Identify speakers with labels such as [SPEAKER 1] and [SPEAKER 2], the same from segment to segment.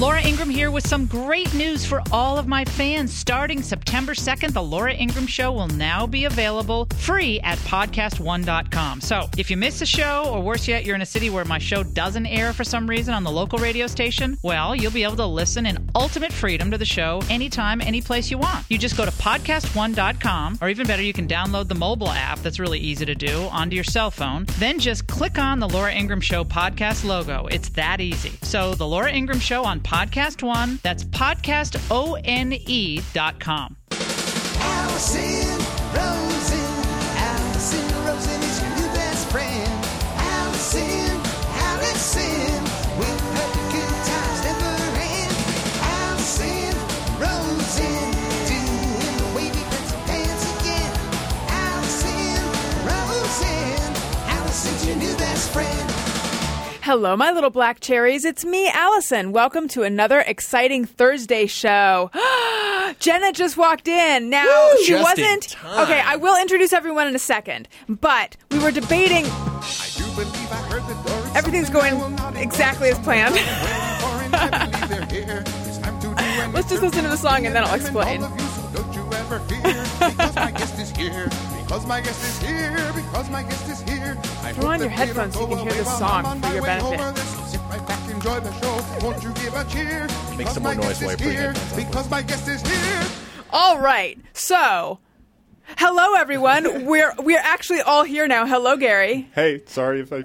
[SPEAKER 1] Laura Ingram here with some great news for all of my fans. Starting September 2nd, The Laura Ingram Show will now be available free at podcast1.com. So if you miss a show, or worse yet, you're in a city where my show doesn't air for some reason on the local radio station, well, you'll be able to listen in ultimate freedom to the show anytime, any place you want. You just go to podcast1.com, or even better, you can download the mobile app that's really easy to do onto your cell phone. Then just click on the Laura Ingram Show podcast logo. It's that easy. So the Laura Ingram Show on Podcast One, that's E podcastone.com.
[SPEAKER 2] Allison Rosen. Allison Rosen is your new best friend. Allison, Allison, with her good times never end. Allison Rosen, doing the wavy pencil dance again. Allison Rosen, Allison's your new best friend.
[SPEAKER 3] Hello, my little black cherries. It's me, Allison. Welcome to another exciting Thursday show. Jenna just walked in. Now, she
[SPEAKER 4] Just
[SPEAKER 3] wasn't.
[SPEAKER 4] in time.
[SPEAKER 3] Okay, I will introduce everyone in a second, but we were debating.
[SPEAKER 2] I do believe I heard the door. is
[SPEAKER 3] Everything's
[SPEAKER 2] something I
[SPEAKER 3] going
[SPEAKER 2] will not
[SPEAKER 3] exactly as planned. Let's
[SPEAKER 2] Let's
[SPEAKER 3] just listen to the song and then I'll explain.
[SPEAKER 2] Don't you ever fear, because my guest is here. Because my guest is here. Because my guest is here. I
[SPEAKER 3] Throw
[SPEAKER 2] hope
[SPEAKER 3] on
[SPEAKER 2] that
[SPEAKER 3] your
[SPEAKER 2] they
[SPEAKER 3] headphones so
[SPEAKER 2] don't
[SPEAKER 3] you can
[SPEAKER 2] go
[SPEAKER 3] hear the
[SPEAKER 2] away while
[SPEAKER 3] song
[SPEAKER 2] I'm on
[SPEAKER 3] for
[SPEAKER 2] my
[SPEAKER 3] your
[SPEAKER 2] way
[SPEAKER 3] benefit.
[SPEAKER 2] over this. Sit right back, enjoy the show. Won't you give a cheer? Make
[SPEAKER 4] some more noise while I put your headphones on,
[SPEAKER 2] Because my guest is here.
[SPEAKER 3] All right, so. Hello, everyone. We're we're actually all here now. Hello, Gary.
[SPEAKER 5] Hey, sorry if I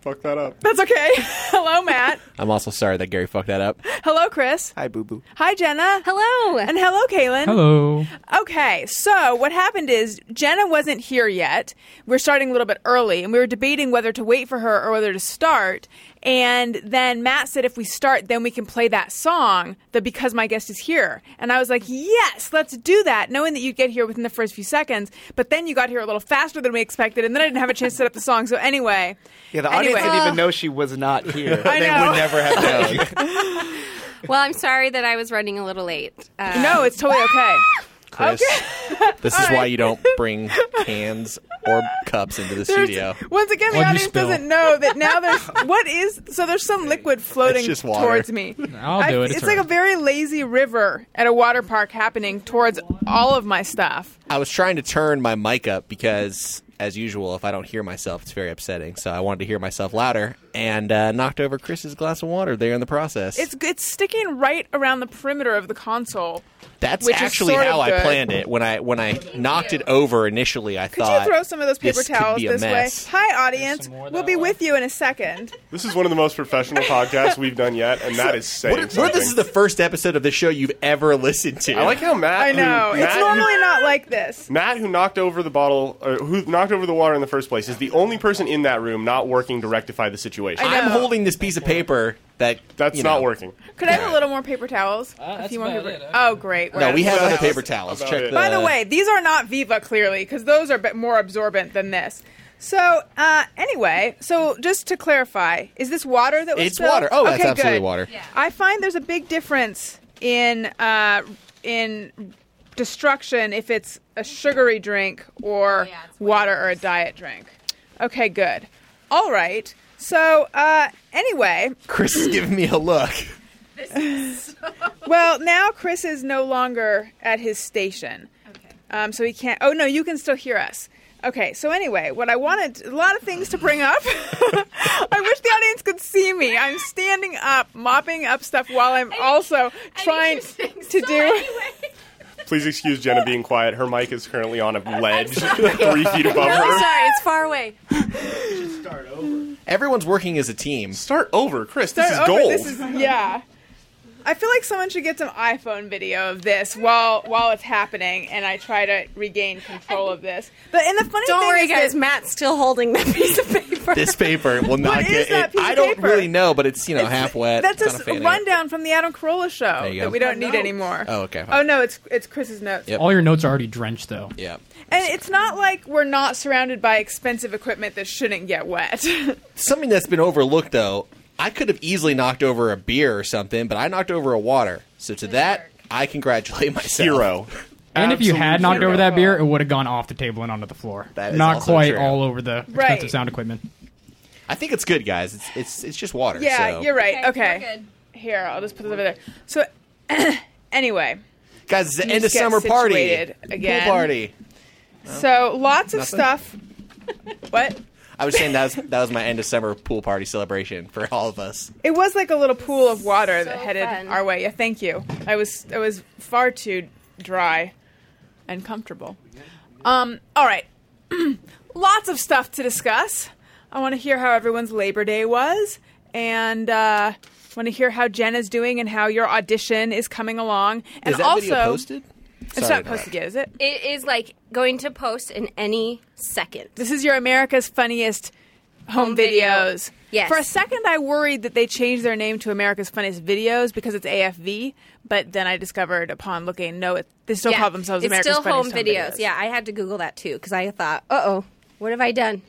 [SPEAKER 5] fucked that up.
[SPEAKER 3] That's okay. Hello, Matt.
[SPEAKER 4] I'm also sorry that Gary fucked that up.
[SPEAKER 3] Hello, Chris.
[SPEAKER 4] Hi, boo boo.
[SPEAKER 3] Hi, Jenna.
[SPEAKER 6] Hello.
[SPEAKER 3] And hello, Kaylin.
[SPEAKER 7] Hello.
[SPEAKER 3] Okay, so what happened is Jenna wasn't here yet. We're starting a little bit early, and we were debating whether to wait for her or whether to start. And then Matt said, if we start, then we can play that song, the Because My Guest Is Here. And I was like, yes, let's do that, knowing that you'd get here within the first few seconds. But then you got here a little faster than we expected, and then I didn't have a chance to set up the song. So, anyway.
[SPEAKER 7] Yeah, the audience
[SPEAKER 3] Anyway.
[SPEAKER 7] didn't even know she was not here.
[SPEAKER 3] I know.
[SPEAKER 4] never have known.
[SPEAKER 6] Well, I'm sorry that I was running a little late. Uh,
[SPEAKER 3] no, it's totally okay.
[SPEAKER 4] Chris, this is why you don't bring cans or cups into the
[SPEAKER 3] There's-
[SPEAKER 4] studio.
[SPEAKER 3] Once again, the
[SPEAKER 7] What'd you
[SPEAKER 3] audience
[SPEAKER 7] spill?
[SPEAKER 3] doesn't know that now there's what is so there's some liquid floating
[SPEAKER 4] It's just water.
[SPEAKER 3] towards me.
[SPEAKER 7] I'll do it.
[SPEAKER 3] It's,
[SPEAKER 7] It's
[SPEAKER 3] like
[SPEAKER 7] all
[SPEAKER 3] a very lazy river at a water park happening towards all of my stuff.
[SPEAKER 4] I was trying to turn my mic up because, as usual, if I don't hear myself, it's very upsetting. So I wanted to hear myself louder and uh, knocked over Chris's glass of water there in the process.
[SPEAKER 3] It's it's sticking right around the perimeter of the console.
[SPEAKER 4] That's
[SPEAKER 3] which is
[SPEAKER 4] actually
[SPEAKER 3] sort of
[SPEAKER 4] how I
[SPEAKER 3] good.
[SPEAKER 4] planned it. When I when I knocked it over initially, I
[SPEAKER 3] Could
[SPEAKER 4] thought
[SPEAKER 3] you throw some of those paper
[SPEAKER 4] this could
[SPEAKER 3] towels
[SPEAKER 4] be a
[SPEAKER 3] this
[SPEAKER 4] mess.
[SPEAKER 3] way? Hi, audience. We'll be with you in a second.
[SPEAKER 5] This is one of the most professional podcasts we've done yet, and that is saying
[SPEAKER 4] What, what
[SPEAKER 5] something.
[SPEAKER 4] if this is the first episode of the show you've ever listened to?
[SPEAKER 5] I like how Matt.
[SPEAKER 3] I know.
[SPEAKER 5] Who,
[SPEAKER 3] It's
[SPEAKER 5] Matt,
[SPEAKER 3] normally not like this.
[SPEAKER 5] who, Matt, who knocked over the bottle, or who knocked over the water in the first place, is the only person in that room not working to rectify the situation.
[SPEAKER 3] I know.
[SPEAKER 4] I'm holding this piece of paper that
[SPEAKER 5] That's
[SPEAKER 4] you
[SPEAKER 5] not
[SPEAKER 4] know.
[SPEAKER 5] working.
[SPEAKER 3] Could I have a little more paper towels?
[SPEAKER 7] Uh,
[SPEAKER 3] a few more paper. Oh, great. We're
[SPEAKER 4] No,
[SPEAKER 3] out
[SPEAKER 4] we
[SPEAKER 3] of
[SPEAKER 4] have
[SPEAKER 3] paper
[SPEAKER 4] other
[SPEAKER 3] towels.
[SPEAKER 4] paper towels.
[SPEAKER 5] About
[SPEAKER 4] Check
[SPEAKER 5] it.
[SPEAKER 4] the,
[SPEAKER 3] By the way, these are not Viva clearly because those are a bit more absorbent than this. So uh, anyway, so just to clarify, is this water that was
[SPEAKER 4] It's
[SPEAKER 3] spilled?
[SPEAKER 4] water. Oh, that's
[SPEAKER 3] Okay,
[SPEAKER 4] absolutely
[SPEAKER 3] good.
[SPEAKER 4] water. Yeah.
[SPEAKER 3] I find there's a big difference in uh, in destruction if it's a sugary drink or
[SPEAKER 6] yeah, it's way
[SPEAKER 3] water or a diet drink. Okay, good. All right. So uh, anyway,
[SPEAKER 4] Chris is giving me a look.
[SPEAKER 3] well now Chris is no longer at his station.
[SPEAKER 6] okay.
[SPEAKER 3] Um, so he can't. Oh no, you can still hear us. Okay. So anyway, what I wanted a lot of things to bring up. I wish the audience could see me. I'm standing up, mopping up stuff while I'm also trying to do.
[SPEAKER 5] Please excuse Jenna being quiet. Her mic is currently on a ledge three feet above her.
[SPEAKER 6] sorry, it's far away.
[SPEAKER 4] Everyone's working as a team.
[SPEAKER 5] Start over, Chris. This is
[SPEAKER 3] Oh,
[SPEAKER 5] gold.
[SPEAKER 3] This is yeah. I feel like someone should get some iPhone video of this while while it's happening, and I try to regain control of this. But and the funny
[SPEAKER 6] Don't
[SPEAKER 3] thing
[SPEAKER 6] worry,
[SPEAKER 3] is
[SPEAKER 6] guys.
[SPEAKER 3] that-
[SPEAKER 6] Matt's still holding that piece of paper.
[SPEAKER 4] This paper will not
[SPEAKER 3] What
[SPEAKER 4] get
[SPEAKER 3] is that
[SPEAKER 4] it.
[SPEAKER 3] piece of
[SPEAKER 4] I don't
[SPEAKER 3] paper?
[SPEAKER 4] really know, but it's you know half wet.
[SPEAKER 3] That's
[SPEAKER 4] kinda
[SPEAKER 3] just a
[SPEAKER 4] fading.
[SPEAKER 3] rundown from the Adam Carolla show
[SPEAKER 4] you go.
[SPEAKER 3] that we don't need anymore.
[SPEAKER 4] Oh, okay, fine.
[SPEAKER 3] Oh no, it's it's Chris's notes.
[SPEAKER 4] Yep.
[SPEAKER 8] All your notes are already drenched, though.
[SPEAKER 4] Yeah.
[SPEAKER 3] And it's not like we're not surrounded by expensive equipment that shouldn't get wet.
[SPEAKER 4] Something that's been overlooked though, I could have easily knocked over a beer or something, but I knocked over a water. So to that, I congratulate myself.
[SPEAKER 5] Hero.
[SPEAKER 8] And if you had
[SPEAKER 5] Absolute
[SPEAKER 8] knocked
[SPEAKER 5] hero.
[SPEAKER 8] over that
[SPEAKER 3] Oh.
[SPEAKER 8] beer, it would have gone off the table and onto the floor.
[SPEAKER 4] That is
[SPEAKER 8] Not
[SPEAKER 4] also
[SPEAKER 8] quite
[SPEAKER 4] true.
[SPEAKER 8] all over the expensive
[SPEAKER 3] Right.
[SPEAKER 8] sound equipment.
[SPEAKER 4] I think it's good, guys. It's it's it's just water.
[SPEAKER 3] yeah,
[SPEAKER 4] so.
[SPEAKER 3] you're right. Okay,
[SPEAKER 6] we're good.
[SPEAKER 3] here I'll just put this over there. So anyway,
[SPEAKER 4] guys. It's the
[SPEAKER 3] You
[SPEAKER 4] end of
[SPEAKER 3] just get
[SPEAKER 4] summer party.
[SPEAKER 3] situated again.
[SPEAKER 4] Pool party.
[SPEAKER 3] so lots of
[SPEAKER 4] Nothing?
[SPEAKER 3] stuff. what?
[SPEAKER 4] I was saying that was that was my end of summer pool party celebration for all of us.
[SPEAKER 3] It was like a little pool of water that
[SPEAKER 6] So
[SPEAKER 3] headed
[SPEAKER 6] fun.
[SPEAKER 3] our way. Yeah, thank you. I was I was far too dry and comfortable. Um, all right. Lots of stuff to discuss. I want to hear how everyone's Labor Day was and uh want to hear how Jen is doing and how your audition is coming along. And
[SPEAKER 4] Is that
[SPEAKER 3] also
[SPEAKER 4] video posted?
[SPEAKER 3] It's
[SPEAKER 4] Sorry
[SPEAKER 3] not
[SPEAKER 4] to
[SPEAKER 3] posted
[SPEAKER 4] interrupt.
[SPEAKER 3] yet, is it?
[SPEAKER 6] It is like going to post in any second.
[SPEAKER 3] This is your America's Funniest Home,
[SPEAKER 6] Home video.
[SPEAKER 3] Videos.
[SPEAKER 6] Yes.
[SPEAKER 3] For a second, I worried that they changed their name to America's Funniest Videos because it's AFV, but then I discovered upon looking, no, it, they still call themselves
[SPEAKER 6] it's
[SPEAKER 3] America's
[SPEAKER 6] still home
[SPEAKER 3] Funniest
[SPEAKER 6] videos. Yeah, I had to Google that too because I thought, uh oh, what have I done?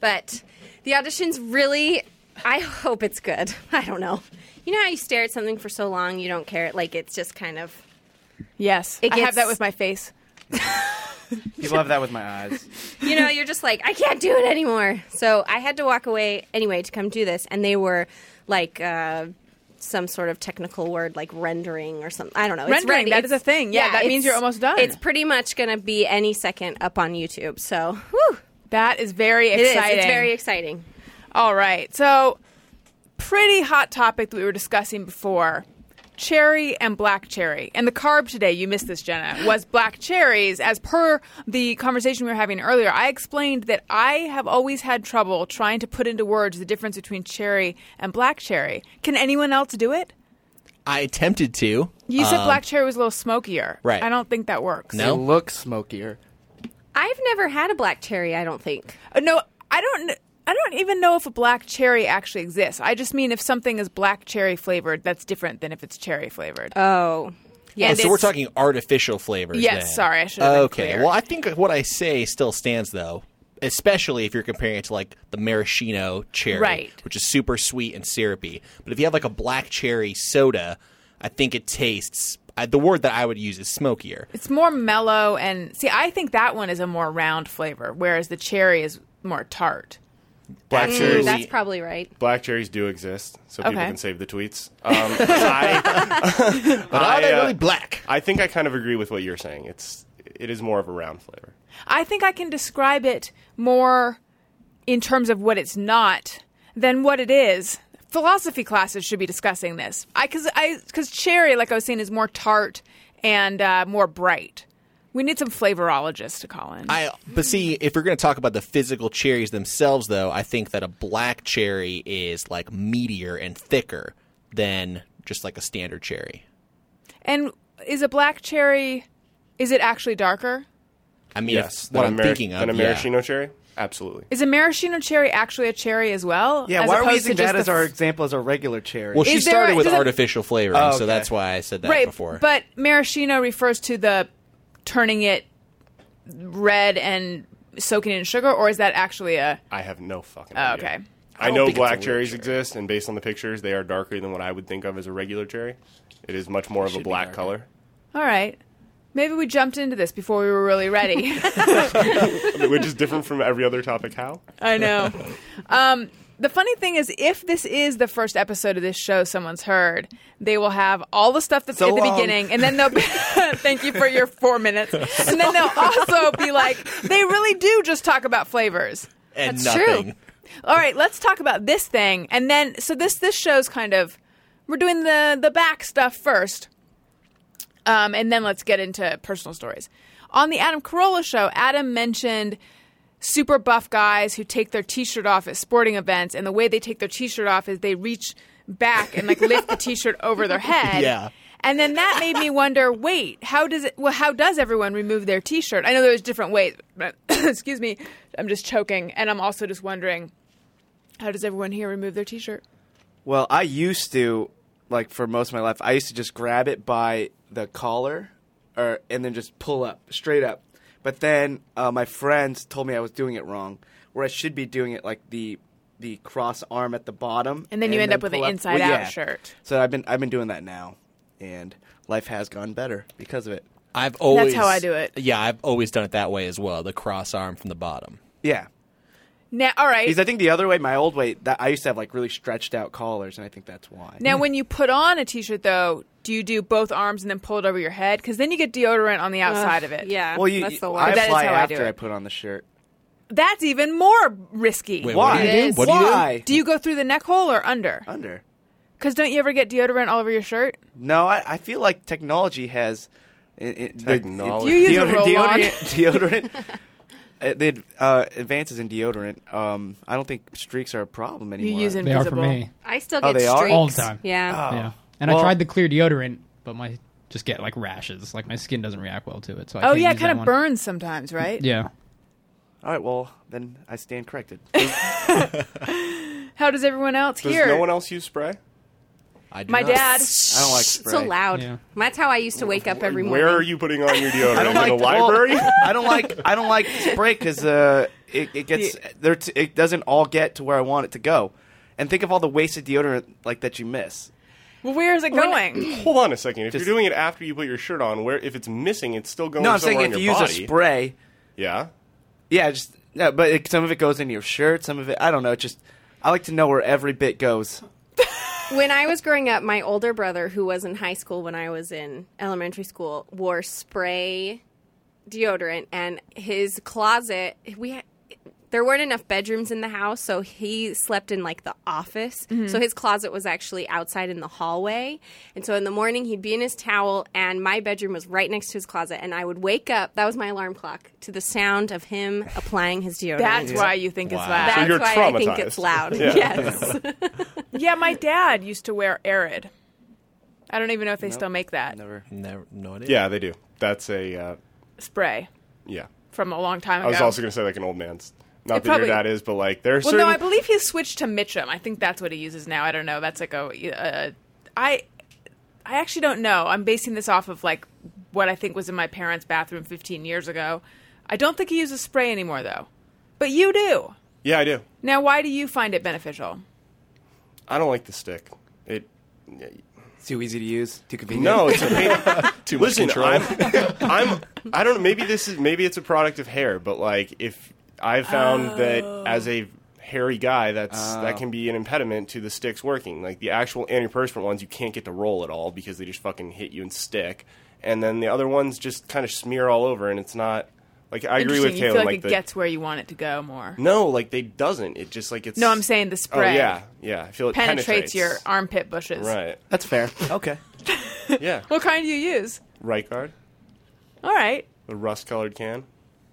[SPEAKER 6] But the audition's really. I hope it's good. I don't know. You know how you stare at something for so long, you don't care. Like it's just kind of.
[SPEAKER 3] Yes.
[SPEAKER 6] It
[SPEAKER 3] I have
[SPEAKER 6] gets-
[SPEAKER 3] that with my face.
[SPEAKER 7] People have that with my eyes.
[SPEAKER 6] you know, you're just like, I can't do it anymore. So I had to walk away anyway to come do this, and they were like uh, some sort of technical word, like rendering or something. I don't know. It's
[SPEAKER 3] Rendering,
[SPEAKER 6] ready.
[SPEAKER 3] that is a thing. Yeah, that means
[SPEAKER 6] it's-
[SPEAKER 3] you're almost done.
[SPEAKER 6] It's pretty much going to be any second up on YouTube. So, whew,
[SPEAKER 3] That is very
[SPEAKER 6] it is.
[SPEAKER 3] exciting.
[SPEAKER 6] It's very exciting.
[SPEAKER 3] All right. So, pretty hot topic that we were discussing before cherry and black cherry. And the carb today, you missed this, Jenna, was black cherries. As per the conversation we were having earlier, I explained that I have always had trouble trying to put into words the difference between cherry and black cherry. Can anyone else do it?
[SPEAKER 4] I attempted to.
[SPEAKER 3] You said black cherry was a little smokier.
[SPEAKER 4] right.
[SPEAKER 3] I don't think that works.
[SPEAKER 4] No.
[SPEAKER 7] They look smokier.
[SPEAKER 6] I've never had a black cherry, I don't think.
[SPEAKER 3] Uh, No, I don't. kn- I don't even know if a black cherry actually exists. I just mean if something is black cherry flavored, that's different than if it's cherry flavored.
[SPEAKER 4] Oh,
[SPEAKER 6] Oh.
[SPEAKER 3] And
[SPEAKER 4] so we're
[SPEAKER 3] it's-
[SPEAKER 4] talking artificial flavors.
[SPEAKER 3] Yes,
[SPEAKER 4] then.
[SPEAKER 3] sorry, I should have been
[SPEAKER 4] Okay.
[SPEAKER 3] clear.
[SPEAKER 4] Well, I think what I say still stands though, especially if you're comparing it to like the maraschino cherry,
[SPEAKER 3] Right.
[SPEAKER 4] which is super sweet and syrupy. But if you have like a black cherry soda, I think it tastes. I, the word that I would use is smokier.
[SPEAKER 3] It's more mellow and see. I think that one is a more round flavor, whereas the cherry is more tart.
[SPEAKER 5] Black cherries.
[SPEAKER 6] That's probably right.
[SPEAKER 5] Black cherries do exist, so people
[SPEAKER 3] Mm, Okay.
[SPEAKER 5] can save the tweets. Um, I,
[SPEAKER 4] But are they
[SPEAKER 5] I, uh,
[SPEAKER 4] really black?
[SPEAKER 5] I think I kind of agree with what you're saying. It's it is more of a round flavor.
[SPEAKER 3] I think I can describe it more in terms of what it's not than what it is. Philosophy classes should be discussing this. I because I because cherry, like I was saying, is more tart and uh, more bright. We need some flavorologists to call in.
[SPEAKER 4] I, but see, if we're going to talk about the physical cherries themselves, though, I think that a black cherry is like meatier and thicker than just like a standard cherry.
[SPEAKER 3] and is a black cherry? Is it actually darker?
[SPEAKER 4] I mean,
[SPEAKER 5] yes,
[SPEAKER 4] if what I'm
[SPEAKER 5] than a mar-
[SPEAKER 4] thinking of.
[SPEAKER 5] than a
[SPEAKER 4] yeah.
[SPEAKER 5] maraschino cherry. Absolutely.
[SPEAKER 3] Is a maraschino cherry actually a cherry as well?
[SPEAKER 7] Yeah,
[SPEAKER 3] As
[SPEAKER 7] why are we
[SPEAKER 3] opposed to
[SPEAKER 7] using
[SPEAKER 3] just
[SPEAKER 7] that
[SPEAKER 3] the
[SPEAKER 7] as our
[SPEAKER 3] f-
[SPEAKER 7] example as our regular cherry?
[SPEAKER 4] Well, she
[SPEAKER 3] Is there-
[SPEAKER 4] started with
[SPEAKER 3] does it-
[SPEAKER 4] artificial flavoring,
[SPEAKER 7] Oh,
[SPEAKER 4] so
[SPEAKER 7] okay.
[SPEAKER 4] that's why I said that
[SPEAKER 3] right?
[SPEAKER 4] before.
[SPEAKER 3] But maraschino refers to the turning it red and soaking it in sugar, or is that actually a?
[SPEAKER 5] I have no fucking
[SPEAKER 3] Oh,
[SPEAKER 5] idea.
[SPEAKER 3] okay.
[SPEAKER 5] I,
[SPEAKER 4] don't
[SPEAKER 5] know
[SPEAKER 4] think it's a
[SPEAKER 5] black
[SPEAKER 4] real
[SPEAKER 5] cherries
[SPEAKER 4] cherry.
[SPEAKER 5] exist, and based on the pictures, they are darker than what I would think of as a regular cherry. It is much more of a black color.
[SPEAKER 3] All right. Maybe we jumped into this before we were really ready.
[SPEAKER 5] which is different from every other topic. How?
[SPEAKER 3] I know. Um, the funny thing is, if this is the first episode of this show someone's heard, they will have all the stuff that's
[SPEAKER 7] So
[SPEAKER 3] at the
[SPEAKER 7] long.
[SPEAKER 3] beginning, and then they'll be, thank you for your four minutes, and then they'll also be like, they really do just talk about flavors.
[SPEAKER 4] and
[SPEAKER 6] That's true.
[SPEAKER 4] nothing.
[SPEAKER 3] All right, let's talk about this thing, and then so this this show's kind of we're doing the the back stuff first, um, and then let's get into personal stories. On the Adam Carolla show, Adam mentioned super buff guys who take their t-shirt off at sporting events, and the way they take their t-shirt off is they reach back and like lift the t-shirt over their head.
[SPEAKER 4] Yeah.
[SPEAKER 3] And then that made me wonder, wait, how does it well how does everyone remove their t-shirt? I know there's different ways, but excuse me, I'm just choking and I'm also just wondering how does everyone here remove their t-shirt?
[SPEAKER 5] Well, I used to like for most of my life, I used to just grab it by the collar, or and then just pull up straight up. But then uh, my friends told me I was doing it wrong, where I should be doing it like the the cross arm at the bottom,
[SPEAKER 3] And then you end up with an
[SPEAKER 5] pull
[SPEAKER 3] inside
[SPEAKER 5] Well,
[SPEAKER 3] out
[SPEAKER 5] yeah.
[SPEAKER 3] shirt.
[SPEAKER 5] So I've been I've been doing that now, and life has gone better because of it.
[SPEAKER 4] I've always
[SPEAKER 3] how I do it.
[SPEAKER 4] Yeah, I've always done it that way as well. The cross arm from the bottom.
[SPEAKER 5] Yeah,
[SPEAKER 3] Now, all right.
[SPEAKER 5] because I think the other way, my old way, that I used to have like really stretched out collars, and I think that's why.
[SPEAKER 3] Now, when you put on a t-shirt, though, do you do both arms and then pull it over your head? Because then you get deodorant on the outside of it.
[SPEAKER 6] Yeah.
[SPEAKER 5] well, you,
[SPEAKER 6] that's the
[SPEAKER 5] I
[SPEAKER 6] worst.
[SPEAKER 3] That is
[SPEAKER 5] apply
[SPEAKER 3] how I do
[SPEAKER 5] after
[SPEAKER 3] it.
[SPEAKER 5] I put on the shirt.
[SPEAKER 3] that's even more risky.
[SPEAKER 4] Wait,
[SPEAKER 5] Why?
[SPEAKER 4] What do
[SPEAKER 6] It
[SPEAKER 4] you do?
[SPEAKER 6] is.
[SPEAKER 4] What do you do?
[SPEAKER 5] Why? Uh,
[SPEAKER 3] Do you go through the neck hole or under?
[SPEAKER 5] under.
[SPEAKER 3] Because don't you ever get deodorant all over your shirt?
[SPEAKER 5] No, I, I feel like technology has it, it, the-
[SPEAKER 2] Technology.
[SPEAKER 3] You use a roll-on.
[SPEAKER 5] deodorant. deodorant uh, the ad- uh, advances in deodorant. Um, I don't think streaks are a problem
[SPEAKER 3] You
[SPEAKER 5] anymore.
[SPEAKER 3] use
[SPEAKER 8] They are
[SPEAKER 3] invisible.
[SPEAKER 8] for me.
[SPEAKER 6] I still
[SPEAKER 5] Oh,
[SPEAKER 6] get
[SPEAKER 5] they are? Ah,
[SPEAKER 6] streaks.
[SPEAKER 8] All the time.
[SPEAKER 6] Yeah.
[SPEAKER 8] Yeah. And I
[SPEAKER 5] Oh. Well-
[SPEAKER 8] tried the clear deodorant, but my just get like rashes. Like my skin doesn't react well to it. So I
[SPEAKER 3] Oh
[SPEAKER 8] can't
[SPEAKER 3] yeah,
[SPEAKER 8] use
[SPEAKER 3] it kind
[SPEAKER 8] that
[SPEAKER 3] of
[SPEAKER 8] one.
[SPEAKER 3] burns sometimes, right?
[SPEAKER 8] Yeah.
[SPEAKER 5] All right, well then I stand corrected.
[SPEAKER 3] How does everyone else
[SPEAKER 2] Does
[SPEAKER 3] here?
[SPEAKER 2] no one else use spray?
[SPEAKER 4] I do
[SPEAKER 3] My
[SPEAKER 4] not-
[SPEAKER 3] dad.
[SPEAKER 5] I don't like
[SPEAKER 6] It's
[SPEAKER 5] spray.
[SPEAKER 6] so loud.
[SPEAKER 8] Yeah.
[SPEAKER 6] That's how I used to wake up every morning.
[SPEAKER 2] Where are you putting on your
[SPEAKER 5] I
[SPEAKER 2] deodorant?
[SPEAKER 5] don't like
[SPEAKER 2] In the
[SPEAKER 5] well,
[SPEAKER 2] library?
[SPEAKER 5] I don't like I don't like spray because uh, it, it gets there. T- it doesn't all get to where I want it to go. And think of all the wasted deodorant like that you miss.
[SPEAKER 3] Well, where is it going?
[SPEAKER 2] Hold on a second. If
[SPEAKER 5] Just-
[SPEAKER 2] you're doing it after you put your shirt on, where if it's missing, it's still going
[SPEAKER 5] No, I'm
[SPEAKER 2] somewhere
[SPEAKER 5] saying
[SPEAKER 2] in
[SPEAKER 5] if you
[SPEAKER 2] your
[SPEAKER 5] use
[SPEAKER 2] body.
[SPEAKER 5] a spray,
[SPEAKER 2] Yeah.
[SPEAKER 5] Yeah, just no, but it, some of it goes into your shirt. Some of it, I don't know. It just I like to know where every bit goes.
[SPEAKER 6] When I was growing up, my older brother, who was in high school when I was in elementary school, wore spray deodorant, and his closet we had, there weren't enough bedrooms in the house, so he slept in like the office. So his closet was actually outside in the hallway, and so in the morning he'd be in his towel, and my bedroom was right next to his closet, and I would wake up. That was my alarm clock to the sound of him applying his deodorant.
[SPEAKER 3] That's why you think it's
[SPEAKER 4] Wow.
[SPEAKER 3] loud.
[SPEAKER 6] That's
[SPEAKER 2] you're
[SPEAKER 6] why I think it's
[SPEAKER 2] traumatized.
[SPEAKER 6] loud.
[SPEAKER 2] Yeah.
[SPEAKER 6] Yes.
[SPEAKER 3] yeah, my dad used to wear Arid. I don't even know if they still make that
[SPEAKER 5] Never.
[SPEAKER 4] Never, no idea.
[SPEAKER 2] Yeah, they do. That's a uh,
[SPEAKER 3] spray
[SPEAKER 2] yeah.
[SPEAKER 3] from a long time ago.
[SPEAKER 2] I was also going to say like an old man's. Not
[SPEAKER 3] It
[SPEAKER 2] that
[SPEAKER 3] probably-
[SPEAKER 2] your dad is, but like there are
[SPEAKER 3] Well,
[SPEAKER 2] certain.
[SPEAKER 3] no, I believe he's switched to Mitchum. I think that's what he uses now. I don't know. That's like a. Uh, I, I actually don't know. I'm basing this off of like what I think was in my parents' bathroom 15 years ago. I don't think he uses spray anymore though, but you do.
[SPEAKER 2] yeah, I do.
[SPEAKER 3] Now, why do you find it beneficial?
[SPEAKER 2] I don't like the stick. It.
[SPEAKER 5] It's too easy to use. Too convenient.
[SPEAKER 2] No, it's a pain.
[SPEAKER 4] Too much
[SPEAKER 2] Listen,
[SPEAKER 4] control.
[SPEAKER 2] I'm, I'm. I don't. Maybe this is. Maybe it's a product of hair, but like if I've found that as a hairy guy, that's that can be an impediment to the sticks working. Like the actual antiperspirant ones, you can't get to roll at all because they just fucking hit you and stick. And then the other ones just kind of smear all over, and it's not. Like I agree with
[SPEAKER 3] Interesting. You
[SPEAKER 2] Caleb.
[SPEAKER 3] feel like,
[SPEAKER 2] like
[SPEAKER 3] it
[SPEAKER 2] the-
[SPEAKER 3] gets where you want it to go more.
[SPEAKER 2] No, like they doesn't. It just like it's.
[SPEAKER 3] No, I'm saying the spray
[SPEAKER 2] Oh yeah, yeah. I feel it
[SPEAKER 3] Penetrates,
[SPEAKER 2] penetrates,
[SPEAKER 3] your armpit bushes.
[SPEAKER 2] Right.
[SPEAKER 5] that's fair. Okay.
[SPEAKER 2] Yeah.
[SPEAKER 3] What kind do you use?
[SPEAKER 2] Reichardt,
[SPEAKER 3] All right.
[SPEAKER 2] the rust-colored can.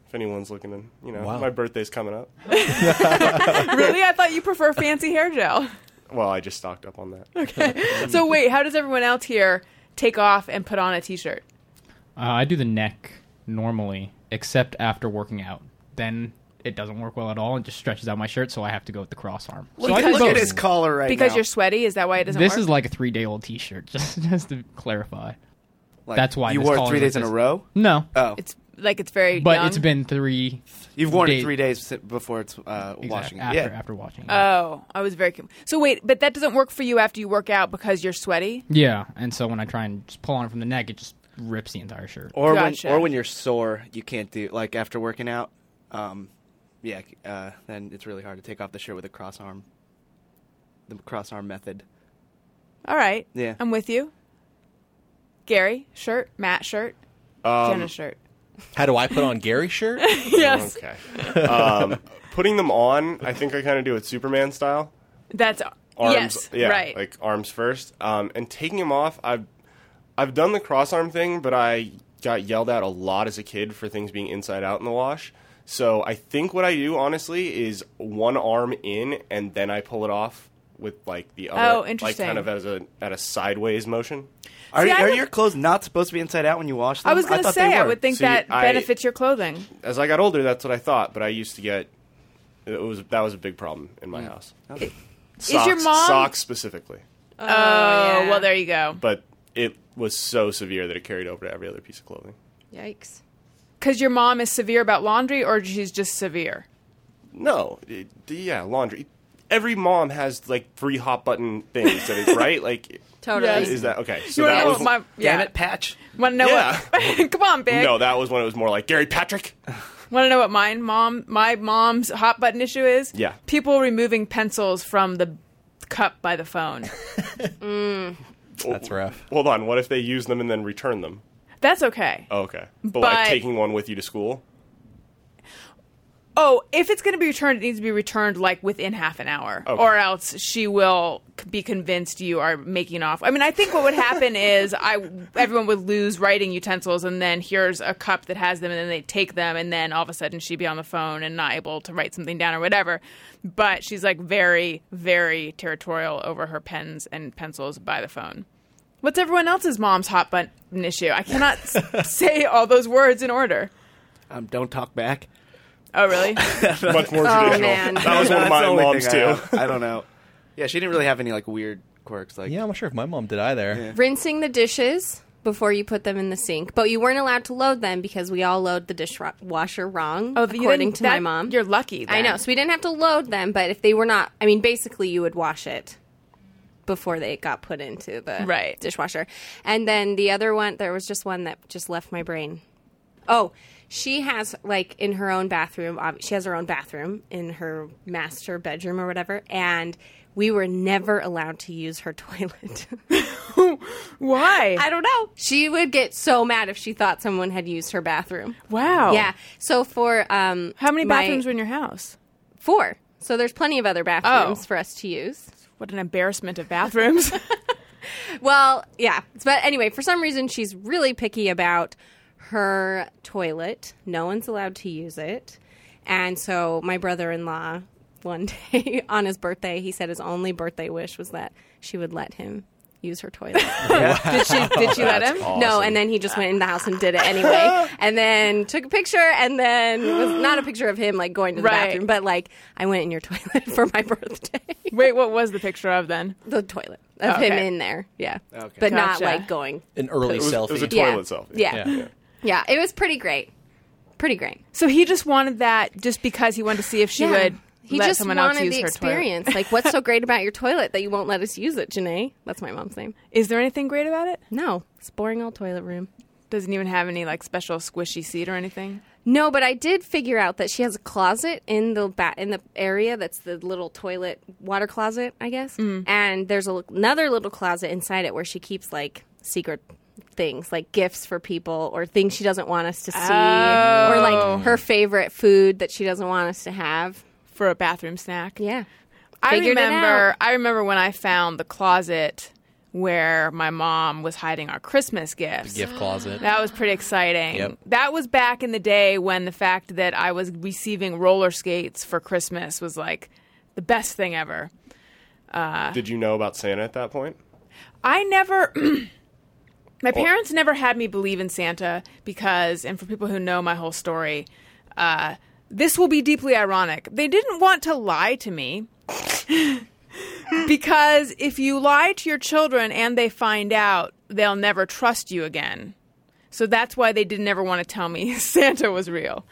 [SPEAKER 2] If anyone's looking, in, you know,
[SPEAKER 4] Wow.
[SPEAKER 2] my birthday's coming up.
[SPEAKER 3] Really? I thought you prefer fancy hair gel.
[SPEAKER 2] Well, I just stocked up on that.
[SPEAKER 3] So wait, how does everyone else here take off and put on a t-shirt?
[SPEAKER 8] Uh, I do the neck normally, except after working out. Then it doesn't work well at all. It just stretches out my shirt, so I have to go with the cross arm. So I do
[SPEAKER 3] Because
[SPEAKER 5] Look at
[SPEAKER 8] both.
[SPEAKER 5] his collar right
[SPEAKER 3] Because
[SPEAKER 5] now.
[SPEAKER 3] you're sweaty, is that why it doesn't
[SPEAKER 8] This
[SPEAKER 3] work?
[SPEAKER 8] is like a three day old t shirt, just just to clarify.
[SPEAKER 5] Like,
[SPEAKER 8] that's why
[SPEAKER 5] you
[SPEAKER 8] this
[SPEAKER 5] wore it
[SPEAKER 8] collar
[SPEAKER 5] three days in a
[SPEAKER 8] exists.
[SPEAKER 5] row.
[SPEAKER 8] No.
[SPEAKER 5] Oh,
[SPEAKER 3] It's like it's very.
[SPEAKER 8] but
[SPEAKER 3] young.
[SPEAKER 8] it's been three
[SPEAKER 5] you've worn
[SPEAKER 8] day-
[SPEAKER 5] it three days si- before it's uh,
[SPEAKER 8] exact-
[SPEAKER 5] washing.
[SPEAKER 8] after
[SPEAKER 5] yeah.
[SPEAKER 8] after watching.
[SPEAKER 3] Oh, I was very. Com- so wait, but that doesn't work for you after you work out because you're sweaty.
[SPEAKER 8] yeah, and so when I try and just pull on it from the neck, it just rips the entire shirt.
[SPEAKER 5] Or
[SPEAKER 3] Gotcha.
[SPEAKER 5] when or when you're sore, you can't do like after working out. Um, yeah, uh, then it's really hard to take off the shirt with a cross arm. The cross arm method.
[SPEAKER 3] All right.
[SPEAKER 5] Yeah.
[SPEAKER 3] I'm with you. Gary shirt, Matt shirt,
[SPEAKER 2] Um,
[SPEAKER 3] Jenna shirt.
[SPEAKER 4] How do I put on Gary's shirt?
[SPEAKER 3] Yes,
[SPEAKER 2] Okay. Um, putting them on, I think I kind of do it Superman style.
[SPEAKER 3] that's
[SPEAKER 2] Arms,
[SPEAKER 3] yes,
[SPEAKER 2] yeah,
[SPEAKER 3] right.
[SPEAKER 2] like arms first. Um, and taking them off, I've I've done the cross arm thing, but I got yelled at a lot as a kid for things being inside out in the wash. So I think what I do honestly is one arm in and then I pull it off
[SPEAKER 5] with like the
[SPEAKER 3] Oh,
[SPEAKER 5] other, like
[SPEAKER 3] interesting.
[SPEAKER 5] kind of as a at a sideways motion.
[SPEAKER 7] Are,
[SPEAKER 3] See, I
[SPEAKER 7] are
[SPEAKER 3] would-
[SPEAKER 7] your clothes not supposed to be inside out when you wash them?
[SPEAKER 3] I was going to
[SPEAKER 7] thought
[SPEAKER 3] say,
[SPEAKER 7] they
[SPEAKER 3] I
[SPEAKER 7] were.
[SPEAKER 3] would think
[SPEAKER 5] See,
[SPEAKER 3] that
[SPEAKER 5] I-
[SPEAKER 3] benefits your clothing.
[SPEAKER 5] As I got older, that's what I thought, but I used to get it was that was a big problem in
[SPEAKER 7] Mm.
[SPEAKER 5] my house. Socks,
[SPEAKER 3] your mom-
[SPEAKER 5] socks specifically?
[SPEAKER 6] Oh,
[SPEAKER 3] Oh,
[SPEAKER 6] yeah.
[SPEAKER 3] well, there you go.
[SPEAKER 5] But it was so severe that it carried over to every other piece of clothing.
[SPEAKER 6] Yikes.
[SPEAKER 3] Because your mom is severe about laundry, or she's just severe.
[SPEAKER 5] No, it- yeah, laundry. Every mom has like three hot button things that is right. Like,
[SPEAKER 6] Totally.
[SPEAKER 3] Yes.
[SPEAKER 5] is that okay? So
[SPEAKER 3] You want to
[SPEAKER 5] that
[SPEAKER 3] know
[SPEAKER 5] was
[SPEAKER 3] what my yeah?
[SPEAKER 7] Damn it, Patch.
[SPEAKER 3] Want to know what? Come on, big.
[SPEAKER 5] no, that was when it was more like Gary Patrick.
[SPEAKER 3] Want to know what mine, mom? My mom's hot button issue is
[SPEAKER 5] Yeah.
[SPEAKER 3] people removing pencils from the cup by the phone.
[SPEAKER 4] That's rough.
[SPEAKER 5] Hold on, what if they use them and then return them?
[SPEAKER 3] That's okay.
[SPEAKER 5] Oh, okay, but, like
[SPEAKER 3] But-
[SPEAKER 5] taking one with you to school.
[SPEAKER 3] Oh, if it's going to be returned, it needs to be returned like within half an hour,
[SPEAKER 5] Okay.
[SPEAKER 3] or else she will c- be convinced you are making off. I mean, I think what would happen is I everyone would lose writing utensils, and then here's a cup that has them, and then they take them, and then all of a sudden she'd be on the phone and not able to write something down or whatever. But she's like very, very territorial over her pens and pencils by the phone. What's everyone else's mom's hot button issue? I cannot s- say all those words in order.
[SPEAKER 7] Um, don't talk back.
[SPEAKER 3] Oh, really?
[SPEAKER 5] Much more
[SPEAKER 6] Oh,
[SPEAKER 5] traditional.
[SPEAKER 6] man.
[SPEAKER 5] That was one
[SPEAKER 7] That's
[SPEAKER 5] of
[SPEAKER 7] the
[SPEAKER 5] my
[SPEAKER 7] only
[SPEAKER 5] mom's
[SPEAKER 7] thing I
[SPEAKER 5] too.
[SPEAKER 7] have. I, don't know. Yeah, she didn't really have any like weird quirks. Like,
[SPEAKER 4] Yeah, I'm not sure if my mom did either.
[SPEAKER 6] rinsing the dishes before you put them in the sink, but you weren't allowed to load them because we all load the dishwasher wrong,
[SPEAKER 3] Oh, you
[SPEAKER 6] according
[SPEAKER 3] didn't-
[SPEAKER 6] to my
[SPEAKER 3] that-
[SPEAKER 6] mom.
[SPEAKER 3] You're lucky.
[SPEAKER 6] I
[SPEAKER 3] then.
[SPEAKER 6] know, so we didn't have to load them, but if they were not, I mean, basically, you would wash it before they got put into the
[SPEAKER 3] Right.
[SPEAKER 6] dishwasher. And then the other one, there was just one that just left my brain. Oh, she has like in her own bathroom. ob- She has her own bathroom in her master bedroom or whatever, and we were never allowed to use her toilet.
[SPEAKER 3] Why?
[SPEAKER 6] I don't know. She would get so mad if she thought someone had used her bathroom.
[SPEAKER 3] wow.
[SPEAKER 6] Yeah. So for um,
[SPEAKER 3] Oh. How many
[SPEAKER 6] my-
[SPEAKER 3] bathrooms were in your house?
[SPEAKER 6] four? So there's plenty of other bathrooms
[SPEAKER 3] Oh.
[SPEAKER 6] for us to use.
[SPEAKER 3] What an embarrassment of bathrooms.
[SPEAKER 6] Well, yeah. But anyway, for some reason, she's really picky about her toilet. No one's allowed to use it. And so my brother in law, one day on his birthday, he said his only birthday wish was that she would let him use her toilet.
[SPEAKER 3] did she? Did she let him?
[SPEAKER 6] No, and then he just went in the house and did it anyway. and then took a picture, and then it was not a picture of him like going to the
[SPEAKER 3] Right.
[SPEAKER 6] bathroom, but like I went in your toilet for my birthday.
[SPEAKER 3] Wait, what was the picture of then?
[SPEAKER 6] the toilet of him
[SPEAKER 3] Oh, Okay.
[SPEAKER 6] in there, yeah,
[SPEAKER 7] Okay.
[SPEAKER 6] but not
[SPEAKER 3] Gotcha.
[SPEAKER 6] like going.
[SPEAKER 4] An early
[SPEAKER 5] It was,
[SPEAKER 4] selfie.
[SPEAKER 5] it was a
[SPEAKER 6] Yeah.
[SPEAKER 5] toilet selfie.
[SPEAKER 6] Yeah.
[SPEAKER 4] Yeah.
[SPEAKER 6] yeah, It was pretty great, pretty great.
[SPEAKER 3] So he just wanted that just because he wanted to see if she
[SPEAKER 6] yeah.
[SPEAKER 3] would
[SPEAKER 6] He
[SPEAKER 3] let
[SPEAKER 6] just
[SPEAKER 3] someone
[SPEAKER 6] wanted
[SPEAKER 3] else use
[SPEAKER 6] the
[SPEAKER 3] her toilet.
[SPEAKER 6] experience. like, what's so great about your toilet that you won't let us use it, Janae? That's my mom's name.
[SPEAKER 3] Is there anything great about it?
[SPEAKER 6] No, it's boring old toilet room.
[SPEAKER 3] Doesn't even have any like special squishy seat or anything.
[SPEAKER 6] No, but I did figure out that she has a closet in the ba- in the area that's the little toilet water closet, I guess. And there's a, l- another little closet inside it where she keeps like secret things, like gifts for people or things she doesn't want us to see, or like her favorite food that she doesn't want us to have.
[SPEAKER 3] For a bathroom snack.
[SPEAKER 6] Yeah,
[SPEAKER 3] I
[SPEAKER 6] Figured it
[SPEAKER 3] remember
[SPEAKER 6] out.
[SPEAKER 3] I remember when I found the closet where my mom was hiding our Christmas gifts.
[SPEAKER 4] Gift closet.
[SPEAKER 3] That was pretty exciting.
[SPEAKER 4] Yep.
[SPEAKER 3] That was back in the day when the fact that I was receiving roller skates for Christmas was like the best thing ever.
[SPEAKER 5] Did you know about Santa at that point?
[SPEAKER 3] I never. my parents never had me believe in Santa because, and for people who know my whole story, uh, this will be deeply ironic. They didn't want to lie to me. because if you lie to your children and they find out, they'll never trust you again. So that's why they didn't ever want to tell me Santa was real,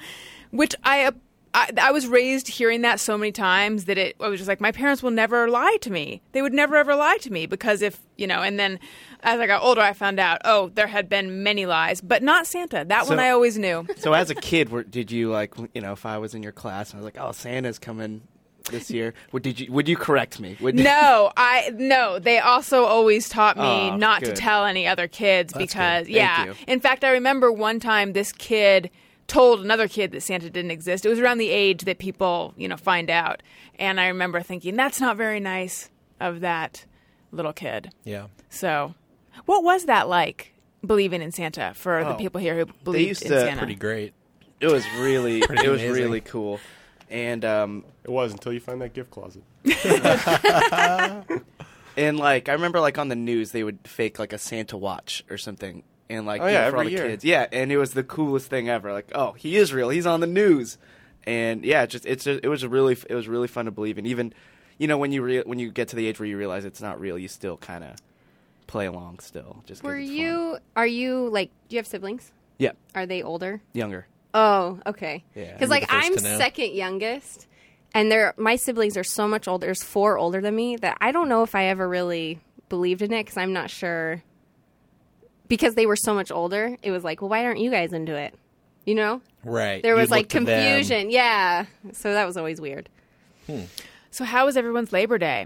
[SPEAKER 3] which I, uh, I I was raised hearing that so many times that it I was just like my parents will never lie to me. They would never ever lie to me because if you know. And then as I got older, I found out oh there had been many lies, but not Santa. That one
[SPEAKER 7] So-
[SPEAKER 3] I always knew.
[SPEAKER 7] so as a kid, were, did you like you know if I was in your class and I was like, oh, Santa's coming this year? Would did you would you correct me? Would,
[SPEAKER 3] no, I no. They also always taught me
[SPEAKER 7] Oh,
[SPEAKER 3] not to
[SPEAKER 7] good.
[SPEAKER 3] tell any other kids
[SPEAKER 7] That's
[SPEAKER 3] because
[SPEAKER 7] good. Thank
[SPEAKER 3] yeah.
[SPEAKER 7] you.
[SPEAKER 3] In fact, I remember one time this kid told another kid that Santa didn't exist. It was around the age that people, you know, find out. And I remember thinking that's not very nice of that little kid.
[SPEAKER 4] Yeah.
[SPEAKER 3] So, what was that like believing in Santa for
[SPEAKER 7] Oh,
[SPEAKER 3] the people here who
[SPEAKER 7] they
[SPEAKER 3] believed
[SPEAKER 7] used
[SPEAKER 3] in
[SPEAKER 7] to
[SPEAKER 3] Santa?
[SPEAKER 4] Pretty great.
[SPEAKER 7] it was really it was
[SPEAKER 4] amazing.
[SPEAKER 7] really cool. and um,
[SPEAKER 5] It was until you find that gift closet.
[SPEAKER 7] and like I remember like on the news they would fake like a Santa watch or something. And like
[SPEAKER 5] Oh,
[SPEAKER 7] do
[SPEAKER 5] yeah,
[SPEAKER 7] it for all the
[SPEAKER 5] every year.
[SPEAKER 7] kids. Yeah, and it was the coolest thing ever. Like, oh, he is real. He's on the news. And yeah, it just it's just, it was a really it was really fun to believe in. Even you know when you re- when you get to the age where you realize it's not real, you still kind of play along still. Just 'cause
[SPEAKER 6] Were
[SPEAKER 7] it's fun.
[SPEAKER 6] you? Are you like? Do you have siblings?
[SPEAKER 7] Yeah,
[SPEAKER 6] Are they older?
[SPEAKER 7] younger.
[SPEAKER 6] Oh, okay.
[SPEAKER 7] Yeah,
[SPEAKER 6] Because
[SPEAKER 7] you're
[SPEAKER 6] like
[SPEAKER 4] the first
[SPEAKER 6] I'm
[SPEAKER 4] to know.
[SPEAKER 6] second youngest, and they're my siblings are so much older. There's four older than me that I don't know if I ever really believed in it because I'm not sure. Because they were so much older, it was like, well, why aren't you guys into it? You know,
[SPEAKER 4] Right.
[SPEAKER 6] there was
[SPEAKER 4] You'd
[SPEAKER 6] like
[SPEAKER 4] look to them.
[SPEAKER 6] confusion. Yeah, so that was always weird.
[SPEAKER 3] So how was everyone's Labor Day?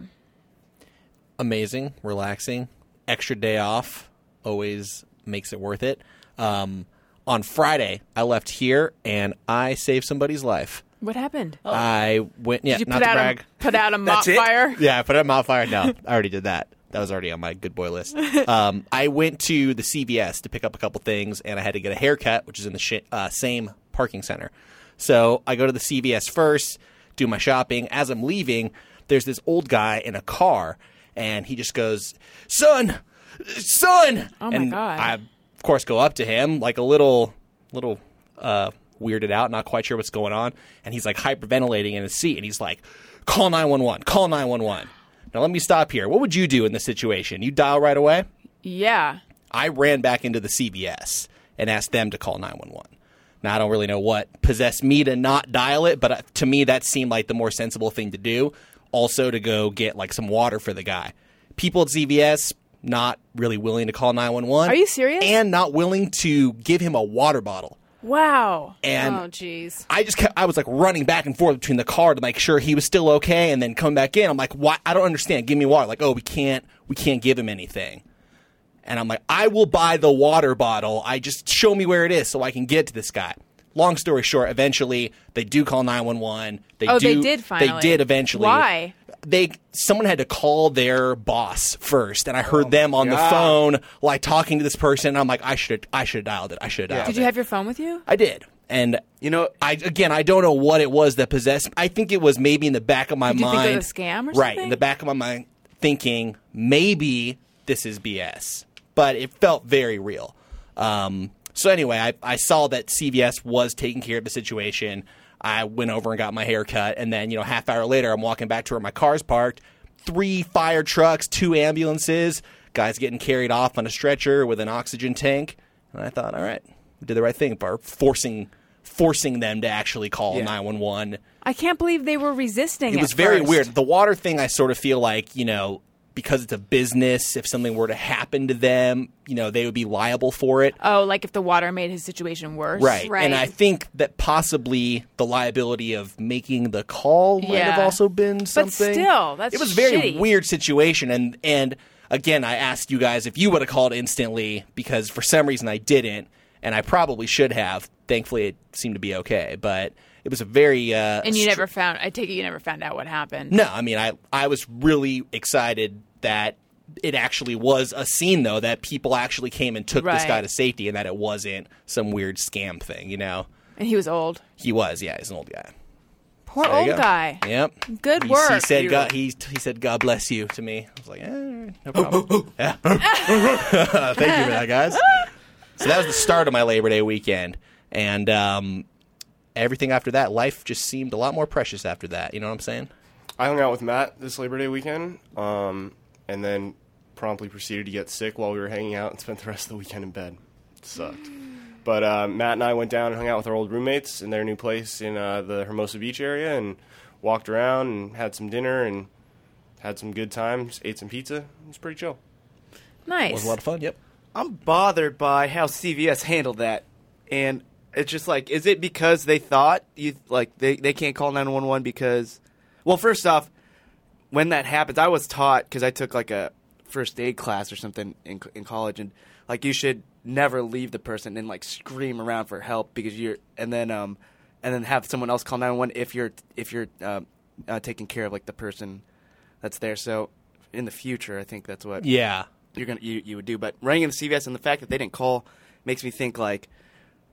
[SPEAKER 4] amazing, relaxing, extra day off always makes it worth it. Um, on Friday, I left here and I saved somebody's life.
[SPEAKER 3] What happened?
[SPEAKER 7] Oh,
[SPEAKER 4] I went, yeah,
[SPEAKER 3] Oh. Did you
[SPEAKER 4] not
[SPEAKER 3] put
[SPEAKER 4] to
[SPEAKER 3] out
[SPEAKER 4] brag.
[SPEAKER 3] a put out a mop
[SPEAKER 4] That's it?
[SPEAKER 3] fire?
[SPEAKER 4] Yeah, I put him on fire. No, I already did that. That was already on my good boy list. Um, I went to the CVS to pick up a couple things, and I had to get a haircut, which is in the sh- uh, same parking center. So I go to the CVS first, do my shopping. As I'm leaving, there's this old guy in a car, and he just goes, "Son, son!"
[SPEAKER 3] Oh my
[SPEAKER 4] And
[SPEAKER 3] God.
[SPEAKER 4] I of course go up to him like a little little uh weirded out not quite sure what's going on and he's like hyperventilating in his seat and he's like call 911 call 911 now let me stop here what would you do in this situation you dial right away
[SPEAKER 3] Yeah.
[SPEAKER 4] i ran back into the cbs and asked them to call 911 now i don't really know what possessed me to not dial it but uh, to me that seemed like the more sensible thing to do also to go get like some water for the guy people at cvs not really willing to call 911
[SPEAKER 3] Are you serious?
[SPEAKER 4] and not willing to give him a water bottle.
[SPEAKER 3] Wow.
[SPEAKER 4] And
[SPEAKER 6] oh, jeez.
[SPEAKER 4] I just kept, I was like running back and forth between the car to make sure he was still okay, and then come back in. I'm like, why? I don't understand. Give me water. Like, oh, we can't we can't give him anything. And I'm like, I will buy the water bottle. I just show me where it is so I can get to this guy. Long story short, eventually they do call 911. They
[SPEAKER 3] Oh,
[SPEAKER 4] do,
[SPEAKER 3] they did finally.
[SPEAKER 4] They did eventually.
[SPEAKER 3] Why?
[SPEAKER 4] They someone had to call their boss first, and I heard them on the
[SPEAKER 7] God.
[SPEAKER 4] phone like talking to this person. And I'm like, I should I should have dialed it. I should have dialed it.
[SPEAKER 3] Did you have your phone with you?
[SPEAKER 4] I did. And
[SPEAKER 7] You know-
[SPEAKER 4] I again, I don't know what it was that possessed. I think it was maybe in the back of my
[SPEAKER 3] Did you think
[SPEAKER 4] mind,
[SPEAKER 3] it was a scam or
[SPEAKER 4] right?
[SPEAKER 3] something?
[SPEAKER 4] In the back of my mind, thinking maybe this is BS, but it felt very real. Um, so anyway, I, I saw that CVS was taking care of the situation. I went over and got my hair cut, and then you know, half hour later, I'm walking back to where my car's parked. Three fire trucks, two ambulances, guys getting carried off on a stretcher with an oxygen tank. And I thought, all right, we did the right thing by forcing forcing them to actually call
[SPEAKER 7] Yeah.
[SPEAKER 4] 911
[SPEAKER 3] I can't believe they were resisting.
[SPEAKER 4] it
[SPEAKER 3] at
[SPEAKER 4] was very
[SPEAKER 3] first.
[SPEAKER 4] weird. The water thing, I sort of feel like you know because it's a business. If something were to happen to them, you know they would be liable for it,
[SPEAKER 3] Oh, like if the water made his situation worse.
[SPEAKER 4] right?
[SPEAKER 6] Right.
[SPEAKER 4] And I think that possibly the liability of making the call might have
[SPEAKER 3] Yeah.
[SPEAKER 4] also been something.
[SPEAKER 3] still, that's
[SPEAKER 4] it was a very
[SPEAKER 3] shitty.
[SPEAKER 4] weird situation, and and again, I asked you guys if you would have called instantly because for some reason I didn't, and I probably should have. Thankfully, it seemed to be okay, but. It was a very uh,
[SPEAKER 3] And you
[SPEAKER 4] str-
[SPEAKER 3] never found. I take it you never found out what happened.
[SPEAKER 4] No, I mean, I I was really excited that it actually was a scene though that people actually came and took this
[SPEAKER 3] Right.
[SPEAKER 4] guy to safety, and that it wasn't some weird scam thing. You know,
[SPEAKER 3] And he was old.
[SPEAKER 4] he was yeah, he's an old guy.
[SPEAKER 3] Poor
[SPEAKER 4] There
[SPEAKER 3] old
[SPEAKER 4] you go.
[SPEAKER 3] guy.
[SPEAKER 4] Yep.
[SPEAKER 3] Good
[SPEAKER 4] he,
[SPEAKER 3] work.
[SPEAKER 4] He said
[SPEAKER 3] You-
[SPEAKER 4] God. He he said God bless you to me. I was like, eh, no problem. Yeah. Thank you for that, guys. So that was the start of my Labor Day weekend, and um, everything after that, life just seemed a lot more precious after that. You know what I'm saying?
[SPEAKER 5] I hung out with Matt this Labor Day weekend, um, and then promptly proceeded to get sick while we were hanging out and spent the rest of the weekend in bed. It sucked. But uh, Matt and I went down and hung out with our old roommates in their new place in uh, the Hermosa Beach area and walked around and had some dinner and had some good times, ate some pizza. It was pretty chill.
[SPEAKER 3] Nice.
[SPEAKER 4] It was a lot of fun. Yep.
[SPEAKER 7] I'm bothered by how CVS handled that, and it's just like, is it because they thought you like they they can't call nine one one because, well, first off, when that happens, I was taught because I took like a first aid class or something in in college, and like you should never leave the person and like scream around for help because you're and then um and then have someone else call nine one one if you're if you're um, uh, taking care of like the person that's there. So in the future, I think that's what
[SPEAKER 4] Yeah.
[SPEAKER 7] you're gonna you, you would do. But running in the CVS and the fact that they didn't call makes me think like,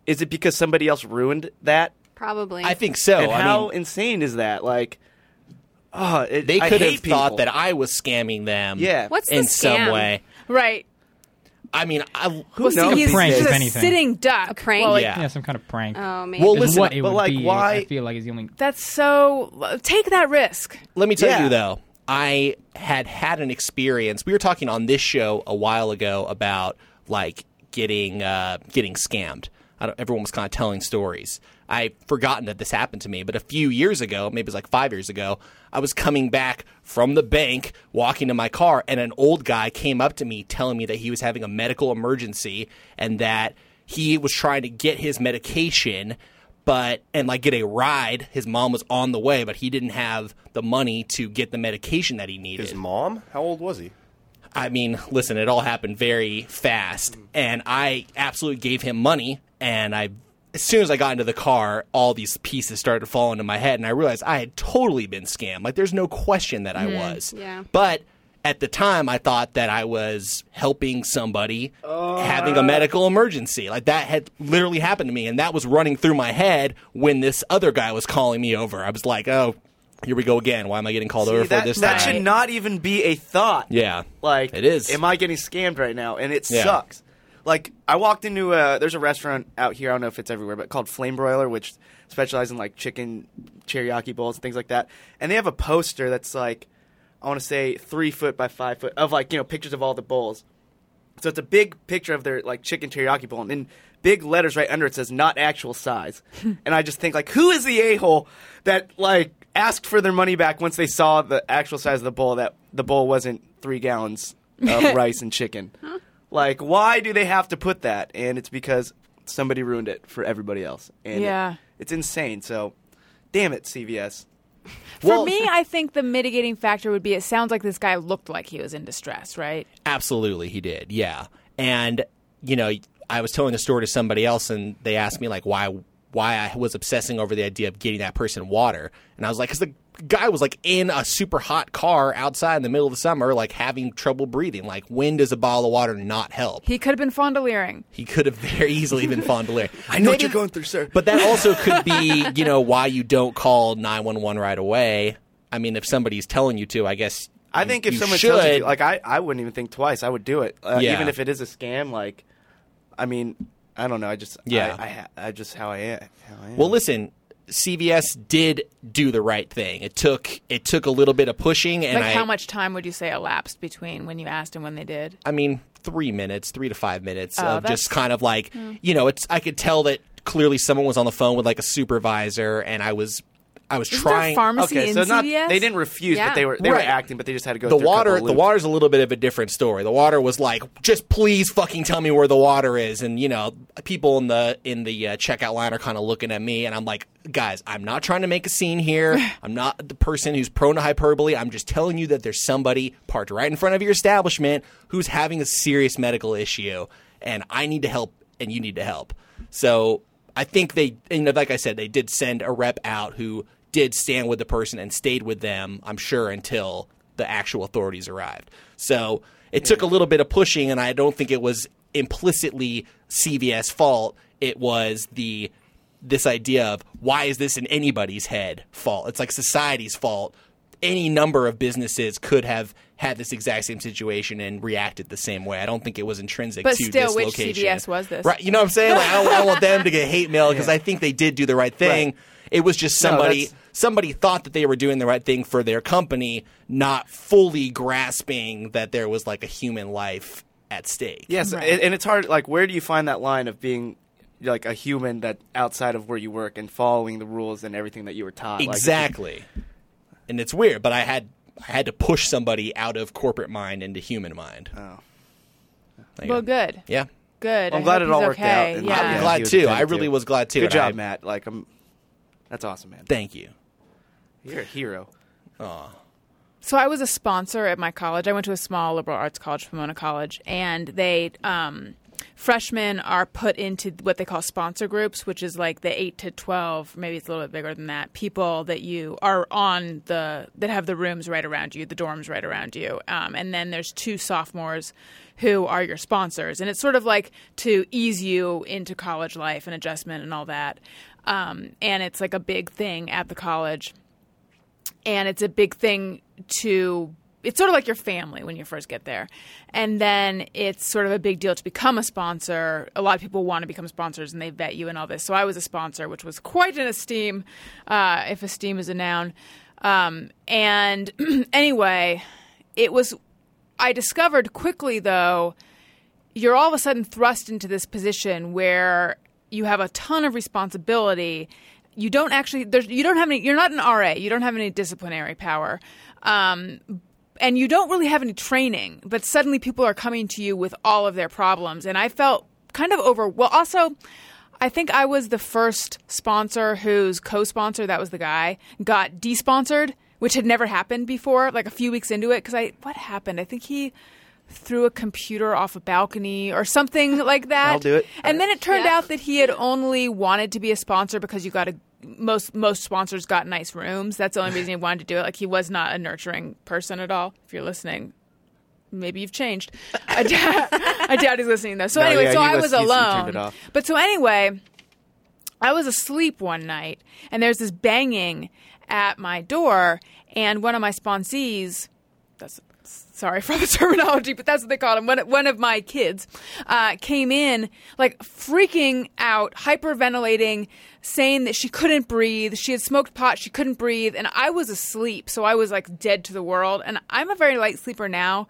[SPEAKER 7] is it because somebody else ruined that
[SPEAKER 6] Probably.
[SPEAKER 4] I think so.
[SPEAKER 5] and
[SPEAKER 4] Oh, I
[SPEAKER 5] how
[SPEAKER 4] mean,
[SPEAKER 5] insane is that? Like, oh, it,
[SPEAKER 4] they
[SPEAKER 5] I
[SPEAKER 4] could have
[SPEAKER 5] hate people.
[SPEAKER 4] thought that I was scamming them.
[SPEAKER 5] Yeah.
[SPEAKER 6] What's the
[SPEAKER 4] in
[SPEAKER 6] scam?
[SPEAKER 4] some way.
[SPEAKER 3] Right.
[SPEAKER 4] I mean, I,
[SPEAKER 5] Who
[SPEAKER 3] So
[SPEAKER 5] knows?
[SPEAKER 3] he's,
[SPEAKER 8] prank,
[SPEAKER 3] he's
[SPEAKER 8] if
[SPEAKER 3] a
[SPEAKER 8] anything.
[SPEAKER 3] sitting duck. A
[SPEAKER 6] prank?
[SPEAKER 3] Well, like,
[SPEAKER 4] yeah.
[SPEAKER 8] Yeah, some kind of prank.
[SPEAKER 6] oh man.
[SPEAKER 4] Well,
[SPEAKER 8] Is
[SPEAKER 4] listen,
[SPEAKER 8] what it
[SPEAKER 5] but,
[SPEAKER 8] would
[SPEAKER 5] like,
[SPEAKER 8] be.
[SPEAKER 5] why-
[SPEAKER 8] I feel like is the only.
[SPEAKER 3] That's so. Take that risk.
[SPEAKER 4] let me tell
[SPEAKER 5] Yeah.
[SPEAKER 4] you though, I had had an experience. We were talking on this show a while ago about like getting uh, getting scammed. I don't, everyone was kind of telling stories. I forgotten that this happened to me, but a few years ago, maybe it was like five years ago, I was coming back from the bank, walking to my car, and an old guy came up to me telling me that he was having a medical emergency and that he was trying to get his medication but and like get a ride. His mom was on the way, but he didn't have the money to get the medication that he needed.
[SPEAKER 9] His mom? How old was he?
[SPEAKER 4] I mean, listen, it all happened very fast, and I absolutely gave him money. And I, as soon as I got into the car, all these pieces started falling to my head, and I realized I had totally been scammed. Like, there's no question that I was.
[SPEAKER 6] yeah.
[SPEAKER 4] But at the time, I thought that I was helping somebody having a
[SPEAKER 5] Uh.
[SPEAKER 4] medical emergency. Like that had literally happened to me, and that was running through my head when this other guy was calling me over. I was like, oh. Here we go again. Why am I getting called over
[SPEAKER 5] See,
[SPEAKER 4] for
[SPEAKER 5] that,
[SPEAKER 4] this?
[SPEAKER 5] that
[SPEAKER 4] time?
[SPEAKER 5] should not even be a thought.
[SPEAKER 4] Yeah.
[SPEAKER 5] Like
[SPEAKER 4] It is.
[SPEAKER 5] Am I getting scammed right now? And it
[SPEAKER 4] Yeah.
[SPEAKER 5] sucks. Like I walked into a there's a restaurant out here. I don't know if it's everywhere, but called Flame Broiler, which specializes in like chicken teriyaki bowls and things like that. And they have a poster that's like I want to say three foot by five foot of like you know pictures of all the bowls. So it's a big picture of their like chicken teriyaki bowl, and in big letters right under it says "not actual size." and I just think like, who is the a hole that like asked for their money back once they saw the actual size of the bowl that the bowl wasn't three gallons of rice and chicken? Like, why do they have to put that? And it's because somebody ruined it for everybody else. And it-
[SPEAKER 3] Yeah.
[SPEAKER 5] it's insane. So, damn it, CVS.
[SPEAKER 3] For me, I think the mitigating factor would be it sounds like this guy looked like he was in distress, right?
[SPEAKER 4] Absolutely, he did. Yeah, and you know, I was telling the story to somebody else, and they asked me like why why I was obsessing over the idea of getting that person water, and I was like, because the guy was like in a super hot car outside in the middle of the summer, like having trouble breathing. Like, when does a bottle of water not help?
[SPEAKER 3] He could have been fondleering.
[SPEAKER 4] He could have very easily been fondling. I
[SPEAKER 5] know what you're going through, sir.
[SPEAKER 4] But that also could be, you know, why you don't call nine one one right away. I mean, if somebody's telling you to, I guess.
[SPEAKER 5] I
[SPEAKER 4] you-
[SPEAKER 5] think if
[SPEAKER 4] you
[SPEAKER 5] someone
[SPEAKER 4] should,
[SPEAKER 5] tells you, like, I, I wouldn't even think twice. I would do it, uh,
[SPEAKER 4] Yeah.
[SPEAKER 5] even if it is a scam. Like, I mean, I don't know. I just,
[SPEAKER 4] Yeah.
[SPEAKER 5] yeah, I, I, ha- I just how I am. How I am.
[SPEAKER 4] Well, listen, CVS did do the right thing. It took it took a little bit of pushing, and
[SPEAKER 3] like,
[SPEAKER 4] I,
[SPEAKER 3] how much time would you say elapsed between when you asked and when they did?
[SPEAKER 4] I mean, three minutes, three to five minutes of
[SPEAKER 3] Oh, that's- Hmm.
[SPEAKER 4] just kind of like you know, it's I could tell that clearly someone was on the phone with like a supervisor, and I was I was
[SPEAKER 3] Isn't there
[SPEAKER 4] trying.
[SPEAKER 3] a pharmacy
[SPEAKER 5] okay,
[SPEAKER 3] in
[SPEAKER 5] so not
[SPEAKER 3] CVS?
[SPEAKER 5] they didn't refuse,
[SPEAKER 6] Yeah.
[SPEAKER 5] but they were they
[SPEAKER 4] Right.
[SPEAKER 5] were acting, but they just had to go.
[SPEAKER 4] the
[SPEAKER 5] through a couple
[SPEAKER 4] water,
[SPEAKER 5] of
[SPEAKER 4] the
[SPEAKER 5] loops.
[SPEAKER 4] water's a little bit of a different story. The water was like, just please fucking tell me where the water is, and you know, people in the in the uh, checkout line are kind of looking at me, and I'm like, guys, I'm not trying to make a scene here. I'm not the person who's prone to hyperbole. I'm just telling you that there's somebody parked right in front of your establishment who's having a serious medical issue, and I need to help, and you need to help. So I think they, and like I said, they did send a rep out who did stand with the person and stayed with them, I'm sure, until the actual authorities arrived. So it took a little bit of pushing, and I don't think it was implicitly CVS fault. It was the this idea of why is this in anybody's head fault? It's like society's fault. Any number of businesses could have had this exact same situation and reacted the same way. I don't think it was intrinsic
[SPEAKER 3] But
[SPEAKER 4] to
[SPEAKER 3] still,
[SPEAKER 4] this
[SPEAKER 3] which
[SPEAKER 4] location.
[SPEAKER 3] CVS was this?
[SPEAKER 4] Right, you know what I'm saying? Like, I, don't, I don't want them to get hate mail because I think they did do the right thing.
[SPEAKER 5] Right.
[SPEAKER 4] It was just
[SPEAKER 5] No,
[SPEAKER 4] somebody
[SPEAKER 5] that's-
[SPEAKER 4] somebody thought that they were doing the right thing for their company, not fully grasping that there was like a human life at stake.
[SPEAKER 5] Yes, and, and it's hard. Like, where do you find that line of being like a human that outside of where you work and following the rules and everything that you were taught? Like,
[SPEAKER 4] exactly. and it's weird, but I had I had to push somebody out of corporate mind into human mind. Oh.
[SPEAKER 3] Well, good.
[SPEAKER 4] Yeah.
[SPEAKER 3] Good.
[SPEAKER 5] I'm
[SPEAKER 3] I
[SPEAKER 5] glad
[SPEAKER 3] hope
[SPEAKER 5] it all
[SPEAKER 3] he's
[SPEAKER 5] worked
[SPEAKER 3] okay.
[SPEAKER 5] out and-
[SPEAKER 3] Yeah.
[SPEAKER 4] I'm
[SPEAKER 5] Yeah, he
[SPEAKER 4] glad
[SPEAKER 5] was
[SPEAKER 4] too.
[SPEAKER 5] pretending
[SPEAKER 4] I really
[SPEAKER 5] to.
[SPEAKER 4] was glad too.
[SPEAKER 5] Good
[SPEAKER 4] and
[SPEAKER 5] job,
[SPEAKER 4] I-
[SPEAKER 5] Matt. Like, I'm. That's awesome, man.
[SPEAKER 4] Thank you.
[SPEAKER 5] You're a hero.
[SPEAKER 3] So I was a sponsor at my college. I went to a small liberal arts college, Pomona College, and they um, freshmen are put into what they call sponsor groups, which is like the eight to twelve, maybe it's a little bit bigger than that, people that you are on the that have the rooms right around you, the dorms right around you, um, and then there's two sophomores who are your sponsors, and it's sort of like to ease you into college life and adjustment and all that. um, and it's like a big thing at the college, and it's a big thing to. It's sort of like your family when you first get there. And then it's sort of a big deal to become a sponsor. A lot of people want to become sponsors and they vet you and all this. So I was a sponsor, which was quite an esteem, uh, if esteem is a noun. Um, and anyway, it was I discovered quickly though you're all of a sudden thrust into this position where you have a ton of responsibility. You don't actually there's you don't have any you're not an RA, you don't have any disciplinary power. Um, and you don't really have any training, but suddenly people are coming to you with all of their problems and I felt kind of over well also I think I was the first sponsor whose co-sponsor that was the guy got desponsored which had never happened before, like a few weeks into it. Because I, what happened? I think he threw a computer off a balcony or something like that.
[SPEAKER 7] I'll do it.
[SPEAKER 3] And then it turned out that he had only wanted to be a sponsor because you got a most most sponsors got nice rooms. That's the only reason he wanted to do it. Like he was not a nurturing person at all. If you're listening. Maybe you've changed. I doubt, I doubt he's listening though. So
[SPEAKER 7] No,
[SPEAKER 3] anyway,
[SPEAKER 7] yeah,
[SPEAKER 3] so
[SPEAKER 7] he
[SPEAKER 3] I
[SPEAKER 7] was-
[SPEAKER 3] was
[SPEAKER 7] he's- he turned it
[SPEAKER 3] alone.
[SPEAKER 7] off.
[SPEAKER 3] But so anyway, I was asleep one night and there's this banging at my door, and one of my sponsees, that's sorry for the terminology, but that's what they called him. One, one of my kids uh, came in like freaking out, hyperventilating, saying that she couldn't breathe. She had smoked pot, she couldn't breathe, and I was asleep, so I was like dead to the world. And I'm a very light sleeper now,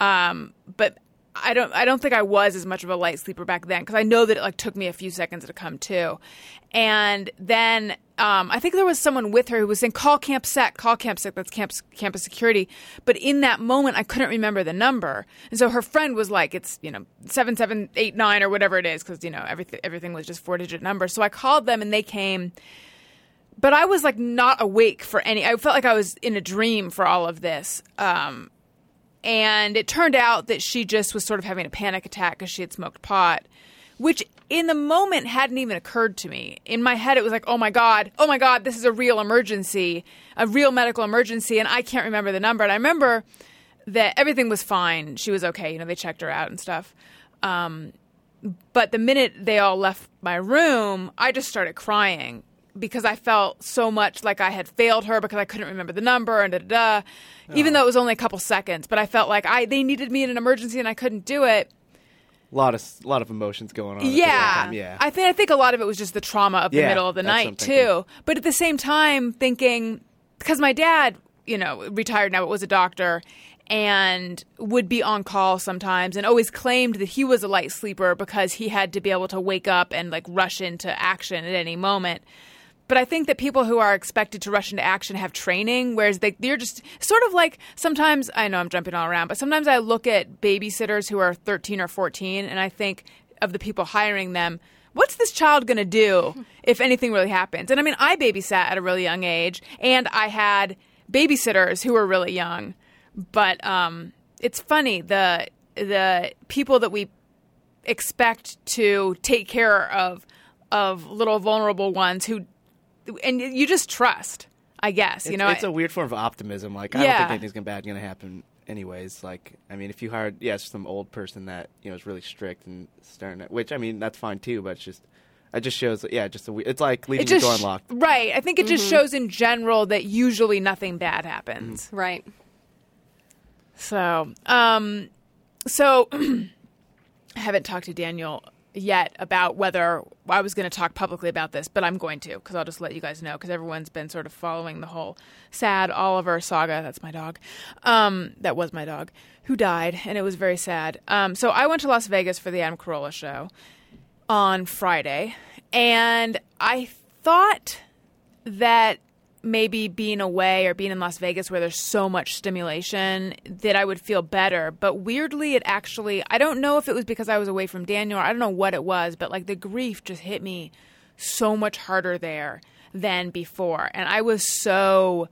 [SPEAKER 3] um, but I don't I don't think I was as much of a light sleeper back then because I know that it like took me a few seconds to come to, and then um, I think there was someone with her who was saying call Camp Sec, call Camp Sec, that's camp, campus security. But in that moment, I couldn't remember the number, and so her friend was like, it's you know seven seven eight nine or whatever it is because you know everything everything was just four digit numbers. So I called them and they came but I was like not awake for any. I felt like I was in a dream for all of this. Um, and it turned out that she just was sort of having a panic attack because she had smoked pot, which in the moment hadn't even occurred to me. In my head, it was like, oh my God, oh my God, this is a real emergency, a real medical emergency. And I can't remember the number. And I remember that everything was fine. She was okay. You know, they checked her out and stuff. Um, but the minute they all left my room, I just started crying because I felt so much like I had failed her because I couldn't remember the number and da da da. Even though it was only a couple seconds, but I felt like I they needed me in an emergency and I couldn't do it.
[SPEAKER 7] lot of s- lot of emotions going on. at the same
[SPEAKER 3] Yeah.
[SPEAKER 7] time, yeah.
[SPEAKER 3] I think I think a lot of it was just the trauma of the
[SPEAKER 7] Yeah,
[SPEAKER 3] middle of the
[SPEAKER 7] that's what I'm
[SPEAKER 3] night
[SPEAKER 7] thinking.
[SPEAKER 3] too. But at the same time thinking because my dad, you know, retired now but was a doctor and would be on call sometimes and always claimed that he was a light sleeper because he had to be able to wake up and like rush into action at any moment. But I think that people who are expected to rush into action have training, whereas they, they're just sort of like sometimes I know I'm jumping all around, but sometimes I look at babysitters who are 13 or 14 and I think of the people hiring them, what's this child going to do if anything really happens? And I mean, I babysat at a really young age and I had babysitters who were really young. But um, it's funny the the people that we expect to take care of of little vulnerable ones who and you just trust i guess you know
[SPEAKER 7] it's
[SPEAKER 3] I-
[SPEAKER 7] a weird form of optimism. Like I don't
[SPEAKER 3] Yeah.
[SPEAKER 7] think anything's gonna bad gonna happen anyways. Like I mean, if you hired yeah some old person that you know is really strict and stern, which I mean that's fine too. But it's just it just shows yeah just a we- it's like leaving
[SPEAKER 3] it just
[SPEAKER 7] the door unlocked.
[SPEAKER 3] right i think it just shows in general that usually nothing bad
[SPEAKER 7] Mm-hmm.
[SPEAKER 3] happens
[SPEAKER 6] Right.
[SPEAKER 3] so um so i haven't talked to daniel yet about whether i was going to talk publicly about this but i'm going to because i'll just let you guys know because everyone's been sort of following the whole sad oliver saga that's my dog um that was my dog who died and it was very sad um so i went to las vegas for the adam carolla show on Friday, and I thought that maybe being away or being in Las Vegas where there's so much stimulation that I would feel better. But weirdly, it actually, I don't know if it was because I was away from Daniel, or I don't know what it was, but like the grief just hit me so much harder there than before. And I was so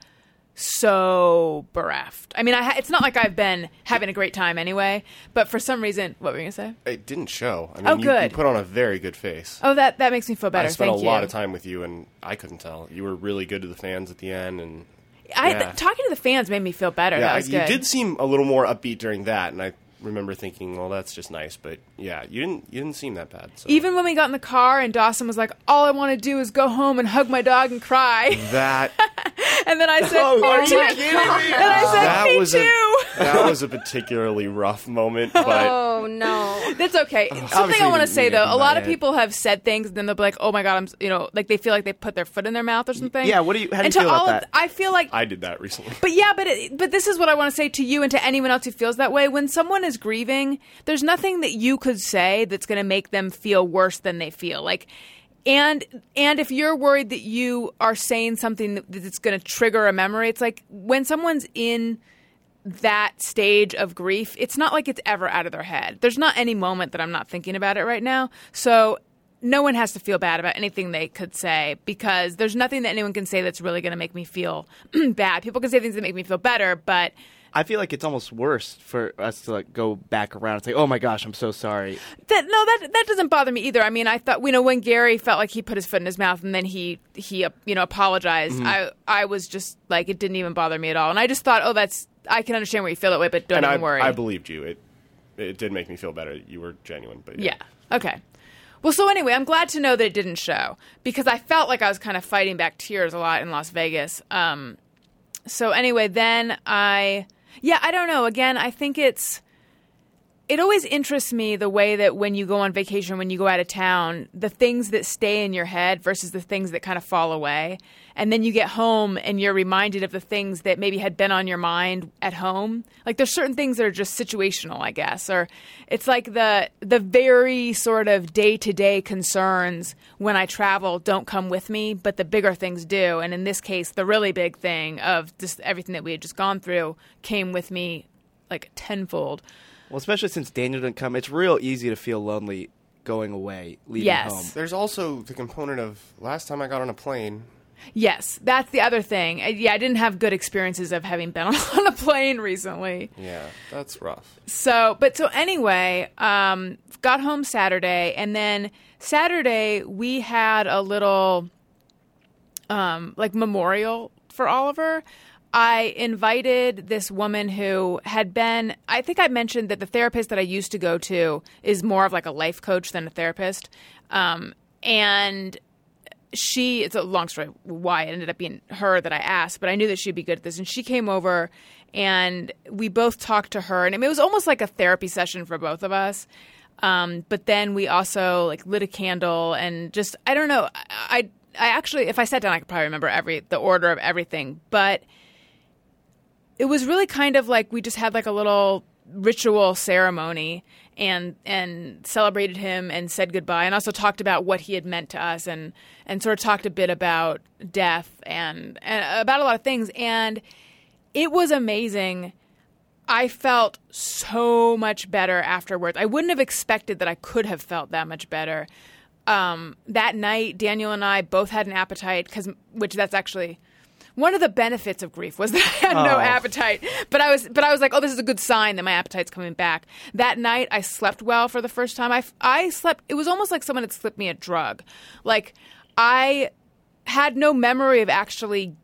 [SPEAKER 3] so bereft. I mean, I ha- it's not like I've been having a great time anyway, but for some reason, what were you going to say?
[SPEAKER 5] It didn't show. I mean,
[SPEAKER 3] Oh,
[SPEAKER 5] you,
[SPEAKER 3] good.
[SPEAKER 5] you put on a very good face.
[SPEAKER 3] Oh, that that makes me feel better.
[SPEAKER 5] I spent
[SPEAKER 3] Thank
[SPEAKER 5] a lot
[SPEAKER 3] you.
[SPEAKER 5] of time with you, and I couldn't tell. You were really good to the fans at the end, and
[SPEAKER 3] I,
[SPEAKER 5] Yeah.
[SPEAKER 3] th- talking to the fans made me feel better. that was
[SPEAKER 5] you
[SPEAKER 3] good.
[SPEAKER 5] did seem a little more upbeat during that, and I remember thinking, well, that's just nice, but yeah, you didn't you didn't seem that bad. So.
[SPEAKER 3] Even when we got in the car and Dawson was like, "All I want to do is go home and hug my dog and cry,"
[SPEAKER 5] that
[SPEAKER 3] and then I said, "Me
[SPEAKER 7] Oh, are you
[SPEAKER 3] too."
[SPEAKER 7] kidding me?
[SPEAKER 3] And I said,
[SPEAKER 5] that
[SPEAKER 3] "Me
[SPEAKER 5] was
[SPEAKER 3] too."
[SPEAKER 5] a that was a particularly rough moment, but
[SPEAKER 6] Oh no.
[SPEAKER 3] That's okay. Something
[SPEAKER 7] obviously
[SPEAKER 3] I want to
[SPEAKER 7] you
[SPEAKER 3] say
[SPEAKER 7] didn't
[SPEAKER 3] though,
[SPEAKER 7] mean
[SPEAKER 3] a lot of
[SPEAKER 7] that.
[SPEAKER 3] people have said things, and then they'll be like, "Oh my god, I'm," s-" you know, like they feel like they put their foot in their mouth or something.
[SPEAKER 7] Yeah, what do you- how do you
[SPEAKER 3] and to
[SPEAKER 7] feel about
[SPEAKER 3] all of
[SPEAKER 7] that?
[SPEAKER 3] th- I feel like
[SPEAKER 5] I did that recently.
[SPEAKER 3] But yeah, but it, but this is what I want to say to you and to anyone else who feels that way. When someone is grieving, there's nothing that you could say that's going to make them feel worse than they feel. Like, and and if you're worried that you are saying something that- that's going to trigger a memory, it's like when someone's in that stage of grief, it's not like it's ever out of their head. There's not any moment that I'm not thinking about it right now. So no one has to feel bad about anything they could say because there's nothing that anyone can say that's really going to make me feel bad. People can say things that make me feel better, but
[SPEAKER 7] I feel like it's almost worse for us to like go back around and say, "Oh my gosh, I'm so sorry."
[SPEAKER 3] that no that that doesn't bother me either. I mean, I thought you know when Gary felt like he put his foot in his mouth and then he he uh, you know apologized.
[SPEAKER 5] Mm-hmm.
[SPEAKER 3] I I was just like it didn't even bother me at all, and I just thought, oh, that's I can understand where you feel that way, but don't
[SPEAKER 5] and
[SPEAKER 3] even
[SPEAKER 5] I,
[SPEAKER 3] worry.
[SPEAKER 5] I believed you. It it did make me feel better. that You were genuine, but yeah.
[SPEAKER 3] Yeah. Okay. Well, so anyway, I'm glad to know that it didn't show because I felt like I was kind of fighting back tears a lot in Las Vegas. Um, so anyway, then I, yeah, I don't know. Again, I think it's, it always interests me the way that when you go on vacation, when you go out of town, the things that stay in your head versus the things that kind of fall away. And then you get home and you're reminded of the things that maybe had been on your mind at home. Like there's certain things that are just situational, I guess, or it's like the the very sort of day-to-day concerns when I travel don't come with me, but the bigger things do. And in this case, the really big thing of just everything that we had just gone through came with me like tenfold.
[SPEAKER 7] Well, especially since Daniel didn't come, it's real easy to feel lonely going away, leaving
[SPEAKER 3] Yes.
[SPEAKER 7] home.
[SPEAKER 5] There's also the component of last time I got on a plane.
[SPEAKER 3] Yes, that's the other thing. Uh, Yeah, I didn't have good experiences of having been on a plane recently.
[SPEAKER 5] Yeah, that's rough.
[SPEAKER 3] So, but so anyway, um, got home Saturday, and then Saturday we had a little um, like memorial for Oliver. I invited this woman who had been, I think I mentioned that the therapist that I used to go to is more of like a life coach than a therapist. Um, and she it's a long story why it ended up being her that I asked, but I knew that she'd be good at this. And she came over and we both talked to her and I mean, it was almost like a therapy session for both of us. Um, but then we also like lit a candle and just I don't know, I I actually if I sat down I could probably remember every the order of everything, but it was really kind of like we just had like a little ritual ceremony and and celebrated him and said goodbye and also talked about what he had meant to us and and sort of talked a bit about death and, and about a lot of things and it was amazing I felt so much better afterwards. I wouldn't have expected that I could have felt that much better. Um, that night, Daniel and I both had an appetite because, which that's actually one of the benefits of grief was that I had no appetite. But I was, but I was like, oh, this is a good sign that my appetite's coming back. That night, I slept well for the first time. I, f- I slept. It was almost like someone had slipped me a drug. Like I had no memory of actually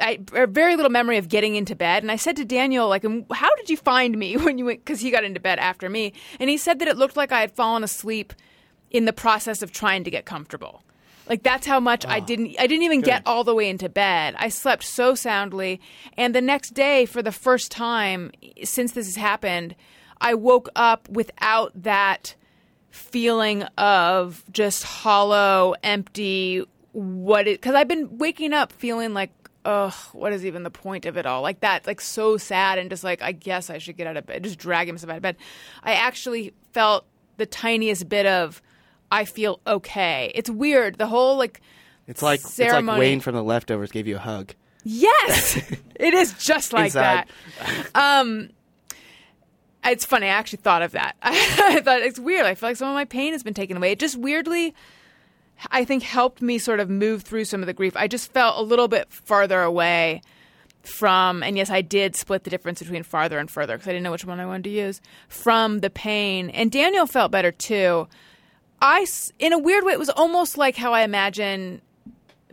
[SPEAKER 3] I or very little memory of getting into bed. And I said to Daniel, like, "Um, how did you find me when you went? Because he got into bed after me, and he said that it looked like I had fallen asleep in the process of trying to get comfortable. Like that's how much I didn't. I didn't even get all the way into bed. I slept so soundly, and the next day, for the first time since this has happened, I woke up without that feeling of just hollow, empty. What it? Because I've been waking up feeling like, ugh, what is even the point of it all? Like that, like so sad and just like I guess I should get out of bed, just drag myself out of bed. I actually felt the tiniest bit of, I feel okay. It's weird. The whole like.
[SPEAKER 7] It's like it's like
[SPEAKER 3] ceremony.
[SPEAKER 7] Wayne from the leftovers gave you a hug.
[SPEAKER 3] Yes, it is just like
[SPEAKER 7] Inside.
[SPEAKER 3] that. Um, it's funny. I actually thought of that. I thought it's weird. I feel like some of my pain has been taken away. It just weirdly, I think, helped me sort of move through some of the grief. I just felt a little bit farther away from, and yes, I did split the difference between farther and further because I didn't know which one I wanted to use from the pain. And Daniel felt better too. I, s- in a weird way, it was almost like how I imagine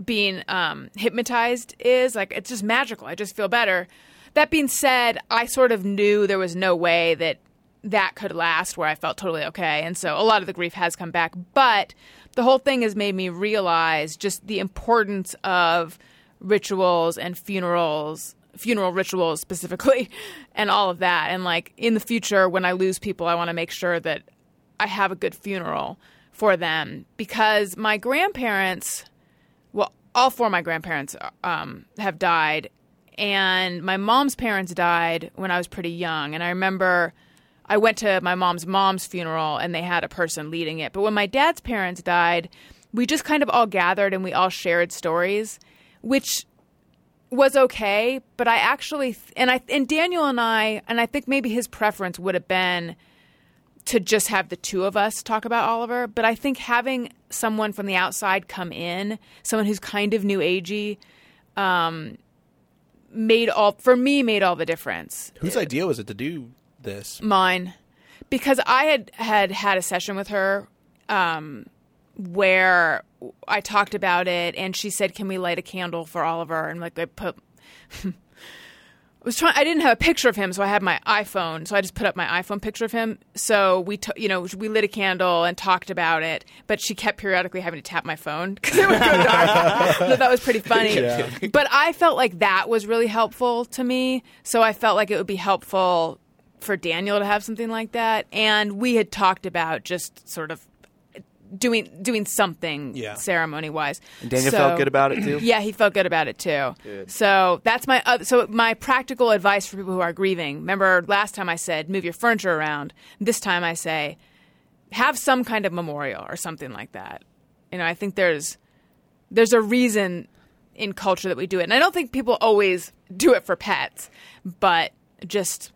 [SPEAKER 3] being um, hypnotized is. Like it's just magical. I just feel better. That being said, I sort of knew there was no way that that could last where I felt totally okay. And so a lot of the grief has come back. But the whole thing has made me realize just the importance of rituals and funerals, funeral rituals specifically, and all of that. And like in the future, when I lose people, I want to make sure that I have a good funeral for them because my grandparents well, all four of my grandparents um, have died, and my mom's parents died when I was pretty young. And I remember I went to my mom's mom's funeral, and they had a person leading it. But when my dad's parents died, we just kind of all gathered and we all shared stories, which was okay. But I actually th- and I and Daniel and I and I think maybe his preference would have been to just have the two of us talk about Oliver, but I think having someone from the outside come in, someone who's kind of new agey, um, made all for me made all the difference.
[SPEAKER 4] Whose idea was it to do this?
[SPEAKER 3] Mine, because I had had had a session with her um, where I talked about it, and she said, "Can we light a candle for Oliver?" And like I put was trying. I didn't have a picture of him, so I had my iPhone. So I just put up my iPhone picture of him. So we, t- you know, we lit a candle and talked about it. But she kept periodically having to tap my phone because it would go dark. so that was pretty funny. But I felt like that was really helpful to me. So I felt like it would be helpful for Daniel to have something like that. And we had talked about just sort of doing doing something
[SPEAKER 4] Yeah.
[SPEAKER 3] ceremony wise.
[SPEAKER 7] Daniel felt good about it too.
[SPEAKER 3] Yeah, he felt good about it too. So that's my uh, so my practical advice for people who are grieving. Remember last time I said move your furniture around. This time I say have some kind of memorial or something like that. You know, I think there's there's a reason in culture that we do it, and I don't think people always do it for pets, but just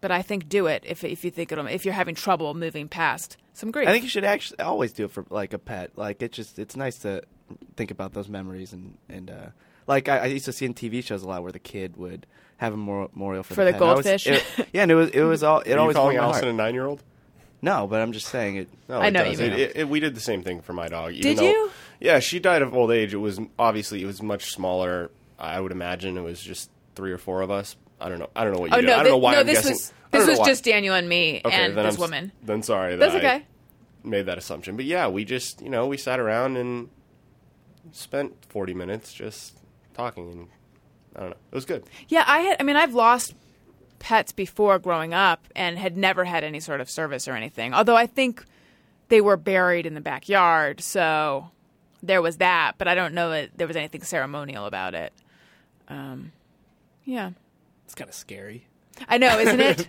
[SPEAKER 3] but I think do it if if you think it'll if you're having trouble moving past some grief.
[SPEAKER 7] I think you should actually always do it for like a pet. Like it's just it's nice to think about those memories and and uh, like I, I used to see in TV shows a lot where the kid would have a mor- memorial for,
[SPEAKER 3] For the
[SPEAKER 7] pet. I always-
[SPEAKER 3] goldfish?
[SPEAKER 7] it- yeah, and it was it was all it
[SPEAKER 5] Are you
[SPEAKER 7] always
[SPEAKER 5] calling
[SPEAKER 7] warmed my
[SPEAKER 5] Allison a
[SPEAKER 7] heart.
[SPEAKER 5] nine year old?
[SPEAKER 7] No, but I'm just saying it.
[SPEAKER 5] No,
[SPEAKER 3] I
[SPEAKER 5] it
[SPEAKER 3] know what
[SPEAKER 5] does.
[SPEAKER 3] you
[SPEAKER 5] It-
[SPEAKER 3] mean.
[SPEAKER 5] it- it- we did the same thing for my dog. even
[SPEAKER 3] Did
[SPEAKER 5] though-
[SPEAKER 3] you?
[SPEAKER 5] Yeah, she died of old age. It was obviously it was much smaller. I would imagine it was just three or four of us. I don't know. I don't know what you
[SPEAKER 3] oh
[SPEAKER 5] did.
[SPEAKER 3] no,
[SPEAKER 5] I
[SPEAKER 3] thi-
[SPEAKER 5] don't know why
[SPEAKER 3] no,
[SPEAKER 5] I'm
[SPEAKER 3] this
[SPEAKER 5] guessing.
[SPEAKER 3] was
[SPEAKER 5] I
[SPEAKER 3] this
[SPEAKER 5] don't know
[SPEAKER 3] was
[SPEAKER 5] why.
[SPEAKER 3] just Daniel and me
[SPEAKER 5] Okay,
[SPEAKER 3] and
[SPEAKER 5] then
[SPEAKER 3] this
[SPEAKER 5] I'm s-
[SPEAKER 3] woman.
[SPEAKER 5] Then sorry that
[SPEAKER 3] That's
[SPEAKER 5] I
[SPEAKER 3] okay.
[SPEAKER 5] made that assumption. But yeah, we just you know we sat around and spent forty minutes just talking and I don't know. It was good.
[SPEAKER 3] Yeah, I had. I mean, I've lost pets before growing up and had never had any sort of service or anything. Although I think they were buried in the backyard, so there was that. But I don't know that there was anything ceremonial about it. Um, yeah,
[SPEAKER 4] It's kind of scary.
[SPEAKER 3] I know, isn't it?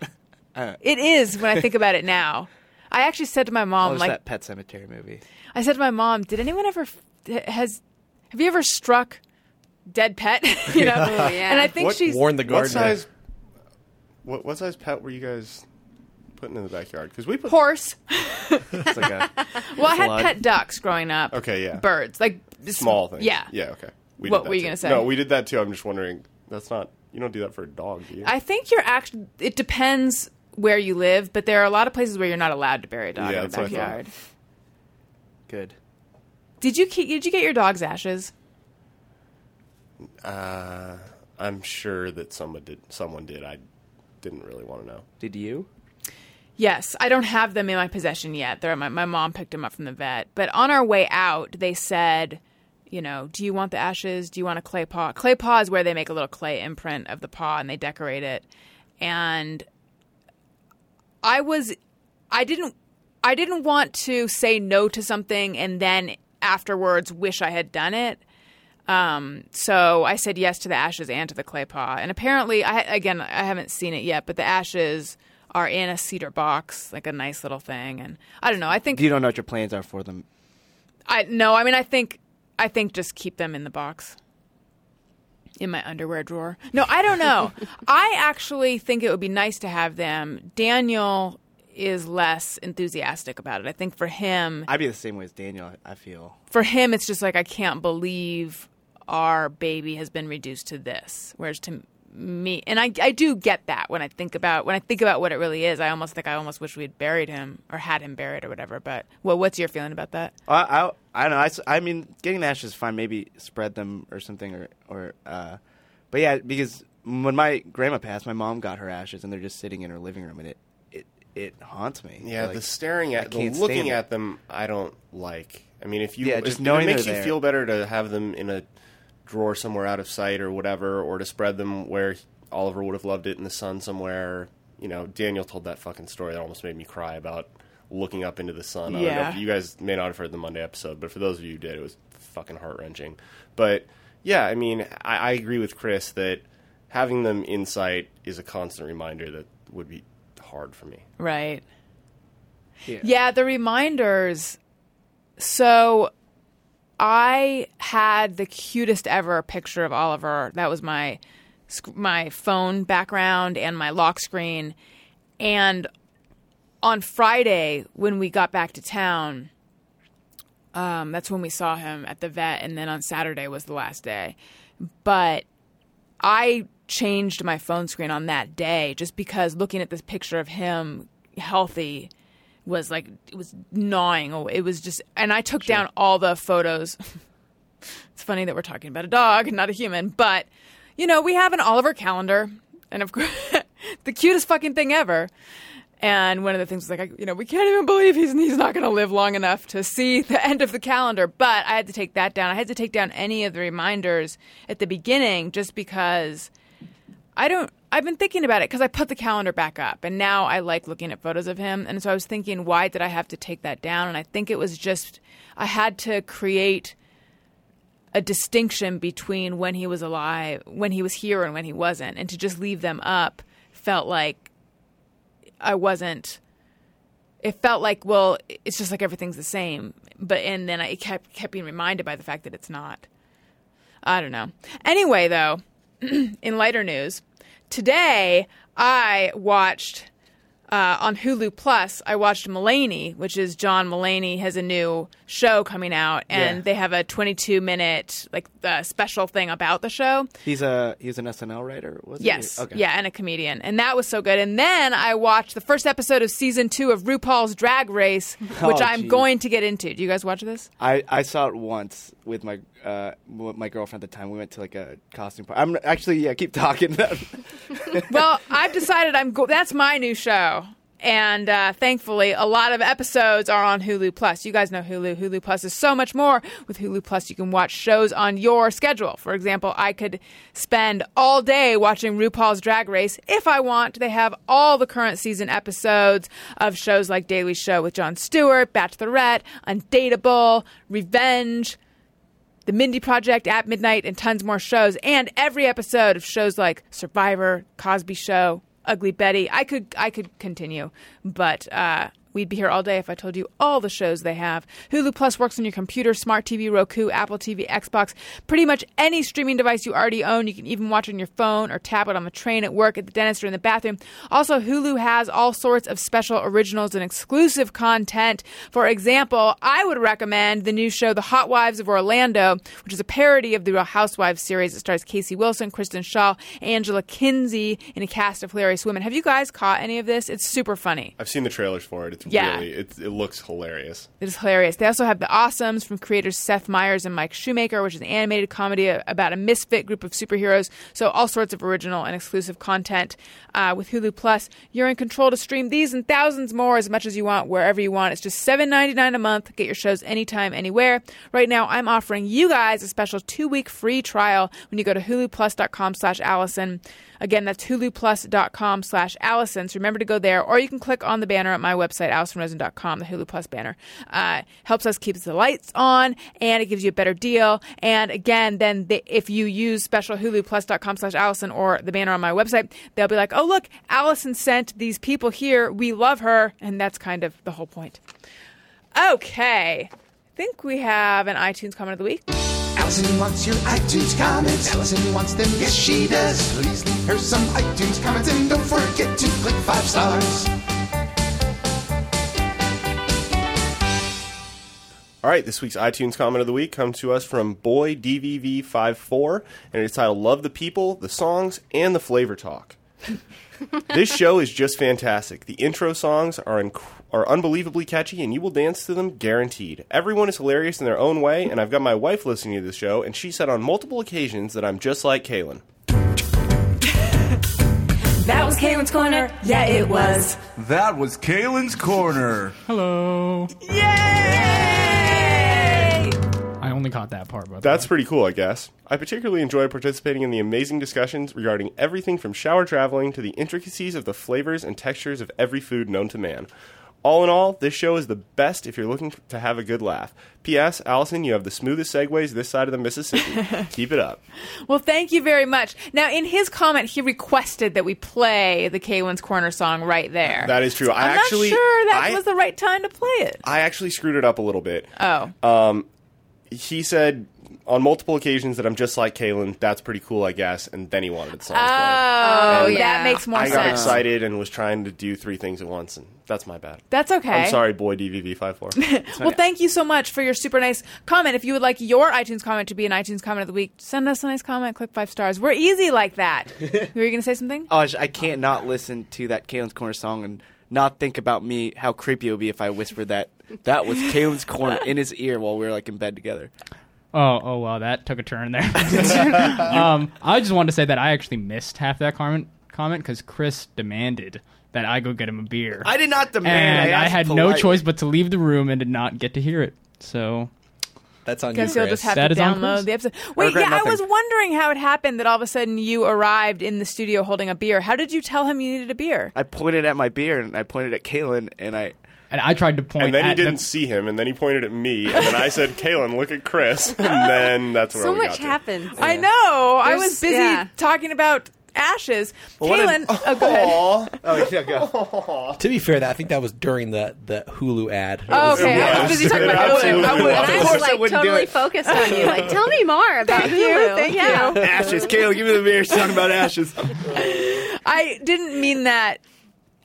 [SPEAKER 3] it is when I think about it now. I actually said to my
[SPEAKER 7] Oh,
[SPEAKER 3] mom,
[SPEAKER 7] there's
[SPEAKER 3] like,
[SPEAKER 7] that Pet Cemetery movie.
[SPEAKER 3] I said to my mom, "Did anyone ever has have you ever struck dead pet?" you know,
[SPEAKER 6] yeah.
[SPEAKER 3] and I think
[SPEAKER 5] What-
[SPEAKER 3] she's
[SPEAKER 4] Warn the gardener.
[SPEAKER 5] What size? What, what size pet were you guys putting in the backyard? Because we put
[SPEAKER 3] horse.
[SPEAKER 7] It's like a
[SPEAKER 3] Well, I had
[SPEAKER 7] Blood.
[SPEAKER 3] pet ducks growing up.
[SPEAKER 5] Okay, yeah.
[SPEAKER 3] Birds, like s-
[SPEAKER 5] small things.
[SPEAKER 3] Yeah,
[SPEAKER 5] Yeah. Okay. We
[SPEAKER 3] What
[SPEAKER 5] did that
[SPEAKER 3] were you
[SPEAKER 5] too.
[SPEAKER 3] gonna say?
[SPEAKER 5] No, we did that too. I'm just wondering. That's not. You don't do that for a dog, do you?
[SPEAKER 3] I think you're actually. It depends where you live, but there are a lot of places where you're not allowed to bury a dog
[SPEAKER 5] Yeah,
[SPEAKER 3] in the
[SPEAKER 5] that's what I thought.
[SPEAKER 3] backyard.
[SPEAKER 7] good.
[SPEAKER 3] Did you keep, did you get your dog's ashes?
[SPEAKER 5] I'm sure that someone did. Someone did. I didn't really want to know.
[SPEAKER 7] Did you?
[SPEAKER 3] Yes, I don't have them in my possession yet. They're at my, my mom picked them up from the vet. But on our way out, they said, you know, do you want the ashes? Do you want a clay paw? Clay paw is where they make a little clay imprint of the paw and they decorate it. And I was I didn't I didn't want to say no to something and then afterwards wish I had done it. Um, so I said yes to the ashes and to the clay paw. And apparently, I again I haven't seen it yet, but the ashes are in a cedar box, like a nice little thing. And I don't know. I think
[SPEAKER 7] You don't know what your plans are for them.
[SPEAKER 3] I no. I mean, I think I think just keep them in the box. In my underwear drawer. No, I don't know. I actually think it would be nice to have them. Daniel is less enthusiastic about it. I think for him,
[SPEAKER 7] I'd be the same way as Daniel. I I feel
[SPEAKER 3] for him it's just like i can't believe our baby has been reduced to this whereas to me and I, I do get that when i think about when i think about what it really is i almost think i almost wish we had buried him or had him buried or whatever but well what's your feeling about that
[SPEAKER 7] I, I, I don't know. I s- I, mean, getting the ashes is fine. Maybe spread them or something, or or. Uh, but yeah, because when my grandma passed, my mom got her ashes, and they're just sitting in her living room, and it it it haunts me.
[SPEAKER 5] Yeah,
[SPEAKER 7] Like,
[SPEAKER 5] the staring
[SPEAKER 7] I
[SPEAKER 5] at, the
[SPEAKER 7] can't stand
[SPEAKER 5] looking
[SPEAKER 7] it.
[SPEAKER 5] at them, I don't like. I mean, if you,
[SPEAKER 7] Yeah,
[SPEAKER 5] if
[SPEAKER 7] just
[SPEAKER 5] it
[SPEAKER 7] knowing
[SPEAKER 5] makes
[SPEAKER 7] they're
[SPEAKER 5] you
[SPEAKER 7] there.
[SPEAKER 5] feel better to have them in a drawer somewhere out of sight or whatever, or to spread them where Oliver would have loved it in the sun somewhere. You know, Daniel told that fucking story that almost made me cry about looking up into the sun. I don't know
[SPEAKER 3] Yeah.
[SPEAKER 5] if you guys may not have heard the Monday episode, but for those of you who did, it was fucking heart wrenching. But yeah, I mean, I, I agree with Chris that having them in sight is a constant reminder that would be hard for me.
[SPEAKER 3] Right. Yeah. the reminders. So I had the cutest ever picture of Oliver. That was my sc- my phone background and my lock screen. And on Friday when we got back to town, um, that's when we saw him at the vet and then on Saturday was the last day. But I changed my phone screen on that day just because looking at this picture of him healthy was like it was gnawing away. It was just, and I took down all the photos. it's funny that we're talking about a dog and not a human, but you know we have an Oliver calendar, and of course, the cutest fucking thing ever. And one of the things was like, I, you know, we can't even believe he's he's not going to live long enough to see the end of the calendar. But I had to take that down. I had to take down any of the reminders at the beginning just because I don't. I've been thinking about it because I put the calendar back up, and now I like looking at photos of him. And so I was thinking, why did I have to take that down? And I think it was just I had to create a distinction between when he was alive, when he was here, and when he wasn't. And to just leave them up felt like I wasn't. It felt like, well, it's just like everything's the same. But and then I kept kept being reminded by the fact that it's not. I don't know. Anyway, though, in lighter news, today I watched uh, on Hulu Plus. I watched Mulaney, which is John Mulaney has a new show coming out, and
[SPEAKER 7] Yeah.
[SPEAKER 3] they have a 22 minute like uh, special thing about the show.
[SPEAKER 7] He's a he's an SNL writer. Was
[SPEAKER 3] Yes.
[SPEAKER 7] He? Okay.
[SPEAKER 3] Yeah, and a comedian. And that was so good. And then I watched the first episode of season two of RuPaul's Drag Race, which
[SPEAKER 7] Oh,
[SPEAKER 3] I'm
[SPEAKER 7] geez.
[SPEAKER 3] going to get into. Do you guys watch this?
[SPEAKER 7] I, I saw it once with my uh, w- my girlfriend at the time. We went to like a costume party. I'm actually yeah. Keep talking.
[SPEAKER 3] well, I've decided I'm go- that's my new show. And uh, thankfully, a lot of episodes are on Hulu Plus. You guys know Hulu. Hulu Plus is so much more. With Hulu Plus, you can watch shows on your schedule. For example, I could spend all day watching RuPaul's Drag Race if I want. They have all the current season episodes of shows like Daily Show with Jon Stewart, Bachelorette, Undateable, Revenge. The Mindy Project, At Midnight, and tons more shows, and every episode of shows like Survivor, Cosby Show, Ugly Betty. I could I could continue, but uh, we'd be here all day if I told you all the shows they have. Hulu Plus works on your computer, smart TV, Roku, Apple TV, Xbox, pretty much any streaming device you already own. You can even watch on your phone or tablet on the train, at work, at the dentist, or in the bathroom. Also, Hulu has all sorts of special originals and exclusive content. For example, I would recommend the new show The Hot Wives of Orlando, which is a parody of the Real Housewives series. It stars Casey Wilson, Kristen Shaw, Angela Kinsey, and a cast of hilarious women. Have you guys caught any of this? It's super funny.
[SPEAKER 5] I've seen the trailers for it. It's
[SPEAKER 3] Yeah.
[SPEAKER 5] really it, it looks hilarious.
[SPEAKER 3] It is hilarious. They also have The Awesomes from creators Seth Meyers and Mike Shoemaker, which is an animated comedy about a misfit group of superheroes. So, all sorts of original and exclusive content. Uh, with Hulu Plus, you're in control to stream these and thousands more as much as you want, wherever you want. It's just $7.99 a month. Get your shows anytime, anywhere. Right now, I'm offering you guys a special two-week free trial when you go to huluplus.com slash Allison. Again, that's huluplus.com slash Allison. So remember to go there, or you can click on the banner at my website, AllisonRosen.com, the Hulu Plus banner. Uh, helps us keep the lights on, and it gives you a better deal. And again, then they, if you use special huluplus.com slash Allison or the banner on my website, they'll be like, oh, look, Allison sent these people here. We love her. And that's kind of the whole point. Okay. I think we have an iTunes comment of the week.
[SPEAKER 2] Allison wants your iTunes comments. Allison wants them, yes she does. Please leave her some iTunes comments and don't forget to click five stars.
[SPEAKER 5] All right, this week's iTunes comment of the week comes to us from Boy DVV54, and it's titled "Love the People, the Songs, and the Flavor Talk." this show is just fantastic. The intro songs are inc- are unbelievably catchy, and you will dance to them guaranteed. Everyone is hilarious in their own way, and I've got my wife listening to this show, and she said on multiple occasions that I'm just like Kalen.
[SPEAKER 10] That was Kalen's Corner. Yeah, it was.
[SPEAKER 11] That was Kalen's Corner.
[SPEAKER 8] Hello.
[SPEAKER 3] Yay!
[SPEAKER 8] I only caught that part, but
[SPEAKER 5] That's pretty cool, I guess. I particularly enjoy participating in the amazing discussions regarding everything from shower traveling to the intricacies of the flavors and textures of every food known to man. All in all, this show is the best if you're looking to have a good laugh. P.S. Allison, you have the smoothest segues this side of the Mississippi. Keep it up.
[SPEAKER 3] Well, thank you very much. Now, in his comment, he requested that we play the K1's Corner song right there.
[SPEAKER 5] That is true. I
[SPEAKER 3] I'm
[SPEAKER 5] actually,
[SPEAKER 3] not sure that
[SPEAKER 5] I,
[SPEAKER 3] was the right time to play it.
[SPEAKER 5] I actually screwed it up a little bit.
[SPEAKER 3] Oh,
[SPEAKER 5] he said on multiple occasions that I'm just like Kalen. That's pretty cool, I guess. And then he wanted the songs
[SPEAKER 3] oh,
[SPEAKER 5] and
[SPEAKER 3] that
[SPEAKER 6] yeah.
[SPEAKER 3] makes more
[SPEAKER 5] played. I
[SPEAKER 3] sense.
[SPEAKER 5] got excited and was trying to do three things at once, and that's my bad.
[SPEAKER 3] That's okay.
[SPEAKER 5] I'm sorry, boy DVV54.
[SPEAKER 3] Well, thank you so much for your super nice comment. If you would like your iTunes comment to be an iTunes comment of the week, send us a nice comment. Click five stars. We're easy like that. Were you going to say something?
[SPEAKER 7] Oh, I sh- I can't not listen to that Kalen's Corner song and not think about me, how creepy it would be if I whispered that. That was Kalen's Corner in his ear while we were like in bed together.
[SPEAKER 8] Oh, oh wow, that took a turn there. um, I just wanted to say that I actually missed half that comment comment because Chris demanded that I go get him a beer,
[SPEAKER 7] I did not demand.
[SPEAKER 8] and I,
[SPEAKER 7] asked
[SPEAKER 8] had no
[SPEAKER 7] politely.
[SPEAKER 8] choice but to leave the room and did not get to hear it. So
[SPEAKER 4] That's on you,
[SPEAKER 3] Guess you'll just
[SPEAKER 4] Chris.
[SPEAKER 3] have
[SPEAKER 8] That
[SPEAKER 3] to
[SPEAKER 8] is on
[SPEAKER 3] download
[SPEAKER 8] Chris.
[SPEAKER 3] the episode. Wait,
[SPEAKER 7] regret
[SPEAKER 3] yeah, I
[SPEAKER 7] nothing.
[SPEAKER 3] was wondering how it happened that all of a sudden you arrived in the studio holding a beer. How did you tell him you needed a beer?
[SPEAKER 7] I pointed at my beer and I pointed at Kalen and I.
[SPEAKER 8] and I tried to point
[SPEAKER 5] and then he
[SPEAKER 8] at the-
[SPEAKER 5] didn't see him, and then he pointed at me, and then I said, "Kalen, look at Chris." And then that's where
[SPEAKER 6] So
[SPEAKER 5] we
[SPEAKER 6] much
[SPEAKER 5] got to.
[SPEAKER 6] happens.
[SPEAKER 3] I know. I
[SPEAKER 6] There's-
[SPEAKER 3] was busy
[SPEAKER 6] yeah.
[SPEAKER 3] talking about ashes.
[SPEAKER 7] what
[SPEAKER 3] Kaylin, oh, go ahead.
[SPEAKER 7] Oh yeah, go.
[SPEAKER 4] To be fair, that I think that was during the, the Hulu ad.
[SPEAKER 3] Oh, okay, I was busy talking
[SPEAKER 5] It
[SPEAKER 3] about Hulu. I
[SPEAKER 5] absolutely
[SPEAKER 3] would-
[SPEAKER 6] And I was
[SPEAKER 7] course I
[SPEAKER 6] like
[SPEAKER 7] wouldn't do
[SPEAKER 6] totally
[SPEAKER 7] it.
[SPEAKER 6] focused on you. Like, tell me more about
[SPEAKER 3] Thank
[SPEAKER 6] Hulu.
[SPEAKER 3] you. Thank
[SPEAKER 6] yeah.
[SPEAKER 3] you.
[SPEAKER 7] ashes, Kalen, give me the beer. She's Talking about ashes.
[SPEAKER 3] I didn't mean that.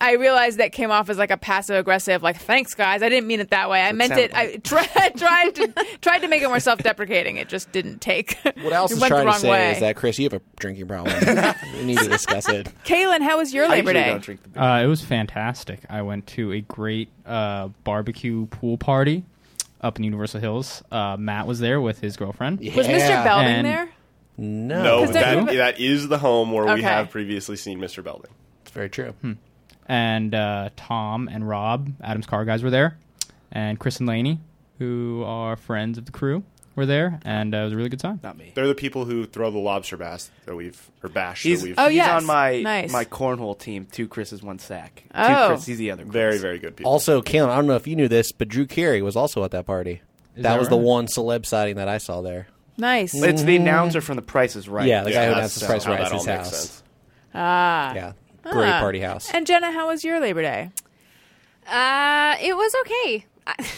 [SPEAKER 3] I realized that came off as like a passive aggressive, like "thanks, guys." I didn't mean it that way. I meant
[SPEAKER 7] sounded
[SPEAKER 3] it. I tried, tried to tried to make it more self deprecating. It just didn't take.
[SPEAKER 4] What else
[SPEAKER 3] it
[SPEAKER 4] is
[SPEAKER 3] went the
[SPEAKER 4] trying
[SPEAKER 3] wrong
[SPEAKER 4] to say
[SPEAKER 3] way.
[SPEAKER 4] is that Chris, you have a drinking problem. we need to discuss it.
[SPEAKER 3] Kaylin, how was your
[SPEAKER 7] I
[SPEAKER 3] Labor
[SPEAKER 7] usually
[SPEAKER 3] Day?
[SPEAKER 7] don't drink the beer.
[SPEAKER 8] Uh, it was fantastic. I went to a great uh, barbecue pool party up in Universal Hills. Uh, Matt was there with his girlfriend.
[SPEAKER 3] Was Mr.
[SPEAKER 4] Yeah.
[SPEAKER 3] Belding
[SPEAKER 8] And-
[SPEAKER 3] there?
[SPEAKER 4] No,
[SPEAKER 5] No,
[SPEAKER 3] Because then-
[SPEAKER 5] that, that is the home where
[SPEAKER 3] Okay.
[SPEAKER 5] we have previously seen Mr. Belding.
[SPEAKER 4] that's very true. Hmm.
[SPEAKER 8] and uh, Tom and Rob, Adam's car guys, were there, and Chris and Laney, who are friends of the crew, were there, and uh, it was a really good time.
[SPEAKER 7] Not me.
[SPEAKER 5] They're the people who throw the lobster bass that we've or bash
[SPEAKER 7] He's,
[SPEAKER 5] that we've.
[SPEAKER 3] Oh,
[SPEAKER 7] he's
[SPEAKER 3] yes.
[SPEAKER 7] on my
[SPEAKER 3] Nice.
[SPEAKER 7] my cornhole team. Two Chris's, one sack. Two
[SPEAKER 3] Oh.
[SPEAKER 7] Chris, he's the other. Chris.
[SPEAKER 5] Very very good people.
[SPEAKER 4] Also, Kalen, I don't know if you knew this, but Drew Carey was also at that party. That,
[SPEAKER 8] that
[SPEAKER 4] was the
[SPEAKER 8] right?
[SPEAKER 4] one celeb sighting that I saw there.
[SPEAKER 3] Nice.
[SPEAKER 7] It's the announcer from The Price is Right.
[SPEAKER 4] Yeah, the guy who
[SPEAKER 5] that's
[SPEAKER 4] announced the price
[SPEAKER 5] how
[SPEAKER 4] rights
[SPEAKER 5] that all
[SPEAKER 4] his
[SPEAKER 5] makes
[SPEAKER 4] house.
[SPEAKER 5] sense.
[SPEAKER 4] Yeah, great
[SPEAKER 3] Ah.
[SPEAKER 4] party house.
[SPEAKER 3] And Jenna, how was your Labor Day?
[SPEAKER 6] Uh, it was okay. I-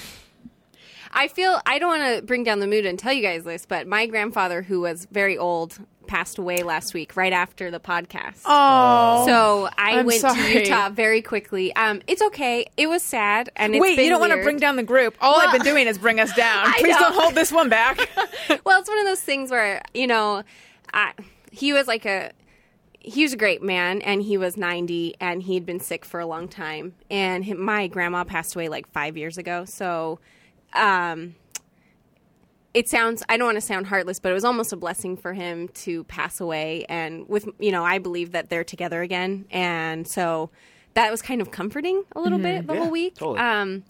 [SPEAKER 6] I feel I don't want to bring down the mood and tell you guys this, but my grandfather, who was very old, passed away last week right after the podcast.
[SPEAKER 3] Oh,
[SPEAKER 6] so I
[SPEAKER 3] I'm
[SPEAKER 6] went
[SPEAKER 3] sorry.
[SPEAKER 6] to Utah very quickly. Um, it's okay. It was sad, and it's
[SPEAKER 3] wait,
[SPEAKER 6] been
[SPEAKER 3] you don't want to
[SPEAKER 6] weird.
[SPEAKER 3] bring down the group. All I've
[SPEAKER 6] Well-
[SPEAKER 3] been doing is bring us down.
[SPEAKER 6] I
[SPEAKER 3] Please
[SPEAKER 6] know.
[SPEAKER 3] don't hold this one back.
[SPEAKER 6] well, it's one of those things where you know, I, he was like a he was a great man, and he was ninety, and he'd been sick for a long time. And hi- my grandma passed away like five years ago, so um, it sounds I don't want to sound heartless, but it was almost a blessing for him to pass away. And with you know, I believe that they're together again, and so that was kind of comforting a little bit the whole week.
[SPEAKER 7] totally.
[SPEAKER 6] Um,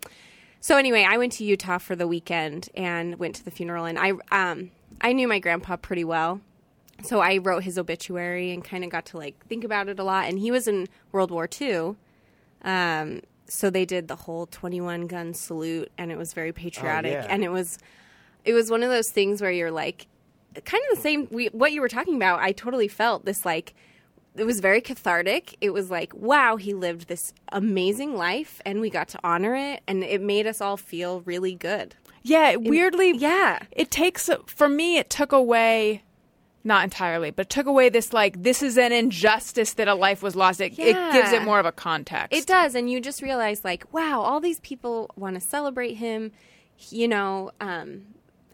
[SPEAKER 6] so anyway, I went to Utah for the weekend and went to the funeral, and I um I knew my grandpa pretty well, so I wrote his obituary and kind of got to like think about it a lot. And he was in World War II, um, so they did the whole twenty one gun salute, and it was very patriotic,
[SPEAKER 7] yeah.
[SPEAKER 6] and it was it was one of those things where you're like kind of the same we, what you were talking about i totally felt this like it was very cathartic it was like wow he lived this amazing life and we got to honor it and it made us all feel really good
[SPEAKER 3] Yeah, it weirdly,
[SPEAKER 6] yeah.
[SPEAKER 3] It takes for me it took away not entirely, but it took away this like this is an injustice that a life was lost. It, it gives it
[SPEAKER 6] Yeah.
[SPEAKER 3] more of a context.
[SPEAKER 6] it does and you just realize like wow all these people want to celebrate him you know um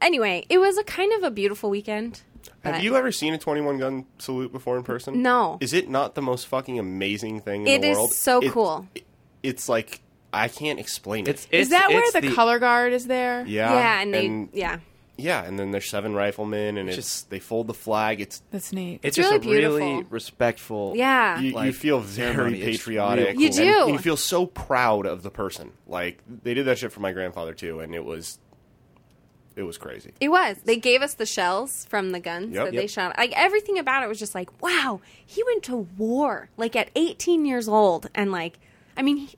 [SPEAKER 6] anyway it was a kind of a beautiful weekend
[SPEAKER 5] Have
[SPEAKER 6] but-
[SPEAKER 5] you ever seen a 21 gun salute before in person?
[SPEAKER 6] No.
[SPEAKER 5] Is it not the most fucking amazing thing in
[SPEAKER 6] It
[SPEAKER 5] the
[SPEAKER 6] is
[SPEAKER 5] world?
[SPEAKER 6] so cool.
[SPEAKER 5] it- it's like I can't explain it.
[SPEAKER 7] It's,
[SPEAKER 3] Is that where
[SPEAKER 7] it's
[SPEAKER 3] the, color guard is there?
[SPEAKER 5] yeah.
[SPEAKER 6] yeah and they
[SPEAKER 5] and
[SPEAKER 6] yeah
[SPEAKER 5] yeah, and then there's seven riflemen, and it's, they fold the flag. It's
[SPEAKER 3] That's neat.
[SPEAKER 7] It's,
[SPEAKER 6] It's
[SPEAKER 7] just
[SPEAKER 6] really
[SPEAKER 7] a really
[SPEAKER 6] beautiful.
[SPEAKER 7] respectful.
[SPEAKER 6] Yeah.
[SPEAKER 5] you, you
[SPEAKER 7] Like,
[SPEAKER 5] feel very
[SPEAKER 7] ceremony. It's
[SPEAKER 5] patriotic.
[SPEAKER 6] really You cool.
[SPEAKER 5] and-
[SPEAKER 6] do.
[SPEAKER 5] and you feel so proud of the person. Like they did that shit for my grandfather too, and it was, it was crazy.
[SPEAKER 6] It was. They gave us the shells from the guns
[SPEAKER 5] Yep.
[SPEAKER 6] that they
[SPEAKER 5] Yep.
[SPEAKER 6] shot. Like everything about it was just like, wow, he went to war like at 18 years old, and like, I mean, he,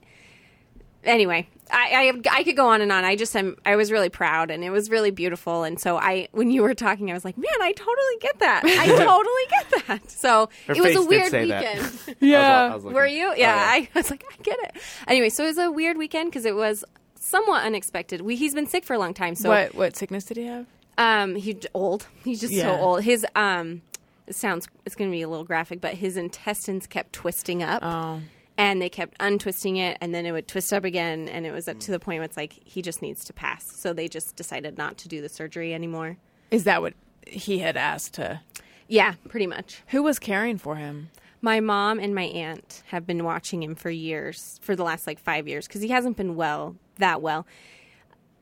[SPEAKER 6] anyway, I, I I could go on and on. I just am. I was really proud, and it was really beautiful. And so I, when you were talking, I was like, man, I totally get that. I totally get that. So
[SPEAKER 7] Her
[SPEAKER 6] it was
[SPEAKER 7] face
[SPEAKER 6] a
[SPEAKER 7] did
[SPEAKER 6] weird
[SPEAKER 7] say that.
[SPEAKER 6] weekend.
[SPEAKER 7] Yeah.
[SPEAKER 6] Were
[SPEAKER 7] "Oh,
[SPEAKER 6] you? Yeah, I was like, I get it. Anyway, so it was a weird weekend because it was somewhat unexpected. We, he's been sick for a long time, so
[SPEAKER 3] what what sickness did he have?
[SPEAKER 6] um, he j- old. He's just
[SPEAKER 3] Yeah.
[SPEAKER 6] so old. His um, it sounds it's going to be a little graphic, but his intestines kept twisting up, and they kept untwisting it, and then it would twist up again, and it was up to the point where it's like he just needs to pass. So they just decided not to do the surgery anymore.
[SPEAKER 3] Is that what he had asked to?
[SPEAKER 6] Yeah, pretty much.
[SPEAKER 3] Who was caring for him?
[SPEAKER 6] My mom and my aunt have been watching him for years, for the last like five years, because he hasn't been well, that well,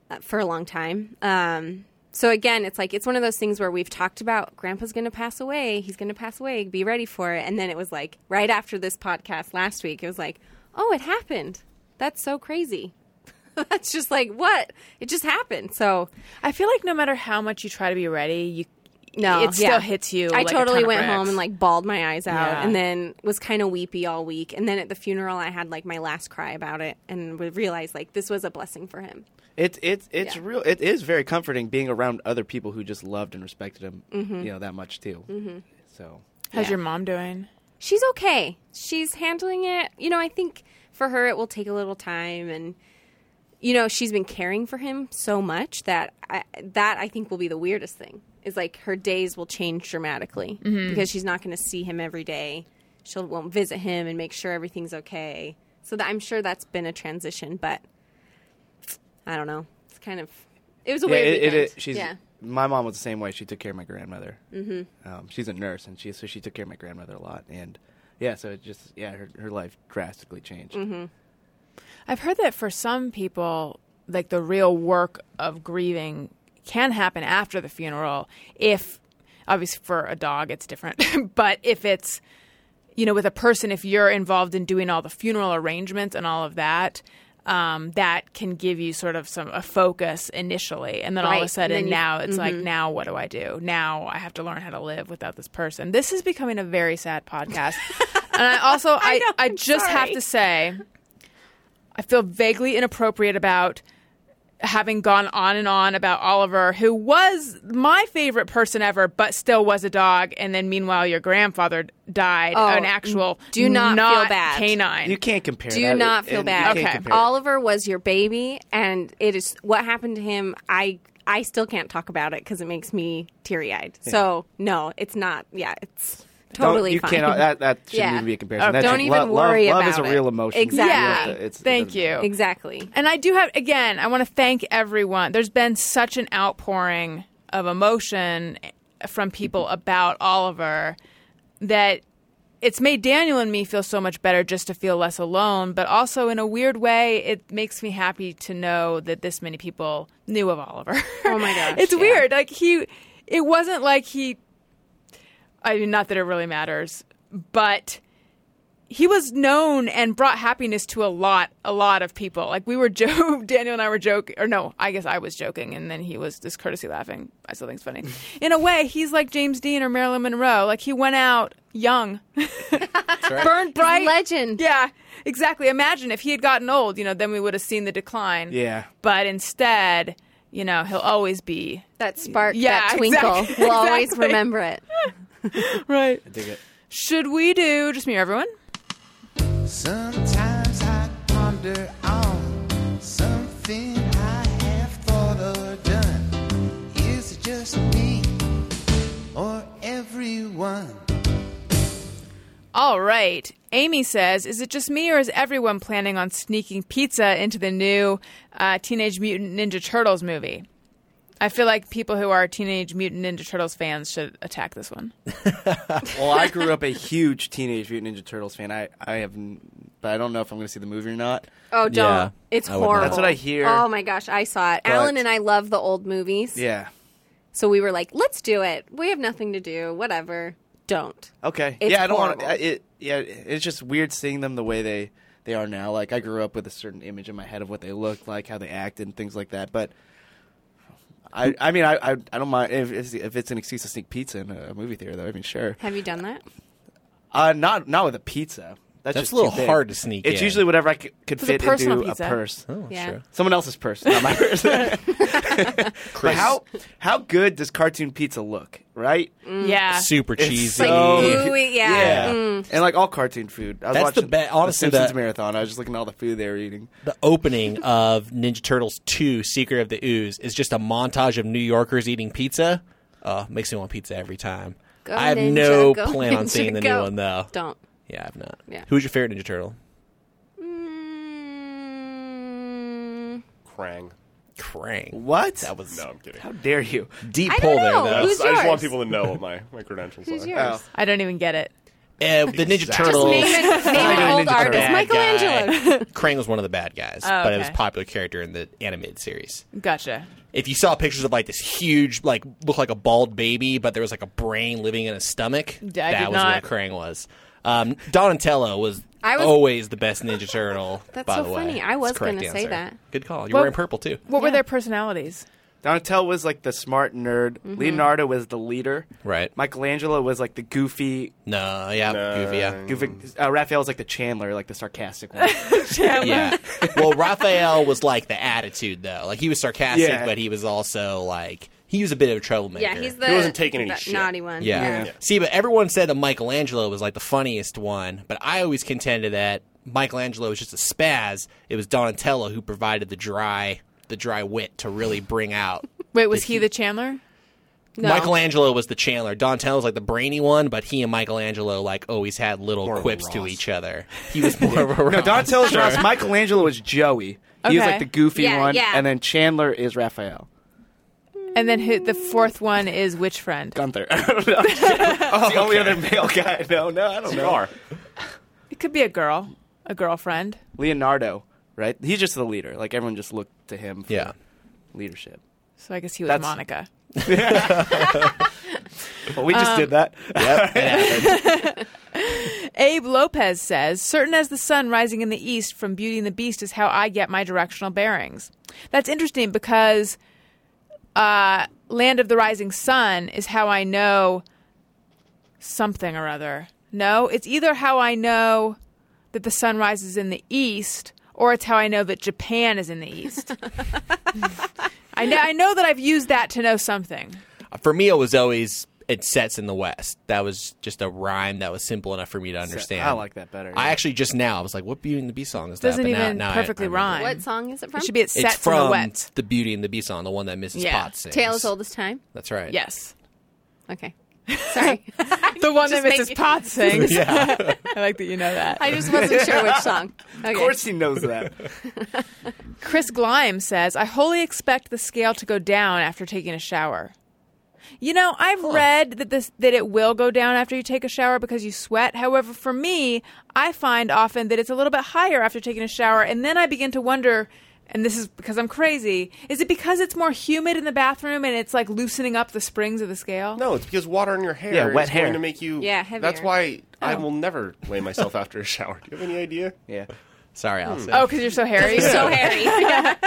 [SPEAKER 6] uh, for a long time. Um, so again, it's like, it's one of those things where we've talked about grandpa's going to pass away. He's going to pass away. Be ready for it. And then it was like, right after this podcast last week, it was like, oh, it happened. That's so crazy. That's just like, what? It just happened. So
[SPEAKER 3] I feel like no matter how much you try to be ready, you
[SPEAKER 6] no,
[SPEAKER 3] it still
[SPEAKER 6] yeah.
[SPEAKER 3] hits you.
[SPEAKER 6] I
[SPEAKER 3] like a ton
[SPEAKER 6] totally
[SPEAKER 3] of
[SPEAKER 6] went
[SPEAKER 3] bricks.
[SPEAKER 6] home and like bawled my eyes out,
[SPEAKER 3] Yeah.
[SPEAKER 6] and then was kind of weepy all week. And then at the funeral, I had like my last cry about it, and we realized like this was a blessing for him.
[SPEAKER 7] It's it's it's
[SPEAKER 6] Yeah.
[SPEAKER 7] real. It is very comforting being around other people who just loved and respected him. You know that much too. Mm-hmm. So
[SPEAKER 3] How's your mom doing?
[SPEAKER 6] She's okay. She's handling it. You know, I think for her it will take a little time, and you know she's been caring for him so much that I, that I think will be the weirdest thing is like her days will change dramatically because she's not going to see him every day. She won't visit him and make sure everything's okay. So that, I'm sure that's been a transition, but I don't know. It's kind of it was a
[SPEAKER 7] yeah,
[SPEAKER 6] weird.
[SPEAKER 7] it, it,
[SPEAKER 6] weekend.
[SPEAKER 7] it- she's
[SPEAKER 6] yeah.
[SPEAKER 7] my mom was the same way. She took care of my grandmother. Mm-hmm. Um, she's a nurse, and she so she took care of my grandmother a lot. And yeah, so it just yeah, her her life drastically changed.
[SPEAKER 3] I've heard that for some people, like the real work of grieving can happen after the funeral. If obviously for a dog, it's different, but if it's you know with a person, if you're involved in doing all the funeral arrangements and all of that. Um, that can give you sort of some a focus initially, and then all of a
[SPEAKER 6] Right.
[SPEAKER 3] sudden
[SPEAKER 6] Then you- Mm-hmm.
[SPEAKER 3] now it's like now what do I do? Now I have to learn how to live without this person. This is becoming a very sad podcast, and I also I
[SPEAKER 6] know,
[SPEAKER 3] I
[SPEAKER 6] I'm
[SPEAKER 3] just have
[SPEAKER 6] sorry.
[SPEAKER 3] to say I feel vaguely inappropriate about having gone on and on about Oliver, who was my favorite person ever, but still was a dog. And then meanwhile, your grandfather died,
[SPEAKER 6] Oh,
[SPEAKER 3] an actual
[SPEAKER 6] do not feel bad.
[SPEAKER 3] canine.
[SPEAKER 7] You can't compare.
[SPEAKER 6] Do
[SPEAKER 7] that.
[SPEAKER 6] not
[SPEAKER 7] It-
[SPEAKER 6] feel
[SPEAKER 7] and you
[SPEAKER 6] bad.
[SPEAKER 7] can't
[SPEAKER 3] Okay.
[SPEAKER 7] compare it.
[SPEAKER 6] Oliver was your baby, and it is what happened to him. I I still can't talk about it because it makes me teary eyed. So no, it's not. Yeah, it's
[SPEAKER 7] Don't-
[SPEAKER 6] totally
[SPEAKER 7] you
[SPEAKER 6] fine.
[SPEAKER 7] cannot. That that shouldn't
[SPEAKER 6] Yeah.
[SPEAKER 7] even be a comparison.
[SPEAKER 3] Okay.
[SPEAKER 7] That's
[SPEAKER 6] Don't
[SPEAKER 7] just-
[SPEAKER 6] even
[SPEAKER 7] love,
[SPEAKER 6] worry
[SPEAKER 7] love, Love is
[SPEAKER 6] about it.
[SPEAKER 7] a real emotion.
[SPEAKER 6] Exactly.
[SPEAKER 7] It's- it's- it
[SPEAKER 3] Thank
[SPEAKER 7] doesn't
[SPEAKER 3] you.
[SPEAKER 7] matter.
[SPEAKER 6] exactly.
[SPEAKER 3] And I do have, again, I want to thank everyone. There's been such an outpouring of emotion from people about Oliver that it's made Daniel and me feel so much better just to feel less alone. But also, in a weird way, it makes me happy to know that this many people knew of Oliver.
[SPEAKER 6] Oh my gosh,
[SPEAKER 3] it's
[SPEAKER 6] yeah.
[SPEAKER 3] weird. Like, he, it wasn't like he, I mean, not that it really matters, but he was known and brought happiness to a lot a lot of people like we were joe daniel and i were joking or no i guess i was joking and then he was just courtesy laughing i still think it's funny in a way he's like james dean or marilyn monroe like he went out young burned bright
[SPEAKER 6] Legend.
[SPEAKER 3] yeah exactly imagine if he had gotten old you know then we would have seen the decline
[SPEAKER 7] Yeah.
[SPEAKER 3] but instead you know he'll always be
[SPEAKER 6] That spark,
[SPEAKER 3] Yeah,
[SPEAKER 6] that twinkle.
[SPEAKER 3] exactly.
[SPEAKER 6] We'll always
[SPEAKER 3] Exactly.
[SPEAKER 6] remember it.
[SPEAKER 3] right
[SPEAKER 7] Dig it.
[SPEAKER 3] should we do just me or everyone
[SPEAKER 2] Sometimes I ponder on something I have thought or done. Is it just me or everyone?
[SPEAKER 3] All right. Amy says, "Is it just me, or is everyone planning on sneaking pizza into the new uh, Teenage Mutant Ninja Turtles movie?" I feel like people who are Teenage Mutant Ninja Turtles fans should attack this one.
[SPEAKER 7] Well, I grew up a huge Teenage Mutant Ninja Turtles fan. I, I have, n- but I don't know if I'm going to see the movie or not.
[SPEAKER 6] Oh, don't.
[SPEAKER 4] Yeah,
[SPEAKER 6] it's
[SPEAKER 4] I would not.
[SPEAKER 6] horrible.
[SPEAKER 7] That's what I hear.
[SPEAKER 6] Oh my gosh, I saw it. Alan and I love the old movies.
[SPEAKER 7] Yeah.
[SPEAKER 6] So we were like, let's do it. We have nothing to do. Whatever. Don't.
[SPEAKER 7] Okay.
[SPEAKER 6] It's
[SPEAKER 7] yeah, I don't want
[SPEAKER 6] horrible.
[SPEAKER 7] to. It, yeah, it's just weird seeing them the way they they are now. Like I grew up with a certain image in my head of what they looked like, how they acted, and things like that. But I, I mean, I, I, I don't mind if it's, if it's an excuse to sneak pizza in a movie theater, though. I mean, sure.
[SPEAKER 6] Have you done that?
[SPEAKER 7] Uh, not not with a pizza. That's,
[SPEAKER 4] That's
[SPEAKER 7] just
[SPEAKER 4] a little
[SPEAKER 7] too big.
[SPEAKER 4] hard to sneak
[SPEAKER 7] It's
[SPEAKER 4] in.
[SPEAKER 7] usually whatever I c- could
[SPEAKER 3] It's a
[SPEAKER 7] fit
[SPEAKER 3] personal
[SPEAKER 7] into
[SPEAKER 3] pizza.
[SPEAKER 7] a purse.
[SPEAKER 6] yeah.
[SPEAKER 7] Someone else's purse, not my purse. but how how good does cartoon pizza look, right?
[SPEAKER 3] Yeah.
[SPEAKER 4] Super
[SPEAKER 7] It's
[SPEAKER 4] cheesy.
[SPEAKER 7] so-
[SPEAKER 6] Like, ooh, Oh, yeah. Mm. Mm-hmm.
[SPEAKER 7] And like all cartoon food. I was
[SPEAKER 4] That's the
[SPEAKER 7] watching
[SPEAKER 4] be- honestly,
[SPEAKER 7] Simpsons
[SPEAKER 4] the-
[SPEAKER 7] marathon. I was just looking at all the food they were eating.
[SPEAKER 4] the opening of Ninja Turtles 2 Secret of the Ooze is just a montage of New Yorkers eating pizza. Uh, makes me want pizza every time.
[SPEAKER 6] Go,
[SPEAKER 4] I have
[SPEAKER 6] Ninja,
[SPEAKER 4] no
[SPEAKER 6] go,
[SPEAKER 4] plan on
[SPEAKER 6] Ninja,
[SPEAKER 4] seeing the
[SPEAKER 6] go.
[SPEAKER 4] new one, though.
[SPEAKER 6] Don't.
[SPEAKER 4] Yeah, I've not.
[SPEAKER 6] Yeah.
[SPEAKER 4] Who's your favorite Ninja Turtle?
[SPEAKER 6] Mm,
[SPEAKER 5] Krang.
[SPEAKER 4] Krang.
[SPEAKER 7] What?
[SPEAKER 4] That was
[SPEAKER 5] No, I'm kidding.
[SPEAKER 7] how dare you?
[SPEAKER 4] deep
[SPEAKER 6] I
[SPEAKER 4] pull
[SPEAKER 6] don't know.
[SPEAKER 4] there,
[SPEAKER 5] I
[SPEAKER 4] though.
[SPEAKER 6] Who's
[SPEAKER 5] just, I just
[SPEAKER 6] yours?
[SPEAKER 5] want people to know what my, my credentials
[SPEAKER 6] who's
[SPEAKER 5] are.
[SPEAKER 6] yours?
[SPEAKER 7] Oh.
[SPEAKER 3] I don't even get it.
[SPEAKER 4] Uh, the Ninja Turtles.
[SPEAKER 6] Name, it, name an
[SPEAKER 7] Ninja
[SPEAKER 6] old
[SPEAKER 7] Turtle.
[SPEAKER 6] artist.
[SPEAKER 7] Bad
[SPEAKER 6] Michelangelo.
[SPEAKER 4] Guy. Krang was one of the bad guys,
[SPEAKER 6] Oh,
[SPEAKER 4] but it was a
[SPEAKER 3] okay.
[SPEAKER 4] popular character in the animated series.
[SPEAKER 3] Gotcha.
[SPEAKER 4] If you saw pictures of like this huge, like looked like a bald baby, but there was like a brain living in a stomach,
[SPEAKER 3] I
[SPEAKER 4] that
[SPEAKER 3] did
[SPEAKER 4] was
[SPEAKER 3] not.
[SPEAKER 4] what Krang was. Um, Donatello was,
[SPEAKER 6] I was-
[SPEAKER 4] always the best Ninja Turtle.
[SPEAKER 6] That's
[SPEAKER 4] by
[SPEAKER 6] so
[SPEAKER 4] the way.
[SPEAKER 6] funny. I
[SPEAKER 4] That's
[SPEAKER 6] was
[SPEAKER 4] the correct
[SPEAKER 6] gonna say
[SPEAKER 4] answer.
[SPEAKER 6] that.
[SPEAKER 4] Good call. You're
[SPEAKER 3] Well-
[SPEAKER 4] wearing purple too,
[SPEAKER 3] What were their personalities?
[SPEAKER 7] Donatello was like the smart nerd.
[SPEAKER 6] Mm-hmm.
[SPEAKER 7] Leonardo was the leader.
[SPEAKER 4] right?
[SPEAKER 7] Michelangelo was like the goofy.
[SPEAKER 4] no, yeah, goofy, yeah.
[SPEAKER 7] goofy uh, Raphael was like the Chandler, like the sarcastic one.
[SPEAKER 4] yeah. Well, Raphael was like the attitude though. Like he was sarcastic,
[SPEAKER 7] Yeah.
[SPEAKER 4] but he was also like he was a bit of a troublemaker.
[SPEAKER 6] Yeah, he's the
[SPEAKER 5] He wasn't taking any
[SPEAKER 6] that
[SPEAKER 5] shit.
[SPEAKER 6] naughty one.
[SPEAKER 4] Yeah.
[SPEAKER 7] Yeah.
[SPEAKER 4] See, but everyone said that Michelangelo was like the funniest one, but I always contended that Michelangelo was just a spaz. It was Donatello who provided the dry the dry wit to really bring out.
[SPEAKER 3] Wait, was he the Chandler?
[SPEAKER 6] No.
[SPEAKER 4] Michelangelo was the Chandler. Donatello was like the brainy one, but he and Michelangelo like always had little
[SPEAKER 5] More of a
[SPEAKER 4] quips to
[SPEAKER 5] Ross.
[SPEAKER 4] each other. He was more of a
[SPEAKER 7] no,
[SPEAKER 4] Ross.
[SPEAKER 7] Donatello's Ross. Michelangelo was Joey. He was
[SPEAKER 3] Okay.
[SPEAKER 7] like the goofy
[SPEAKER 6] Yeah,
[SPEAKER 7] one,
[SPEAKER 6] yeah.
[SPEAKER 7] and then Chandler is Raphael.
[SPEAKER 3] And then hi- the fourth one is which friend?
[SPEAKER 7] Gunther. I don't know. It's
[SPEAKER 5] Oh,
[SPEAKER 7] the only other male guy. No, no, I don't know.
[SPEAKER 5] Are.
[SPEAKER 3] It could be a girl, a girlfriend.
[SPEAKER 7] Leonardo, right? He's just the leader. Like everyone just looked to him for
[SPEAKER 4] Yeah.
[SPEAKER 7] leadership.
[SPEAKER 3] So I guess he was
[SPEAKER 7] That's-
[SPEAKER 3] Monica.
[SPEAKER 7] Well, we just
[SPEAKER 3] Um,
[SPEAKER 7] did that.
[SPEAKER 3] Abe Lopez says, certain as the sun rising in the east from Beauty and the Beast is how I get my directional bearings. That's interesting because uh, Land of the Rising Sun is how I know something or other. No, it's either how I know that the sun rises in the east or it's how I know that Japan is in the east. I, know, I know that I've used that to know something.
[SPEAKER 4] For me, it was always it sets in the west. That was just a rhyme that was simple enough for me to understand.
[SPEAKER 7] I like that better,
[SPEAKER 4] I
[SPEAKER 7] yeah.
[SPEAKER 4] actually just now I was like, "What Beauty and the Beast song is that?"
[SPEAKER 3] Doesn't
[SPEAKER 4] But now-
[SPEAKER 3] even
[SPEAKER 4] now I-
[SPEAKER 3] perfectly
[SPEAKER 4] I remember.
[SPEAKER 3] rhyme.
[SPEAKER 6] What song is it from?
[SPEAKER 3] It should be it
[SPEAKER 4] It's
[SPEAKER 3] sets in
[SPEAKER 4] from
[SPEAKER 3] the wet.
[SPEAKER 4] the Beauty and the Beast song, the one that Mrs.
[SPEAKER 3] Yeah.
[SPEAKER 4] Potts sings.
[SPEAKER 6] Tale as Old as Time.
[SPEAKER 4] That's right.
[SPEAKER 3] Yes.
[SPEAKER 6] Okay. Sorry.
[SPEAKER 3] The one
[SPEAKER 6] Just
[SPEAKER 3] that
[SPEAKER 6] make
[SPEAKER 3] Mrs.
[SPEAKER 6] it-
[SPEAKER 3] Potts sings. I like that you know that.
[SPEAKER 6] I just wasn't sure which song. Okay.
[SPEAKER 7] Of course he knows that.
[SPEAKER 3] Chris Glime says, I wholly expect the scale to go down after taking a shower. You know, I've read that this that it will go down after you take a shower because you sweat. However, for me, I find often that it's a little bit higher after taking a shower, and then I begin to wonder, and this is because I'm crazy, is it because it's more humid in the bathroom and it's like loosening up the springs of the scale?
[SPEAKER 5] No, it's because water on your hair
[SPEAKER 7] Yeah, wet
[SPEAKER 5] is
[SPEAKER 7] hair.
[SPEAKER 5] going to make you.
[SPEAKER 6] Yeah,
[SPEAKER 5] That's
[SPEAKER 6] heavier.
[SPEAKER 5] why
[SPEAKER 3] Oh.
[SPEAKER 5] I will never lay myself after a shower. Do you have any idea?
[SPEAKER 7] Yeah.
[SPEAKER 4] Sorry, Allison.
[SPEAKER 3] Oh, because you're so hairy.
[SPEAKER 6] So hairy.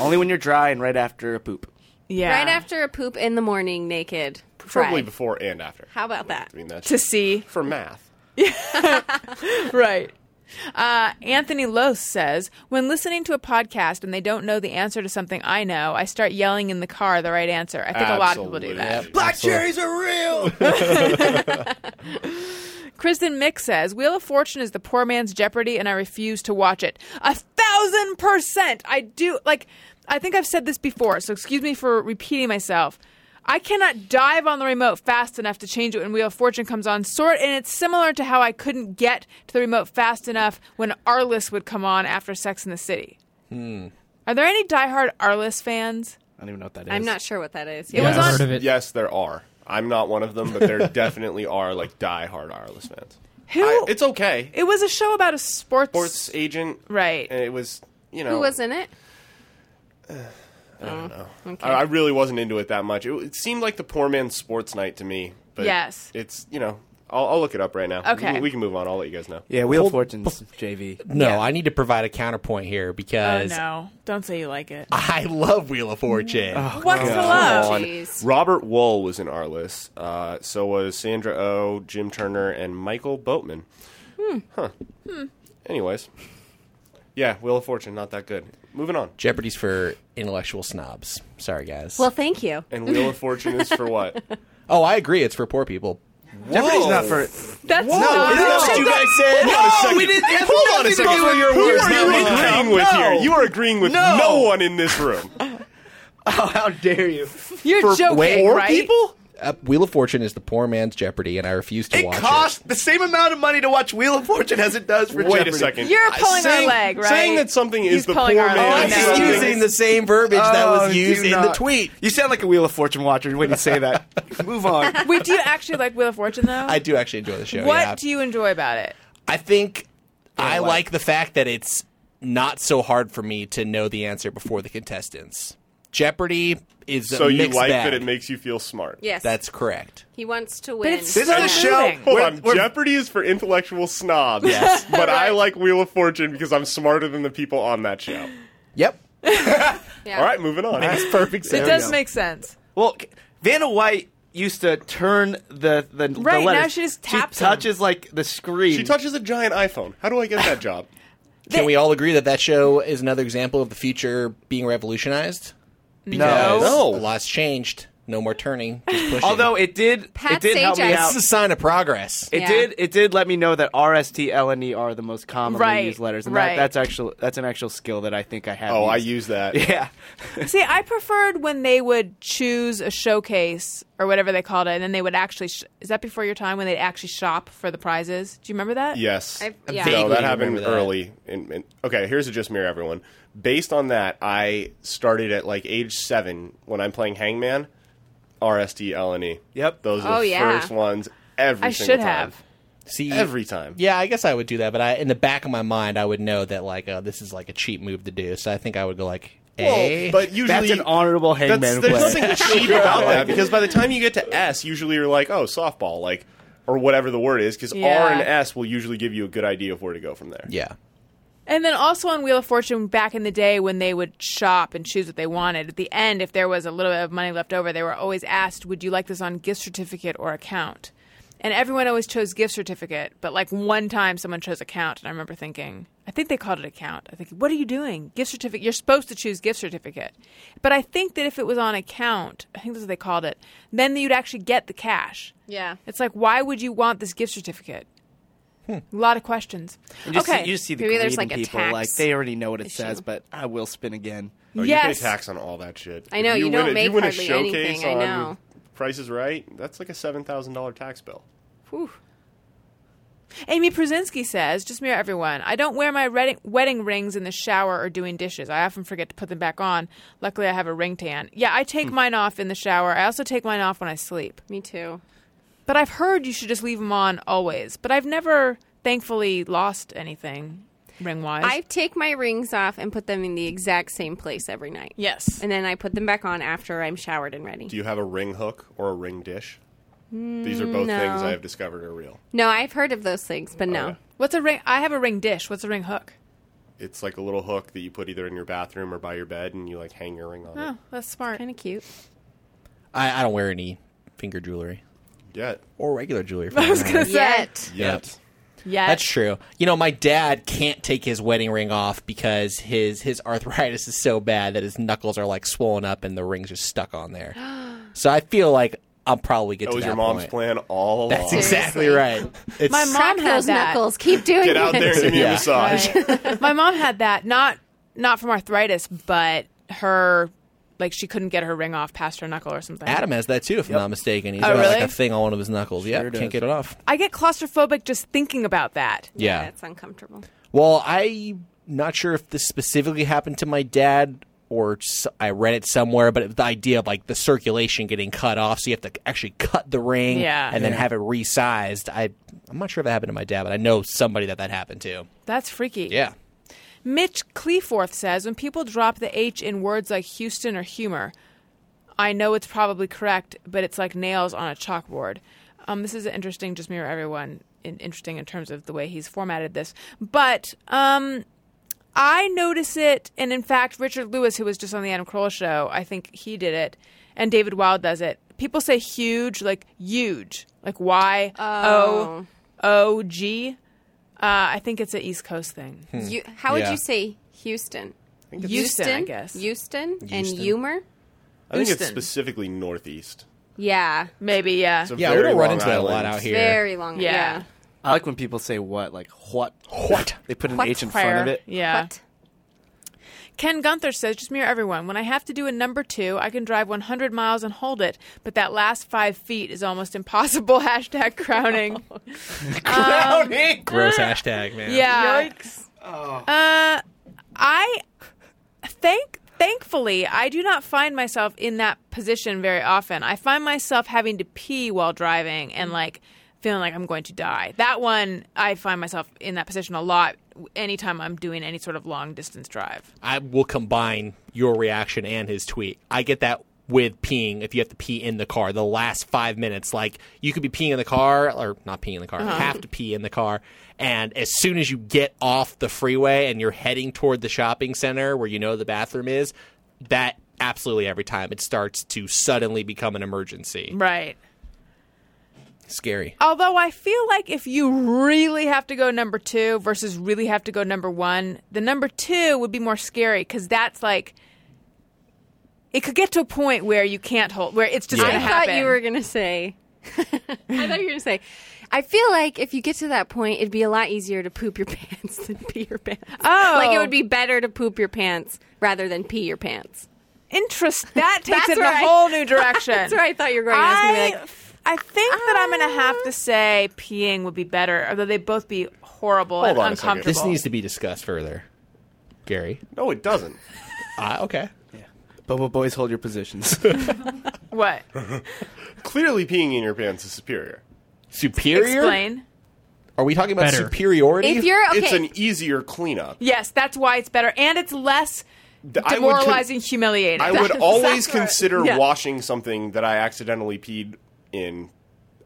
[SPEAKER 7] Only when you're dry and right after a poop.
[SPEAKER 3] yeah.
[SPEAKER 6] Right after a poop in the morning, naked.
[SPEAKER 5] Preferably
[SPEAKER 6] Try.
[SPEAKER 5] before and after.
[SPEAKER 6] How about that?
[SPEAKER 5] I mean, that's
[SPEAKER 3] to see.
[SPEAKER 5] for math.
[SPEAKER 3] right. Uh, Anthony Lose says, when listening to a podcast and they don't know the answer to something I know, I start yelling in the car the right answer. I think a lot of people do that.
[SPEAKER 5] Absolutely.
[SPEAKER 4] Black cherries are real.
[SPEAKER 3] Kristen Mick says, Wheel of Fortune is the poor man's Jeopardy, and I refuse to watch it. A thousand percent! I do, like, I think I've said this before, so excuse me for repeating myself. I cannot dive on the remote fast enough to change it when Wheel of Fortune comes on. Sort, and it's similar to how I couldn't get to the remote fast enough when Arliss would come on after Sex in the City. Are there any diehard Arliss fans?
[SPEAKER 7] I don't even know what that is.
[SPEAKER 6] I'm not sure what that is.
[SPEAKER 3] It was
[SPEAKER 8] I've
[SPEAKER 3] on
[SPEAKER 8] heard of it.
[SPEAKER 5] Yes, there are. I'm not one of them, but there definitely are like die-hard Ireless fans.
[SPEAKER 3] who?
[SPEAKER 5] I, it's okay.
[SPEAKER 3] it was a show about a sports.
[SPEAKER 5] Sports agent,
[SPEAKER 3] Right.
[SPEAKER 5] And it was you know
[SPEAKER 6] Who was in it?
[SPEAKER 5] I don't know.
[SPEAKER 6] Okay.
[SPEAKER 5] I, I really wasn't into it that much. It, it seemed like the poor man's sports night to me. But
[SPEAKER 3] Yes.
[SPEAKER 5] It's, you know, I'll, I'll look it up right now.
[SPEAKER 3] Okay.
[SPEAKER 5] We, we can move on. I'll let you guys know.
[SPEAKER 7] Yeah, Wheel of Fortune's JV.
[SPEAKER 4] No, I need to provide a counterpoint here
[SPEAKER 3] Oh
[SPEAKER 4] because
[SPEAKER 3] no! Don't say you like it.
[SPEAKER 4] I love Wheel of Fortune.
[SPEAKER 3] What's the love?
[SPEAKER 5] on. Robert Wool was in our list. Uh, so was Sandra O, oh, Jim Turner, and Michael Boatman. Hmm. Huh. Anyways, yeah, Wheel of Fortune, not that good. Moving on.
[SPEAKER 4] Jeopardy's for intellectual snobs. Sorry, guys.
[SPEAKER 6] Well, thank you.
[SPEAKER 5] And Wheel of Fortune is for what?
[SPEAKER 4] oh, I agree. It's for poor people.
[SPEAKER 7] Jeopardy's not for.
[SPEAKER 3] That's not.
[SPEAKER 4] what you guys said.
[SPEAKER 5] second.
[SPEAKER 4] we didn't. Hold
[SPEAKER 5] Hold on a second. Who are you agreeing with here? You are agreeing with no,
[SPEAKER 4] No.
[SPEAKER 5] one in this room.
[SPEAKER 7] Oh, how dare you!
[SPEAKER 3] You're joking, right?
[SPEAKER 4] Uh, Wheel of Fortune is the poor man's Jeopardy, and I refuse to
[SPEAKER 7] It
[SPEAKER 4] watch
[SPEAKER 7] costs the same amount of money to watch Wheel of Fortune as it does for
[SPEAKER 5] Wait
[SPEAKER 7] Jeopardy.
[SPEAKER 5] a second.
[SPEAKER 3] You're pulling
[SPEAKER 5] saying,
[SPEAKER 3] our leg, right?
[SPEAKER 5] Saying that something
[SPEAKER 3] He's
[SPEAKER 5] is the poor
[SPEAKER 3] pulling our leg.
[SPEAKER 4] I'm
[SPEAKER 3] No.
[SPEAKER 5] man's
[SPEAKER 4] just
[SPEAKER 3] No.
[SPEAKER 4] using the same verbiage that
[SPEAKER 7] Oh,
[SPEAKER 4] was used
[SPEAKER 7] do
[SPEAKER 4] in the
[SPEAKER 7] not.
[SPEAKER 4] tweet.
[SPEAKER 7] You sound like a Wheel of Fortune watcher when you say that. Move on.
[SPEAKER 3] Wait, do you actually like Wheel of Fortune though?
[SPEAKER 4] I do actually enjoy the show.
[SPEAKER 3] what
[SPEAKER 4] yeah.
[SPEAKER 3] do you enjoy about it?
[SPEAKER 4] I think I like the fact that it's not so hard for me to know the answer before the contestants. Jeopardy is
[SPEAKER 5] So
[SPEAKER 4] a
[SPEAKER 5] you
[SPEAKER 4] mixed
[SPEAKER 5] like
[SPEAKER 4] bag.
[SPEAKER 5] that it makes you feel smart.
[SPEAKER 6] Yes.
[SPEAKER 4] That's correct.
[SPEAKER 6] he wants to win.
[SPEAKER 3] But it's
[SPEAKER 7] This
[SPEAKER 3] so
[SPEAKER 7] is a show.
[SPEAKER 3] moving.
[SPEAKER 5] Hold
[SPEAKER 7] We're-
[SPEAKER 5] on.
[SPEAKER 7] we're-
[SPEAKER 5] Jeopardy is for intellectual snobs.
[SPEAKER 4] Yes.
[SPEAKER 5] But I like Wheel of Fortune because I'm smarter than the people on that show.
[SPEAKER 4] Yep.
[SPEAKER 6] yeah.
[SPEAKER 5] All right, moving on.
[SPEAKER 4] Makes perfect
[SPEAKER 3] It
[SPEAKER 4] sense.
[SPEAKER 3] does make sense.
[SPEAKER 7] Well, c- Vanna White used to turn the the the
[SPEAKER 3] Right, now
[SPEAKER 7] letters.
[SPEAKER 3] she just taps
[SPEAKER 7] She
[SPEAKER 3] them.
[SPEAKER 7] touches like the screen.
[SPEAKER 5] She touches a giant iPhone. How do I get that job?
[SPEAKER 4] Can we all agree that that show is another example of the future being revolutionized?
[SPEAKER 7] No.
[SPEAKER 4] no. A lot's changed. No more turning. Just pushing.
[SPEAKER 7] Although it did,
[SPEAKER 6] Pat
[SPEAKER 7] it did help me
[SPEAKER 6] Sajak.
[SPEAKER 7] out.
[SPEAKER 4] this is a sign of progress.
[SPEAKER 7] It
[SPEAKER 6] Yeah.
[SPEAKER 7] did. It did let me know that R, S, T, L, and E are the most commonly
[SPEAKER 3] Right,
[SPEAKER 7] used letters, and
[SPEAKER 3] right.
[SPEAKER 7] that, that's actual. That's an actual skill that I think I have.
[SPEAKER 5] Oh, I
[SPEAKER 7] used.
[SPEAKER 5] use that.
[SPEAKER 7] Yeah.
[SPEAKER 3] See, I preferred when they would choose a showcase or whatever they called it, and then they would actually. Sh- is that before your time when they'd actually shop for the prizes? Do you remember that?
[SPEAKER 5] Yes.
[SPEAKER 6] I- yeah.
[SPEAKER 5] No,
[SPEAKER 4] Vaguely
[SPEAKER 5] that happened
[SPEAKER 4] remember that.
[SPEAKER 5] early. In, in- okay, here's a just mirror everyone. Based on that, I started at like age seven when I'm playing Hangman, RSD, LNE.
[SPEAKER 7] Yep.
[SPEAKER 5] E. Those are
[SPEAKER 6] Oh,
[SPEAKER 5] the
[SPEAKER 6] yeah.
[SPEAKER 5] first ones every
[SPEAKER 3] I
[SPEAKER 5] single
[SPEAKER 3] should
[SPEAKER 5] time.
[SPEAKER 3] have.
[SPEAKER 4] See,
[SPEAKER 5] Every time.
[SPEAKER 4] Yeah, I guess I would do that, but I, in the back of my mind, I would know that like uh, this is like a cheap move to do. So I think I would go like, A.
[SPEAKER 5] Well, but usually
[SPEAKER 7] That's an honorable
[SPEAKER 5] That's-
[SPEAKER 7] hangman
[SPEAKER 5] there's
[SPEAKER 7] play.
[SPEAKER 5] nothing cheap about that because by the time you get to S, usually you're like, oh, softball, like, or whatever the word is, because R
[SPEAKER 3] Yeah.
[SPEAKER 5] and S will usually give you a good idea of where to go from there.
[SPEAKER 4] yeah,
[SPEAKER 3] And then also on Wheel of Fortune back in the day when they would shop and choose what they wanted, at the end, if there was a little bit of money left over, they were always asked, Would you like this on gift certificate or account? And everyone always chose gift certificate, but like one time someone chose account, and I remember thinking, I think they called it account. I think, what are you doing? Gift certificate. You're supposed to choose gift certificate. But I think that if it was on account, I think that's what they called it, then you'd actually get the cash.
[SPEAKER 6] Yeah.
[SPEAKER 3] It's like, why would you want this gift certificate? A lot of questions.
[SPEAKER 7] Hmm. You just
[SPEAKER 3] okay.
[SPEAKER 7] see, you just see the
[SPEAKER 6] Maybe there's,
[SPEAKER 7] greed in
[SPEAKER 6] like, a
[SPEAKER 7] people
[SPEAKER 6] tax
[SPEAKER 7] like they already know what it
[SPEAKER 6] issue.
[SPEAKER 7] says, but I will spin again.
[SPEAKER 5] Oh, You
[SPEAKER 3] Yes.
[SPEAKER 5] pay tax on all that shit.
[SPEAKER 6] I know,
[SPEAKER 5] If
[SPEAKER 6] you
[SPEAKER 5] win
[SPEAKER 6] don't
[SPEAKER 5] a- if
[SPEAKER 6] make
[SPEAKER 5] you win a
[SPEAKER 6] hardly
[SPEAKER 5] showcase
[SPEAKER 6] anything, I
[SPEAKER 5] on
[SPEAKER 6] know.
[SPEAKER 5] Price is Right. That's like a seven thousand dollar tax bill.
[SPEAKER 3] Amy Prusinski says, just mirror everyone. I don't wear my red- wedding rings in the shower or doing dishes. I often forget to put them back on. Luckily, I have a ring tan. Yeah, I take mine off in the shower. I also take mine off when I sleep.
[SPEAKER 6] Me too.
[SPEAKER 3] But I've heard you should just leave them on always. But I've never, thankfully, lost anything ring wise.
[SPEAKER 6] I take my rings off and put them in the exact same place every night.
[SPEAKER 3] yes.
[SPEAKER 6] And then I put them back on after I'm showered and ready.
[SPEAKER 5] Do you have a ring hook or a ring dish? These are both
[SPEAKER 6] no.
[SPEAKER 5] things I have discovered are real.
[SPEAKER 6] no, I've heard of those things, but no.
[SPEAKER 3] What's a ring? I have a ring dish. What's a ring hook?
[SPEAKER 5] It's like a little hook that you put either in your bathroom or by your bed, and you like hang your ring on
[SPEAKER 3] Oh, that's smart.
[SPEAKER 6] Kind of cute.
[SPEAKER 4] I, I don't wear any finger jewelry
[SPEAKER 5] it. Yet,
[SPEAKER 4] or regular jewelry. For I was
[SPEAKER 3] gonna-
[SPEAKER 6] Yet.
[SPEAKER 5] yet,
[SPEAKER 3] Yeah.
[SPEAKER 4] That's true. You know, my dad can't take his wedding ring off because his his arthritis is so bad that his knuckles are like swollen up and the rings are stuck on there. so I feel like I'll probably get
[SPEAKER 5] that
[SPEAKER 4] to
[SPEAKER 5] was
[SPEAKER 4] that
[SPEAKER 5] your mom's
[SPEAKER 4] point.
[SPEAKER 5] plan all
[SPEAKER 4] That's
[SPEAKER 5] along.
[SPEAKER 4] exactly
[SPEAKER 6] Seriously.
[SPEAKER 4] right. It's
[SPEAKER 3] My mom
[SPEAKER 6] Crack
[SPEAKER 3] had
[SPEAKER 6] those
[SPEAKER 3] that.
[SPEAKER 6] knuckles. Keep doing
[SPEAKER 5] Get out
[SPEAKER 6] it.
[SPEAKER 5] there and give me a
[SPEAKER 4] Yeah.
[SPEAKER 5] massage.
[SPEAKER 3] My mom had that not not from arthritis, but her like she couldn't get her ring off past her knuckle or something.
[SPEAKER 4] Adam has that too, if I'm not mistaken. He's
[SPEAKER 3] Oh,
[SPEAKER 4] got like
[SPEAKER 3] really?
[SPEAKER 4] a thing on one of his knuckles. yeah,
[SPEAKER 7] Sure
[SPEAKER 4] can't
[SPEAKER 7] does.
[SPEAKER 4] get it off.
[SPEAKER 3] I get claustrophobic just thinking about that.
[SPEAKER 4] Yeah.
[SPEAKER 6] That's uncomfortable.
[SPEAKER 4] Well, I'm not sure if this specifically happened to my dad or s- I read it somewhere, but it was the idea of like the circulation getting cut off, so you have to actually cut the ring
[SPEAKER 3] Yeah.
[SPEAKER 4] and then have it resized. I I'm not sure if that happened to my dad, but I know somebody that that happened to.
[SPEAKER 3] That's freaky.
[SPEAKER 4] Yeah.
[SPEAKER 3] Mitch Cleforth says when people drop the H in words like Houston or humor, I know it's probably correct, but it's like nails on a chalkboard. Um, this is interesting, just mirror everyone. In, interesting in terms of the way he's formatted this, but um, I notice it, and in fact, Richard Lewis, who was just on the Adam Kroll show, I think he did it, and David Wild does it. People say huge, like huge, like Y O O G. Uh, I think it's an East Coast thing.
[SPEAKER 6] You, how would
[SPEAKER 4] Yeah.
[SPEAKER 6] you say Houston?
[SPEAKER 3] it's-
[SPEAKER 6] Houston,
[SPEAKER 3] Houston, I guess.
[SPEAKER 6] Houston, and
[SPEAKER 4] Houston.
[SPEAKER 6] humor.
[SPEAKER 5] I think it's
[SPEAKER 3] Houston.
[SPEAKER 5] specifically northeast.
[SPEAKER 6] Yeah,
[SPEAKER 3] Maybe, yeah.
[SPEAKER 5] It's a
[SPEAKER 4] Yeah, we
[SPEAKER 5] very
[SPEAKER 4] don't run
[SPEAKER 5] Long
[SPEAKER 4] into that a lot
[SPEAKER 5] Island.
[SPEAKER 4] out here.
[SPEAKER 6] very long.
[SPEAKER 3] Yeah.
[SPEAKER 6] Yeah.
[SPEAKER 7] I like when people say what, like what,
[SPEAKER 4] What?
[SPEAKER 7] They put an
[SPEAKER 6] What
[SPEAKER 7] H in front of it.
[SPEAKER 3] Yeah.
[SPEAKER 6] What?
[SPEAKER 3] Ken Gunther says, just mirror everyone. When I have to do a number two, I can drive 100 miles and hold it, but that last five feet is almost impossible. Hashtag crowning.
[SPEAKER 4] Gross hashtag, man.
[SPEAKER 3] yeah.
[SPEAKER 7] Oh.
[SPEAKER 3] Uh, I thank thankfully I do not find myself in that position very often. I find myself having to pee while driving and like feeling like I'm going to die. That one I find myself in that position a lot anytime I'm doing any sort of long distance drive.
[SPEAKER 4] I will combine your reaction and his tweet. I get that with peeing if you have to pee in the car the last five minutes like you could be peeing in the car or not peeing in the car
[SPEAKER 6] Uh-huh.
[SPEAKER 4] have to pee in the car and as soon as you get off the freeway and you're heading toward the shopping center where you know the bathroom is that absolutely every time it starts to suddenly become an emergency
[SPEAKER 3] Right.
[SPEAKER 6] Uh,
[SPEAKER 4] scary
[SPEAKER 3] Although I feel like if you really have to go number two versus really have to go number one, the number two would be more scary because that's like it could get to a point where you can't hold where it's just
[SPEAKER 4] Yeah.
[SPEAKER 3] gonna
[SPEAKER 6] I
[SPEAKER 3] happen.
[SPEAKER 6] thought you were gonna say. I thought you were gonna say. I feel like if you get to that point, it'd be a lot easier to poop your pants than pee your pants.
[SPEAKER 3] Oh.
[SPEAKER 6] like it would be better to poop your pants rather than pee your pants.
[SPEAKER 3] interest that takes
[SPEAKER 6] That's
[SPEAKER 3] it in
[SPEAKER 6] where
[SPEAKER 3] a
[SPEAKER 6] I-
[SPEAKER 3] whole new direction.
[SPEAKER 6] That's where I thought you were going. I was gonna be
[SPEAKER 3] I,
[SPEAKER 6] like,
[SPEAKER 3] I think that I'm gonna have to say peeing would be better, although they both be horrible
[SPEAKER 5] Hold
[SPEAKER 3] and
[SPEAKER 5] on a second.
[SPEAKER 3] uncomfortable.
[SPEAKER 4] this needs to be discussed further gary
[SPEAKER 5] No, it doesn't.
[SPEAKER 4] uh, okay
[SPEAKER 7] Bobo boys, hold your positions.
[SPEAKER 3] what?
[SPEAKER 5] Clearly, peeing in your pants is superior.
[SPEAKER 4] superior
[SPEAKER 3] Explain.
[SPEAKER 4] are we talking about
[SPEAKER 8] Better.
[SPEAKER 4] superiority
[SPEAKER 6] if you're okay,
[SPEAKER 5] It's an easier cleanup.
[SPEAKER 3] Yes, that's why it's better, and it's less
[SPEAKER 5] I would con-
[SPEAKER 3] demoralizing, humiliating.
[SPEAKER 5] I would always
[SPEAKER 6] exactly right.
[SPEAKER 5] consider
[SPEAKER 3] Yeah.
[SPEAKER 5] washing something that I accidentally peed in,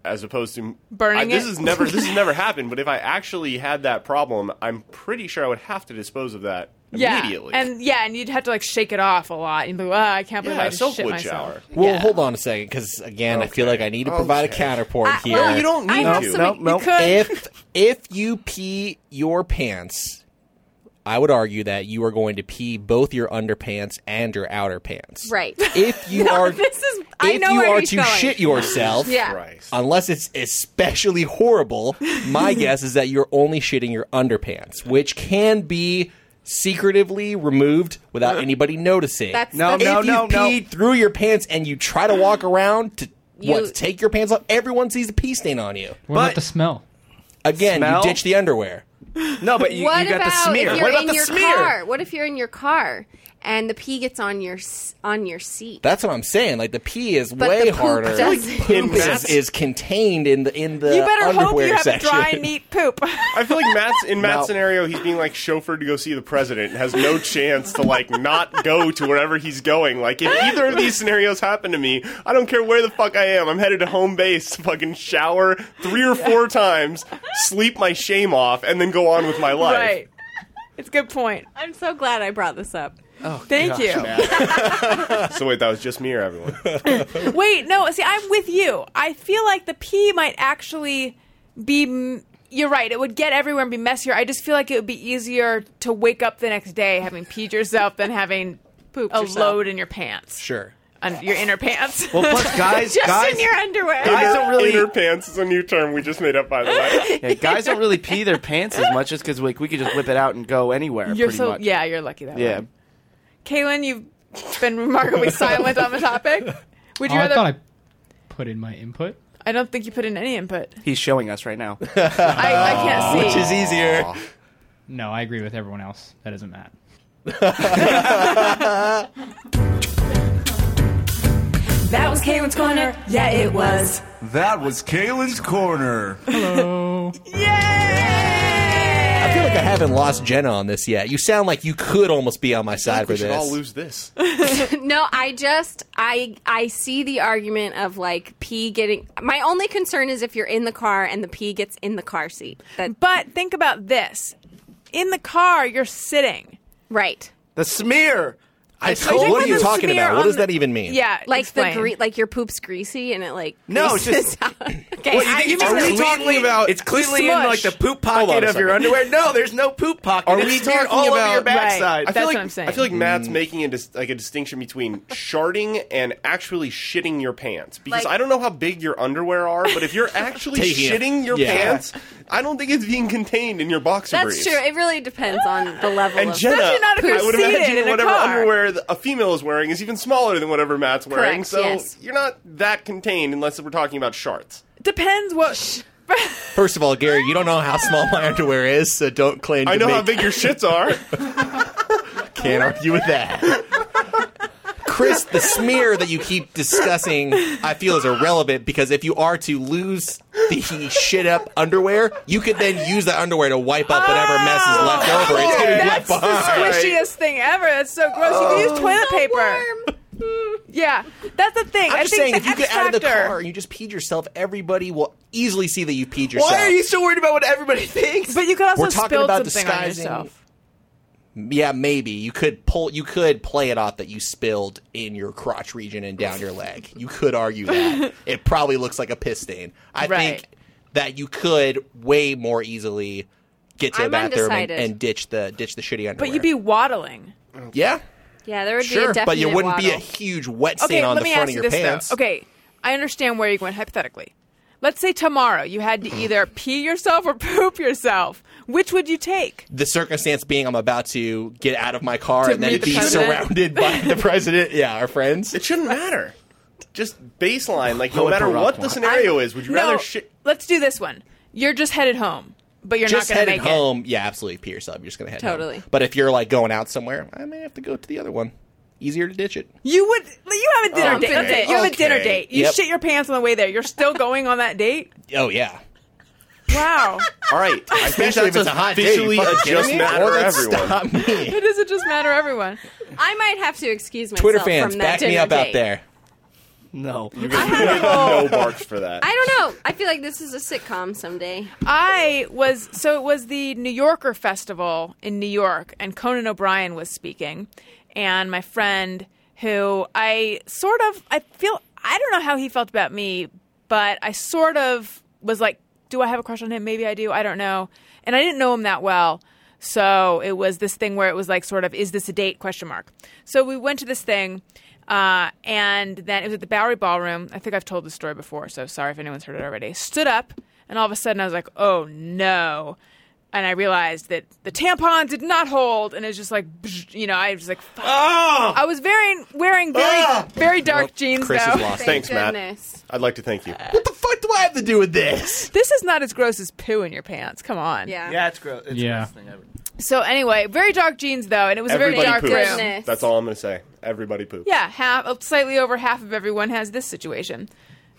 [SPEAKER 5] as opposed to
[SPEAKER 3] Burning
[SPEAKER 5] I, this
[SPEAKER 3] it?
[SPEAKER 5] is never this has never happened. But if I actually had that problem, I'm pretty sure I would have to dispose of that
[SPEAKER 3] yeah,
[SPEAKER 5] immediately.
[SPEAKER 3] and yeah, and you'd have to like shake it off a lot. And be like, oh, I can't believe
[SPEAKER 5] yeah,
[SPEAKER 3] I
[SPEAKER 5] a
[SPEAKER 3] just shit
[SPEAKER 5] Silkwood
[SPEAKER 3] myself.
[SPEAKER 5] shower.
[SPEAKER 4] Well, hold on a second, because again, I feel like I need to provide a
[SPEAKER 5] Okay.
[SPEAKER 4] counterpoint
[SPEAKER 6] I-
[SPEAKER 4] here.
[SPEAKER 6] well,
[SPEAKER 5] You don't
[SPEAKER 6] I
[SPEAKER 5] need
[SPEAKER 6] have
[SPEAKER 5] to.
[SPEAKER 6] some-
[SPEAKER 7] no, no.
[SPEAKER 3] You could.
[SPEAKER 4] If if you pee your pants, I would argue that you are going to pee both your underpants and your outer pants.
[SPEAKER 6] Right.
[SPEAKER 4] If you are,
[SPEAKER 6] this is-
[SPEAKER 4] if
[SPEAKER 6] I know
[SPEAKER 4] you
[SPEAKER 6] where
[SPEAKER 4] are
[SPEAKER 6] he's
[SPEAKER 4] to
[SPEAKER 6] going.
[SPEAKER 4] shit yourself,
[SPEAKER 6] yeah,
[SPEAKER 5] Christ.
[SPEAKER 4] unless it's especially horrible, my guess is that you're only shitting your underpants, which can be secretively removed without anybody noticing.
[SPEAKER 6] That's-
[SPEAKER 7] Uh. No,
[SPEAKER 6] that's-
[SPEAKER 7] no,
[SPEAKER 4] if you
[SPEAKER 7] no, no.
[SPEAKER 4] peed through your pants and you try to walk around to what
[SPEAKER 6] You-
[SPEAKER 4] to take your pants off, everyone sees a pee stain on you.
[SPEAKER 8] What about
[SPEAKER 7] But-
[SPEAKER 8] the smell?
[SPEAKER 4] Again,
[SPEAKER 7] Smell?
[SPEAKER 4] you ditch the underwear.
[SPEAKER 7] no, but you,
[SPEAKER 6] what
[SPEAKER 7] you got
[SPEAKER 6] about
[SPEAKER 7] the smear.
[SPEAKER 6] if you're
[SPEAKER 7] What about
[SPEAKER 6] in
[SPEAKER 7] the
[SPEAKER 6] your
[SPEAKER 7] smear?
[SPEAKER 6] car? What if you're in your car and the pee gets on your s- on your seat?
[SPEAKER 4] That's what I'm saying. Like the pee is
[SPEAKER 6] But
[SPEAKER 4] way
[SPEAKER 6] the poop
[SPEAKER 4] harder.
[SPEAKER 6] doesn't.
[SPEAKER 4] Poop is,
[SPEAKER 5] Matt's-
[SPEAKER 4] is contained in the in the
[SPEAKER 3] You better
[SPEAKER 4] underwear
[SPEAKER 3] hope you have
[SPEAKER 4] section.
[SPEAKER 3] a dry, neat poop.
[SPEAKER 5] I feel like Matt's in Matt's
[SPEAKER 4] No.
[SPEAKER 5] scenario, he's being like chauffeured to go see the president and has no chance to like not go to wherever he's going. Like if either of these scenarios happen to me, I don't care where the fuck I am. I'm headed to home base, to fucking shower three or four times, sleep my shame off, and then go on with my life.
[SPEAKER 3] right. It's a good point.
[SPEAKER 6] I'm so glad I brought this up.
[SPEAKER 3] Thank you.
[SPEAKER 5] So wait, that was just me or everyone?
[SPEAKER 3] Wait, no. See, I'm with you. I feel like the pee might actually be. m- You're right. It would get everywhere and be messier. I just feel like it would be easier to wake up the next day having peed yourself than having
[SPEAKER 6] Pooped
[SPEAKER 3] a
[SPEAKER 6] yourself.
[SPEAKER 3] load in your pants,
[SPEAKER 4] Sure.
[SPEAKER 3] on your inner pants.
[SPEAKER 7] Well, plus guys,
[SPEAKER 6] Just
[SPEAKER 7] guys,
[SPEAKER 6] in your underwear.
[SPEAKER 7] guys don't really.
[SPEAKER 5] Inner pants is a new term we just made up by the way.
[SPEAKER 7] Yeah, guys don't really pee their pants as much just because like we could just whip it out and go anywhere.
[SPEAKER 3] you're
[SPEAKER 7] pretty
[SPEAKER 3] so
[SPEAKER 7] much.
[SPEAKER 3] yeah. You're lucky that way.
[SPEAKER 7] yeah.
[SPEAKER 3] Kaylin, you've been remarkably silent on the topic. Would
[SPEAKER 8] Oh,
[SPEAKER 3] you
[SPEAKER 8] I
[SPEAKER 3] rather?
[SPEAKER 8] thought I put in my input.
[SPEAKER 3] I don't think you put in any input.
[SPEAKER 7] He's showing us right now.
[SPEAKER 3] I, I can't see.
[SPEAKER 4] easier.
[SPEAKER 8] No, I agree with everyone else. That isn't Matt.
[SPEAKER 10] That was Kalen's Corner. Yeah, it was.
[SPEAKER 11] That was Kalen's Corner.
[SPEAKER 8] Hello.
[SPEAKER 4] I feel like I haven't lost Jenna on this yet. You sound like you could almost be on my side for
[SPEAKER 5] we should
[SPEAKER 4] this.
[SPEAKER 5] all lose this.
[SPEAKER 6] no, I just I I see the argument of like pee getting. My only concern is if you're in the car and the pee gets in the car seat. That
[SPEAKER 3] But think about this. In the car, you're sitting.
[SPEAKER 6] right.
[SPEAKER 7] The smear.
[SPEAKER 4] I
[SPEAKER 7] told-
[SPEAKER 4] told, what are
[SPEAKER 3] with
[SPEAKER 4] you
[SPEAKER 3] the
[SPEAKER 4] talking
[SPEAKER 3] smear
[SPEAKER 4] about? What
[SPEAKER 3] on
[SPEAKER 4] does
[SPEAKER 3] the-
[SPEAKER 4] that even mean?
[SPEAKER 3] Yeah,
[SPEAKER 6] Like
[SPEAKER 3] explain.
[SPEAKER 6] the gre- like your poop's greasy and it like
[SPEAKER 7] No, it's
[SPEAKER 6] greases
[SPEAKER 7] just-
[SPEAKER 6] out. okay.
[SPEAKER 7] What, you
[SPEAKER 6] I-
[SPEAKER 7] think it's
[SPEAKER 5] mean
[SPEAKER 7] cleanly-
[SPEAKER 5] we're talking about-
[SPEAKER 7] It's cleanly in
[SPEAKER 3] Smush.
[SPEAKER 7] like the poop
[SPEAKER 4] Hold on
[SPEAKER 7] pocket
[SPEAKER 4] a
[SPEAKER 7] of your
[SPEAKER 4] second.
[SPEAKER 7] underwear. No, there's no poop pocket.
[SPEAKER 5] Are
[SPEAKER 7] It's
[SPEAKER 5] we
[SPEAKER 7] smeared all
[SPEAKER 5] talking
[SPEAKER 7] over
[SPEAKER 5] about-
[SPEAKER 7] your
[SPEAKER 5] Right.
[SPEAKER 7] backside?
[SPEAKER 5] I feel
[SPEAKER 3] That's
[SPEAKER 5] like,
[SPEAKER 3] what I'm saying.
[SPEAKER 5] I feel like Matt's making a dis- like a distinction between sharding and actually shitting your pants because
[SPEAKER 6] Like-
[SPEAKER 5] I don't know how big your underwear are, but if you're actually
[SPEAKER 4] Taking it.
[SPEAKER 5] shitting your
[SPEAKER 4] Yeah.
[SPEAKER 5] pants, I don't think it's being contained in your boxer
[SPEAKER 6] That's
[SPEAKER 5] briefs.
[SPEAKER 6] true. It really depends on the level.
[SPEAKER 5] And
[SPEAKER 6] of
[SPEAKER 5] Jenna,
[SPEAKER 3] Especially not if
[SPEAKER 5] I
[SPEAKER 3] you're
[SPEAKER 5] would
[SPEAKER 3] seated
[SPEAKER 5] imagine
[SPEAKER 3] in a
[SPEAKER 5] whatever
[SPEAKER 3] car.
[SPEAKER 5] underwear th- a female is wearing is even smaller than whatever Matt's wearing.
[SPEAKER 6] Correct,
[SPEAKER 5] so
[SPEAKER 6] yes.
[SPEAKER 5] you're not that contained unless we're talking about shards.
[SPEAKER 3] Depends what.
[SPEAKER 4] First of all, Gary, you don't know how small my underwear is, so don't claim to
[SPEAKER 5] I know
[SPEAKER 4] make
[SPEAKER 5] how big your shits are.
[SPEAKER 4] Can't argue with that. Chris, the smear that you keep discussing, I feel is irrelevant because if you are to lose the shit up underwear, you could then use that underwear to wipe up whatever mess is left over. It's going to be left
[SPEAKER 3] Oh, That's the
[SPEAKER 4] behind. Oh.
[SPEAKER 3] squishiest thing ever. That's so gross. you can use toilet paper. Hmm. Yeah, that's the thing.
[SPEAKER 4] I'm
[SPEAKER 3] I
[SPEAKER 4] just
[SPEAKER 3] think
[SPEAKER 4] saying, if
[SPEAKER 3] the
[SPEAKER 4] you
[SPEAKER 3] X
[SPEAKER 4] get out of the
[SPEAKER 3] factor-
[SPEAKER 4] car and you just peed yourself, everybody will easily see that you peed yourself.
[SPEAKER 7] Why are you so worried about what everybody thinks?
[SPEAKER 3] But you could also
[SPEAKER 4] We're talking
[SPEAKER 3] spill
[SPEAKER 4] about
[SPEAKER 3] something on
[SPEAKER 4] disguising-
[SPEAKER 3] yourself.
[SPEAKER 4] Yeah, maybe you could pull. You could play it off that you spilled in your crotch region and down your leg. You could argue that it probably looks like a piss stain. I
[SPEAKER 3] Right.
[SPEAKER 4] think that you could way more easily get to the
[SPEAKER 6] I'm
[SPEAKER 4] bathroom and,
[SPEAKER 6] undecided.
[SPEAKER 4] and ditch the ditch the shitty underwear.
[SPEAKER 3] But you'd be waddling.
[SPEAKER 4] yeah,
[SPEAKER 6] yeah, there would be
[SPEAKER 4] sure,
[SPEAKER 6] a definite
[SPEAKER 4] but you wouldn't be a
[SPEAKER 6] waddle.
[SPEAKER 4] huge wet stain
[SPEAKER 3] Okay,
[SPEAKER 4] on
[SPEAKER 3] let
[SPEAKER 4] the
[SPEAKER 3] me
[SPEAKER 4] front
[SPEAKER 3] ask
[SPEAKER 4] of
[SPEAKER 3] you
[SPEAKER 4] your
[SPEAKER 3] this
[SPEAKER 4] pants.
[SPEAKER 3] though. Okay, I understand where you're going hypothetically. Let's say tomorrow you had to either pee yourself or poop yourself. Which would you take?
[SPEAKER 4] The circumstance being, I'm about to get out of my car
[SPEAKER 3] To
[SPEAKER 4] and then
[SPEAKER 3] meet the
[SPEAKER 4] be
[SPEAKER 3] president.
[SPEAKER 4] surrounded by the president. Yeah, our friends.
[SPEAKER 5] It shouldn't matter. Just baseline, like no
[SPEAKER 7] What
[SPEAKER 5] matter
[SPEAKER 7] the rock
[SPEAKER 5] what the
[SPEAKER 7] one.
[SPEAKER 5] scenario is, would you
[SPEAKER 3] no,
[SPEAKER 5] rather shit?
[SPEAKER 3] Let's do this one. You're just headed home, but you're
[SPEAKER 4] just
[SPEAKER 3] not going to
[SPEAKER 4] headed
[SPEAKER 3] make it.
[SPEAKER 4] home. Yeah, absolutely. Pee yourself. You're just gonna head
[SPEAKER 6] Totally.
[SPEAKER 4] Home. But if you're like going out somewhere, I may have to go to the other one. Easier to ditch it.
[SPEAKER 3] You would. You have a dinner
[SPEAKER 6] Okay.
[SPEAKER 3] date. That's it. You have a dinner
[SPEAKER 5] Okay.
[SPEAKER 3] date. You
[SPEAKER 4] Yep.
[SPEAKER 3] shit your pants on the way there. You're still going on that date.
[SPEAKER 4] Oh yeah.
[SPEAKER 3] Wow.
[SPEAKER 5] All right, I think
[SPEAKER 4] Especially if it's
[SPEAKER 5] that's
[SPEAKER 4] a hot day.
[SPEAKER 5] officially
[SPEAKER 4] You
[SPEAKER 5] a
[SPEAKER 4] fucking
[SPEAKER 5] just
[SPEAKER 4] kidding me?
[SPEAKER 5] matter
[SPEAKER 4] Or
[SPEAKER 5] for
[SPEAKER 4] it's
[SPEAKER 5] everyone.
[SPEAKER 4] Stop me.
[SPEAKER 3] it doesn't just matter everyone.
[SPEAKER 6] I might have to excuse myself
[SPEAKER 4] Twitter fans,
[SPEAKER 6] from that
[SPEAKER 4] back me
[SPEAKER 6] dinner
[SPEAKER 4] up out
[SPEAKER 6] date.
[SPEAKER 4] there.
[SPEAKER 7] no.
[SPEAKER 3] Oh.
[SPEAKER 5] no barks for that.
[SPEAKER 6] I don't know. I feel like this is a sitcom someday.
[SPEAKER 3] I was so it was the New Yorker festival in New York, and Conan O'Brien was speaking, and my friend who I sort of I feel I don't know how he felt about me, but I sort of was like, do I have a crush on him? Maybe I do. I don't know, and I didn't know him that well. So it was this thing where it was like sort of is this a date question mark. So we went to this thing uh, and then it was at the Bowery Ballroom. I think I've told this story before, so sorry if anyone's heard it already. Stood up, and all of a sudden I was like, oh no. And I realized that the tampon did not hold, and it was just like, you know, I was like, fuck. I was very, wearing very, very dark jeans
[SPEAKER 4] Chris
[SPEAKER 3] though.
[SPEAKER 4] is lost.
[SPEAKER 5] Thanks,
[SPEAKER 6] goodness.
[SPEAKER 5] Matt. I'd like to thank you.
[SPEAKER 4] What the fuck do I have to do with this?
[SPEAKER 3] This is not as gross as poo in your pants. Come on.
[SPEAKER 6] Yeah.
[SPEAKER 7] Yeah, it's gross. It's
[SPEAKER 8] Yeah.
[SPEAKER 7] yeah. the best thing ever.
[SPEAKER 3] So anyway, very dark jeans though, and it was a
[SPEAKER 5] Everybody
[SPEAKER 3] very dark
[SPEAKER 5] poops.
[SPEAKER 3] room.
[SPEAKER 6] Goodness.
[SPEAKER 5] That's all I'm going to say. Everybody poops.
[SPEAKER 3] Yeah, half, oh, slightly over half of everyone has this situation.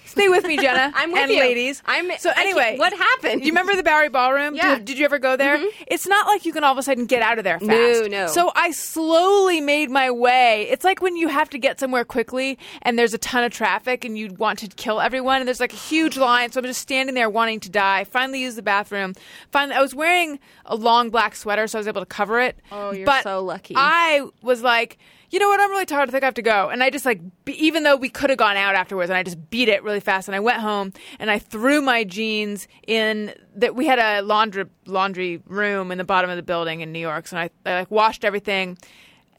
[SPEAKER 3] Stay with me, Jenna.
[SPEAKER 6] I'm with
[SPEAKER 3] and
[SPEAKER 6] you.
[SPEAKER 3] ladies.
[SPEAKER 6] I'm-
[SPEAKER 3] so
[SPEAKER 6] I can't-
[SPEAKER 3] anyway.
[SPEAKER 6] what happened?
[SPEAKER 3] You remember the Bowery Ballroom?
[SPEAKER 6] Yeah. Mm-hmm.
[SPEAKER 3] Did, did you ever go there? It's not like you can all of a sudden get out of there fast.
[SPEAKER 6] No, no.
[SPEAKER 3] So I slowly made my way. It's like when you have to get somewhere quickly and there's a ton of traffic and you want to kill everyone and there's like a huge line. So I'm just standing there wanting to die. Finally, use the bathroom. Finally, I was wearing a long black sweater, so I was able to cover it.
[SPEAKER 6] Oh, you're
[SPEAKER 3] but
[SPEAKER 6] so lucky.
[SPEAKER 3] I I was like, you know what? I'm really tired. I think I have to go. And I just like, be, even though we could have gone out afterwards, and I just beat it really fast. And I went home and I threw my jeans in that we had a laundry laundry room in the bottom of the building in New York. So I, I like washed everything.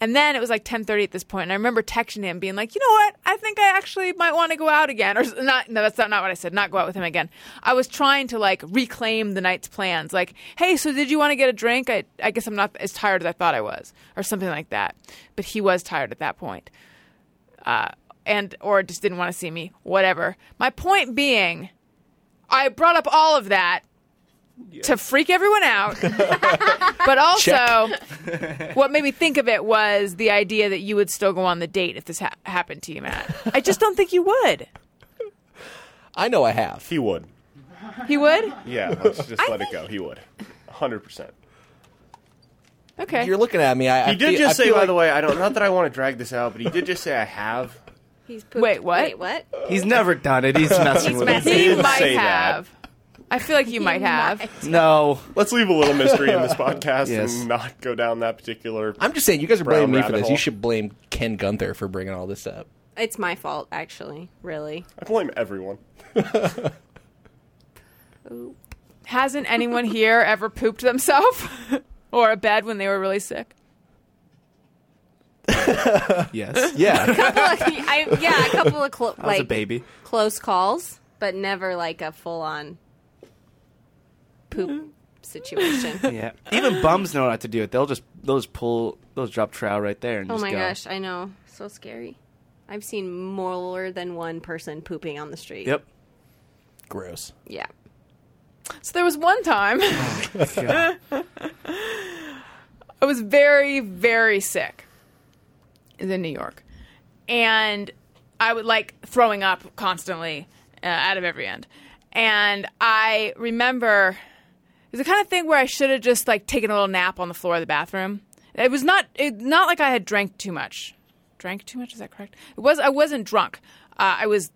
[SPEAKER 3] And then it was like 10:30 at this point, and I remember texting him, being like, "You know what? I think I actually might want to go out again." Or s- not? No, that's not, not what I said. Not go out with him again. I was trying to like reclaim the night's plans. Like, "Hey, so did you want to get a drink? I, I guess I'm not as tired as I thought I was, or something like that." But he was tired at that point, uh, and or just didn't want to see me. Whatever. My point being, I brought up all of that. To freak everyone out, but also what made me think of it was the idea that you would still go on the date if this ha- happened to you, Matt. I just don't think you would.
[SPEAKER 4] I know I have.
[SPEAKER 5] He would.
[SPEAKER 3] He would?
[SPEAKER 5] Yeah, let's just let it go. He would. 100%.
[SPEAKER 3] Okay.
[SPEAKER 4] You're looking at me. I,
[SPEAKER 5] He
[SPEAKER 4] I
[SPEAKER 5] did
[SPEAKER 4] feel-
[SPEAKER 5] just
[SPEAKER 4] I
[SPEAKER 5] say,
[SPEAKER 4] feel
[SPEAKER 5] by
[SPEAKER 4] like-
[SPEAKER 5] the way, I don't. Not that I want to drag this out, but he did just say I have.
[SPEAKER 6] He's pooped.
[SPEAKER 3] Wait, what?
[SPEAKER 6] Wait, what?
[SPEAKER 7] He's never done it. He's messing
[SPEAKER 6] He's
[SPEAKER 7] with
[SPEAKER 6] messing.
[SPEAKER 7] me.
[SPEAKER 3] He
[SPEAKER 5] didn't
[SPEAKER 3] might
[SPEAKER 5] say that.
[SPEAKER 3] have. I feel like you might have.
[SPEAKER 7] No.
[SPEAKER 5] Let's leave a little mystery in this podcast
[SPEAKER 7] Yes.
[SPEAKER 5] and not go down that particular.
[SPEAKER 4] I'm just saying, you guys are
[SPEAKER 5] Brown
[SPEAKER 4] blaming me for
[SPEAKER 5] rabbit
[SPEAKER 4] this.
[SPEAKER 5] hole.
[SPEAKER 4] You should blame Ken Gunther for bringing all this up.
[SPEAKER 6] It's my fault, actually. Really.
[SPEAKER 5] I blame everyone.
[SPEAKER 3] Hasn't anyone here ever pooped themselves or a bed when they were really sick?
[SPEAKER 7] Yes.
[SPEAKER 4] Yeah.
[SPEAKER 6] I, yeah, a couple of clo-
[SPEAKER 7] I was
[SPEAKER 6] like
[SPEAKER 7] a baby.
[SPEAKER 6] close calls, but never like a full on poop situation.
[SPEAKER 7] Yeah. Even bums know not to do it. They'll just they'll just pull they'll just drop trowel right there and
[SPEAKER 6] oh
[SPEAKER 7] just
[SPEAKER 6] my
[SPEAKER 7] go.
[SPEAKER 6] gosh, I know. So scary. I've seen more than one person pooping on the street.
[SPEAKER 7] Yep.
[SPEAKER 4] Gross.
[SPEAKER 6] Yeah.
[SPEAKER 3] So there was one time I was very, very sick. It was in New York. And I would like throwing up constantly uh, out of every end. And I remember it was the kind of thing where I should have just like taken a little nap on the floor of the bathroom. It was not it, not like I had drank too much. Drank too much is that correct? It was I wasn't drunk. Uh, I was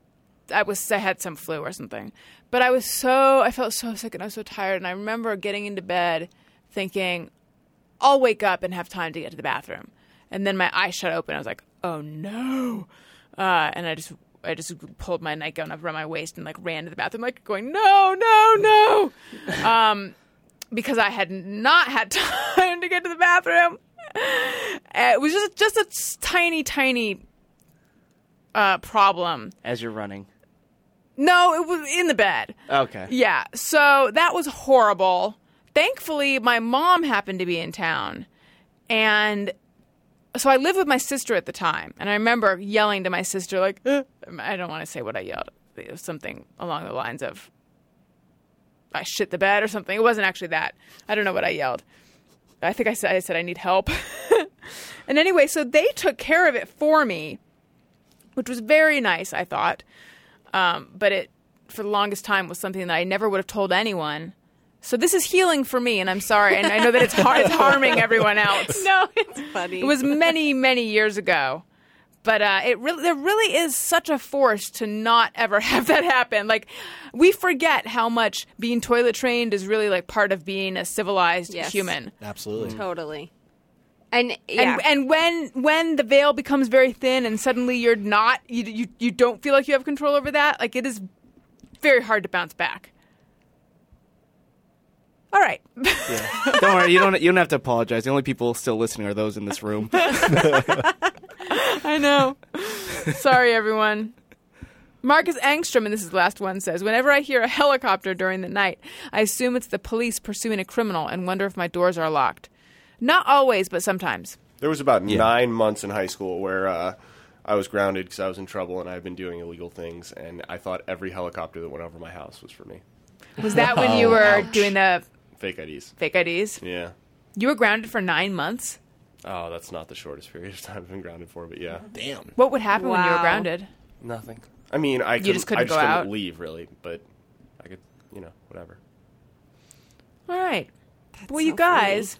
[SPEAKER 3] I was I had some flu or something. But I was so I felt so sick and I was so tired and I remember getting into bed thinking I'll wake up and have time to get to the bathroom. And then my eyes shut open. I was like, "Oh no!" Uh, and I just I just pulled my nightgown up around my waist and like ran to the bathroom, like going, "No, no, no!" um, because I had not had time to get to the bathroom. Uh, It was just just a s- tiny, tiny uh, problem.
[SPEAKER 7] As you're running.
[SPEAKER 3] No, it was in the bed.
[SPEAKER 7] Okay.
[SPEAKER 3] Yeah. So that was horrible. Thankfully, my mom happened to be in town. And so I lived with my sister at the time. And I remember yelling to my sister, like, "Uh," I don't want to say what I yelled. It was something along the lines of, I shit the bed or something. It wasn't actually that. I don't know what I yelled. I think I said, I said, I need help. and anyway, so they took care of it for me, which was very nice, I thought um, but it for the longest time was something that I never would have told anyone. So this is healing for me, and I'm sorry, and I know that it's har- it's harming everyone else.
[SPEAKER 6] No, it's funny.
[SPEAKER 3] It was many many years ago, but uh, it really there really is such a force to not ever have that happen. Like we forget how much being toilet trained is really like part of being a civilized
[SPEAKER 6] Yes.
[SPEAKER 3] human.
[SPEAKER 4] Absolutely.
[SPEAKER 5] Mm.
[SPEAKER 6] totally. And yeah.
[SPEAKER 3] And, and when when the veil becomes very thin and suddenly you're not you, you you don't feel like you have control over that like it is very hard to bounce back. All right,
[SPEAKER 7] Don't worry, you don't you don't have to apologize. The only people still listening are those in this room.
[SPEAKER 3] I know. Sorry, everyone. Marcus Angstrom, and this is the last one, says Whenever I hear a helicopter during the night, I assume it's the police pursuing a criminal and wonder if my doors are locked. Not always, but sometimes.
[SPEAKER 5] There was about nine months in high school where uh, I was grounded because I was in trouble and I had been doing illegal things, and I thought every helicopter that went over my house was for me.
[SPEAKER 3] Was that when you were doing the
[SPEAKER 5] Fake IDs.
[SPEAKER 3] fake IDs?
[SPEAKER 5] Yeah.
[SPEAKER 3] You were grounded for nine months?
[SPEAKER 5] Oh, that's not the shortest period of time I've been grounded for, but yeah.
[SPEAKER 4] Damn.
[SPEAKER 3] What would happen when you were
[SPEAKER 6] Wow.
[SPEAKER 3] grounded?
[SPEAKER 5] Nothing. I mean, I couldn't,
[SPEAKER 3] just couldn't
[SPEAKER 5] I just
[SPEAKER 3] go
[SPEAKER 5] couldn't
[SPEAKER 3] out?
[SPEAKER 5] leave really, but I could, you know, whatever.
[SPEAKER 3] All right. well, you guys.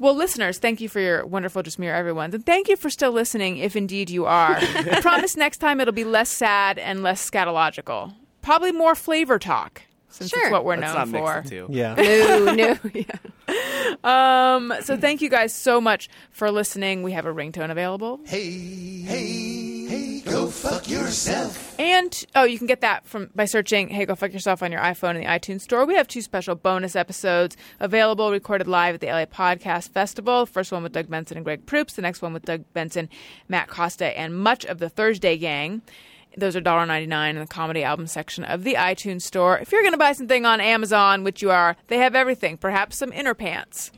[SPEAKER 3] Well, listeners, thank you for your wonderful Just Mirror Everyone's. And thank you for still listening, if indeed you are. I promise next time it'll be less sad and less scatological. Probably more flavor talk, since
[SPEAKER 6] Sure.
[SPEAKER 3] it's what we're
[SPEAKER 7] Let's
[SPEAKER 3] known
[SPEAKER 7] not mix
[SPEAKER 3] for.
[SPEAKER 7] the two.
[SPEAKER 4] Yeah.
[SPEAKER 6] no, no, yeah.
[SPEAKER 3] Um, so thank you guys so much for listening. We have a ringtone available.
[SPEAKER 2] Oh,
[SPEAKER 11] Go fuck yourself.
[SPEAKER 3] And oh, you can get that from by searching "Hey Go Fuck Yourself" on your iPhone in the iTunes Store. We have two special bonus episodes available, recorded live at the LA Podcast Festival. First one with Doug Benson and Greg Proops. The next one with Doug Benson, Matt Costa, and much of the Thursday Gang. Those are $1.99 in the comedy album section of the iTunes Store. If you're going to buy something on Amazon, which you are, they have everything. Perhaps some inner pants.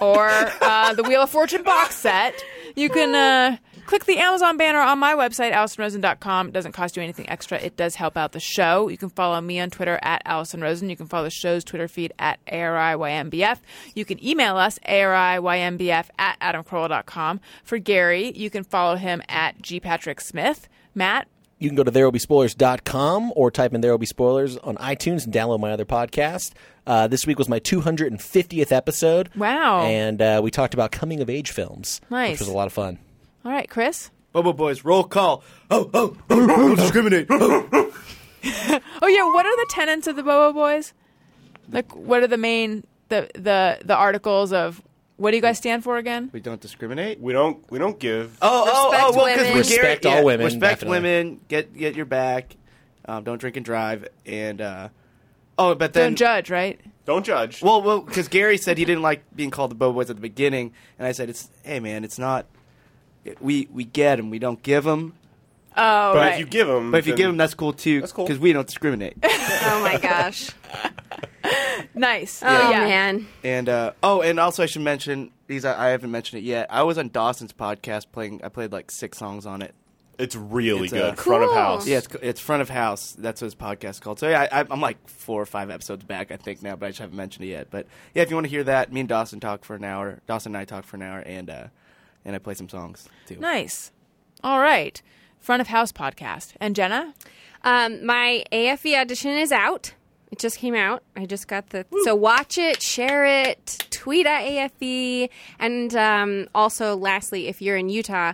[SPEAKER 3] or uh, the Wheel of Fortune box set. You can uh, click the Amazon banner on my website, AllisonRosen.com. It doesn't cost you anything extra. It does help out the show. You can follow me on Twitter at Allison Rosen. You can follow the show's Twitter feed at ARIYMBF. You can email us, ARIYMBF at AdamCroll.com. For Gary, you can follow him at G. Patrick Smith. Matt,
[SPEAKER 4] You can go to therewillbespoilers.com or type in There Will Be Spoilers on iTunes and download my other podcast. Uh, this week was my 250th episode.
[SPEAKER 3] Wow.
[SPEAKER 4] And uh, we talked about coming of age films,
[SPEAKER 3] Nice.
[SPEAKER 4] which was a lot of fun.
[SPEAKER 3] All right, Chris.
[SPEAKER 8] Bobo Boys, roll call. Oh, oh, oh, don't discriminate. oh.
[SPEAKER 3] Oh yeah, what are the tenets of the Bobo Boys? Like, what are the main the the the articles of what do you guys stand for again?
[SPEAKER 8] we don't discriminate.
[SPEAKER 5] We don't we don't give
[SPEAKER 8] Oh, oh, oh,
[SPEAKER 6] Respect
[SPEAKER 8] well, because
[SPEAKER 6] women.
[SPEAKER 4] Respect all women,
[SPEAKER 8] Respect
[SPEAKER 4] definitely.
[SPEAKER 8] women. Get get your back. Um, don't drink and drive. And uh, oh, but then
[SPEAKER 3] Don't judge, right?
[SPEAKER 5] don't judge.
[SPEAKER 8] Well, well, because Gary said he didn't like being called the Bobo Boys at the beginning, and I said, "It's hey, man, it's not. it- we we get them. We don't give them.
[SPEAKER 3] Oh,
[SPEAKER 5] but
[SPEAKER 3] right.
[SPEAKER 5] if you give them
[SPEAKER 8] But if you give them, that's cool too.
[SPEAKER 5] That's cool.
[SPEAKER 8] Because we don't discriminate.
[SPEAKER 6] Oh my gosh.
[SPEAKER 3] nice.
[SPEAKER 6] Oh
[SPEAKER 3] yeah.
[SPEAKER 6] man.
[SPEAKER 8] and uh, oh, and also I should mention these. I, I haven't mentioned it yet. I was on Dawson's podcast playing. I played like six songs on it.
[SPEAKER 5] it's really
[SPEAKER 8] It's, uh,
[SPEAKER 5] good. Front of
[SPEAKER 6] Cool.
[SPEAKER 5] house.
[SPEAKER 8] Yeah, it's, it's front of house. That's what his podcast is called. So yeah, I, I'm like four or five episodes back, I think now, but I just haven't mentioned it yet. But yeah, if you want to hear that, me and Dawson talk for an hour. Dawson and I talk for an hour, and uh, and I play some songs too.
[SPEAKER 3] Nice. All right. Front of house podcast. And Jenna?
[SPEAKER 6] Um, my AFE audition is out. It just came out. I just got the so watch it, share it, tweet at AFE, and um, also lastly, if you're in Utah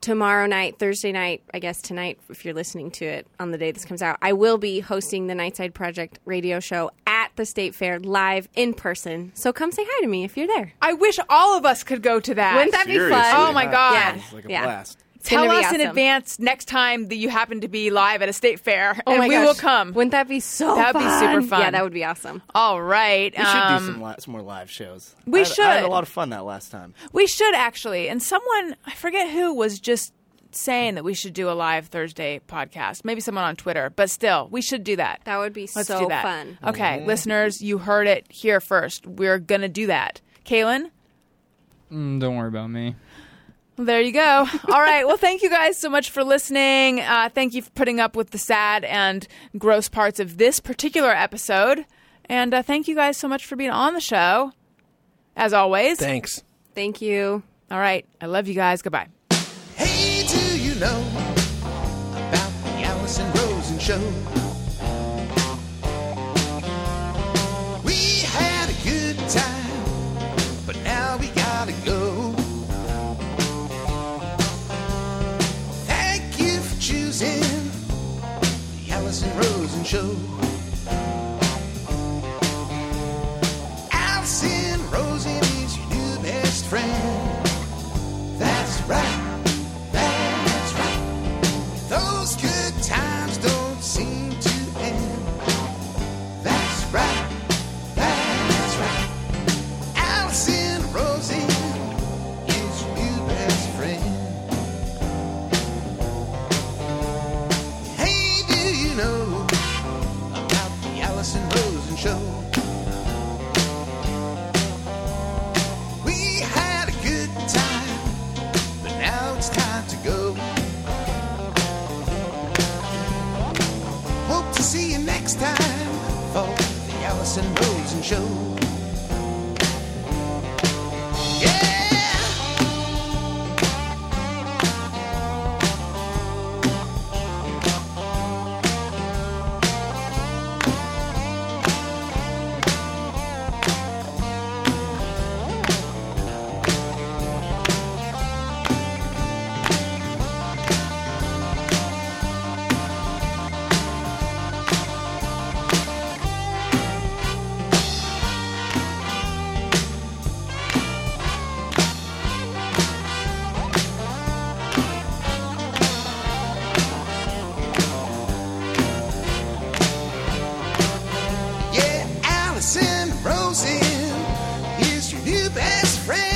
[SPEAKER 6] tomorrow night, Thursday night, I guess tonight, if you're listening to it on the day this comes out, I will be hosting the Nightside Project radio show at the State Fair live in person. So come say hi to me if you're there.
[SPEAKER 3] I wish all of us could go to that.
[SPEAKER 6] Wouldn't that be
[SPEAKER 5] Seriously.
[SPEAKER 6] fun?
[SPEAKER 3] Ah, oh my god.
[SPEAKER 6] Yeah.
[SPEAKER 8] It's like a
[SPEAKER 6] Yeah.
[SPEAKER 8] blast.
[SPEAKER 6] It's
[SPEAKER 3] Tell
[SPEAKER 6] gonna be
[SPEAKER 3] us in
[SPEAKER 6] awesome.
[SPEAKER 3] advance next time that you happen to be live at a state fair
[SPEAKER 6] Oh
[SPEAKER 3] and
[SPEAKER 6] my
[SPEAKER 3] we
[SPEAKER 6] gosh.
[SPEAKER 3] will come.
[SPEAKER 6] Wouldn't that be so?
[SPEAKER 3] That would be super
[SPEAKER 6] Yeah,
[SPEAKER 3] fun.
[SPEAKER 6] that would be awesome.
[SPEAKER 3] all right.
[SPEAKER 8] We should
[SPEAKER 3] um,
[SPEAKER 8] do some, li- some more live shows.
[SPEAKER 3] we
[SPEAKER 8] I had, I had
[SPEAKER 3] should.
[SPEAKER 8] a lot of fun that last time.
[SPEAKER 3] We should actually. And someone, I forget who, was just saying that we should do a live Thursday podcast. Maybe someone on Twitter, but still, we should do that.
[SPEAKER 6] That would be
[SPEAKER 3] Let's
[SPEAKER 6] so
[SPEAKER 3] do that.
[SPEAKER 6] fun.
[SPEAKER 3] Okay, listeners, you heard it here first. We're going to do that. Kaylin?
[SPEAKER 12] Mm, don't worry about me.
[SPEAKER 3] There you go. All right. Well, thank you guys so much for listening. Uh, thank you for putting up with the sad and gross parts of this particular episode. And uh, thank you guys so much for being on the show, as always.
[SPEAKER 4] Thanks.
[SPEAKER 6] Thank you.
[SPEAKER 3] All right. I love you guys. Goodbye.
[SPEAKER 2] Hey, do you know about the Allison Rosen show? We had a good time, but now we gotta go. Thank you for choosing the Allison Rosen show. Allison Rosen is your new best friend. That's right. That's right. Those good times don't seem to end. That's right. That's right. Allison Rosie is your new best friend. Hey, do you know about the Allison Rosen show? We had a good time. But now it's time to go. Hope to see you next time for the Allison Rosen Show. Yeah! Yeah, Allison Rosen is your new best friend.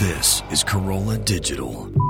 [SPEAKER 7] This is Corolla Digital.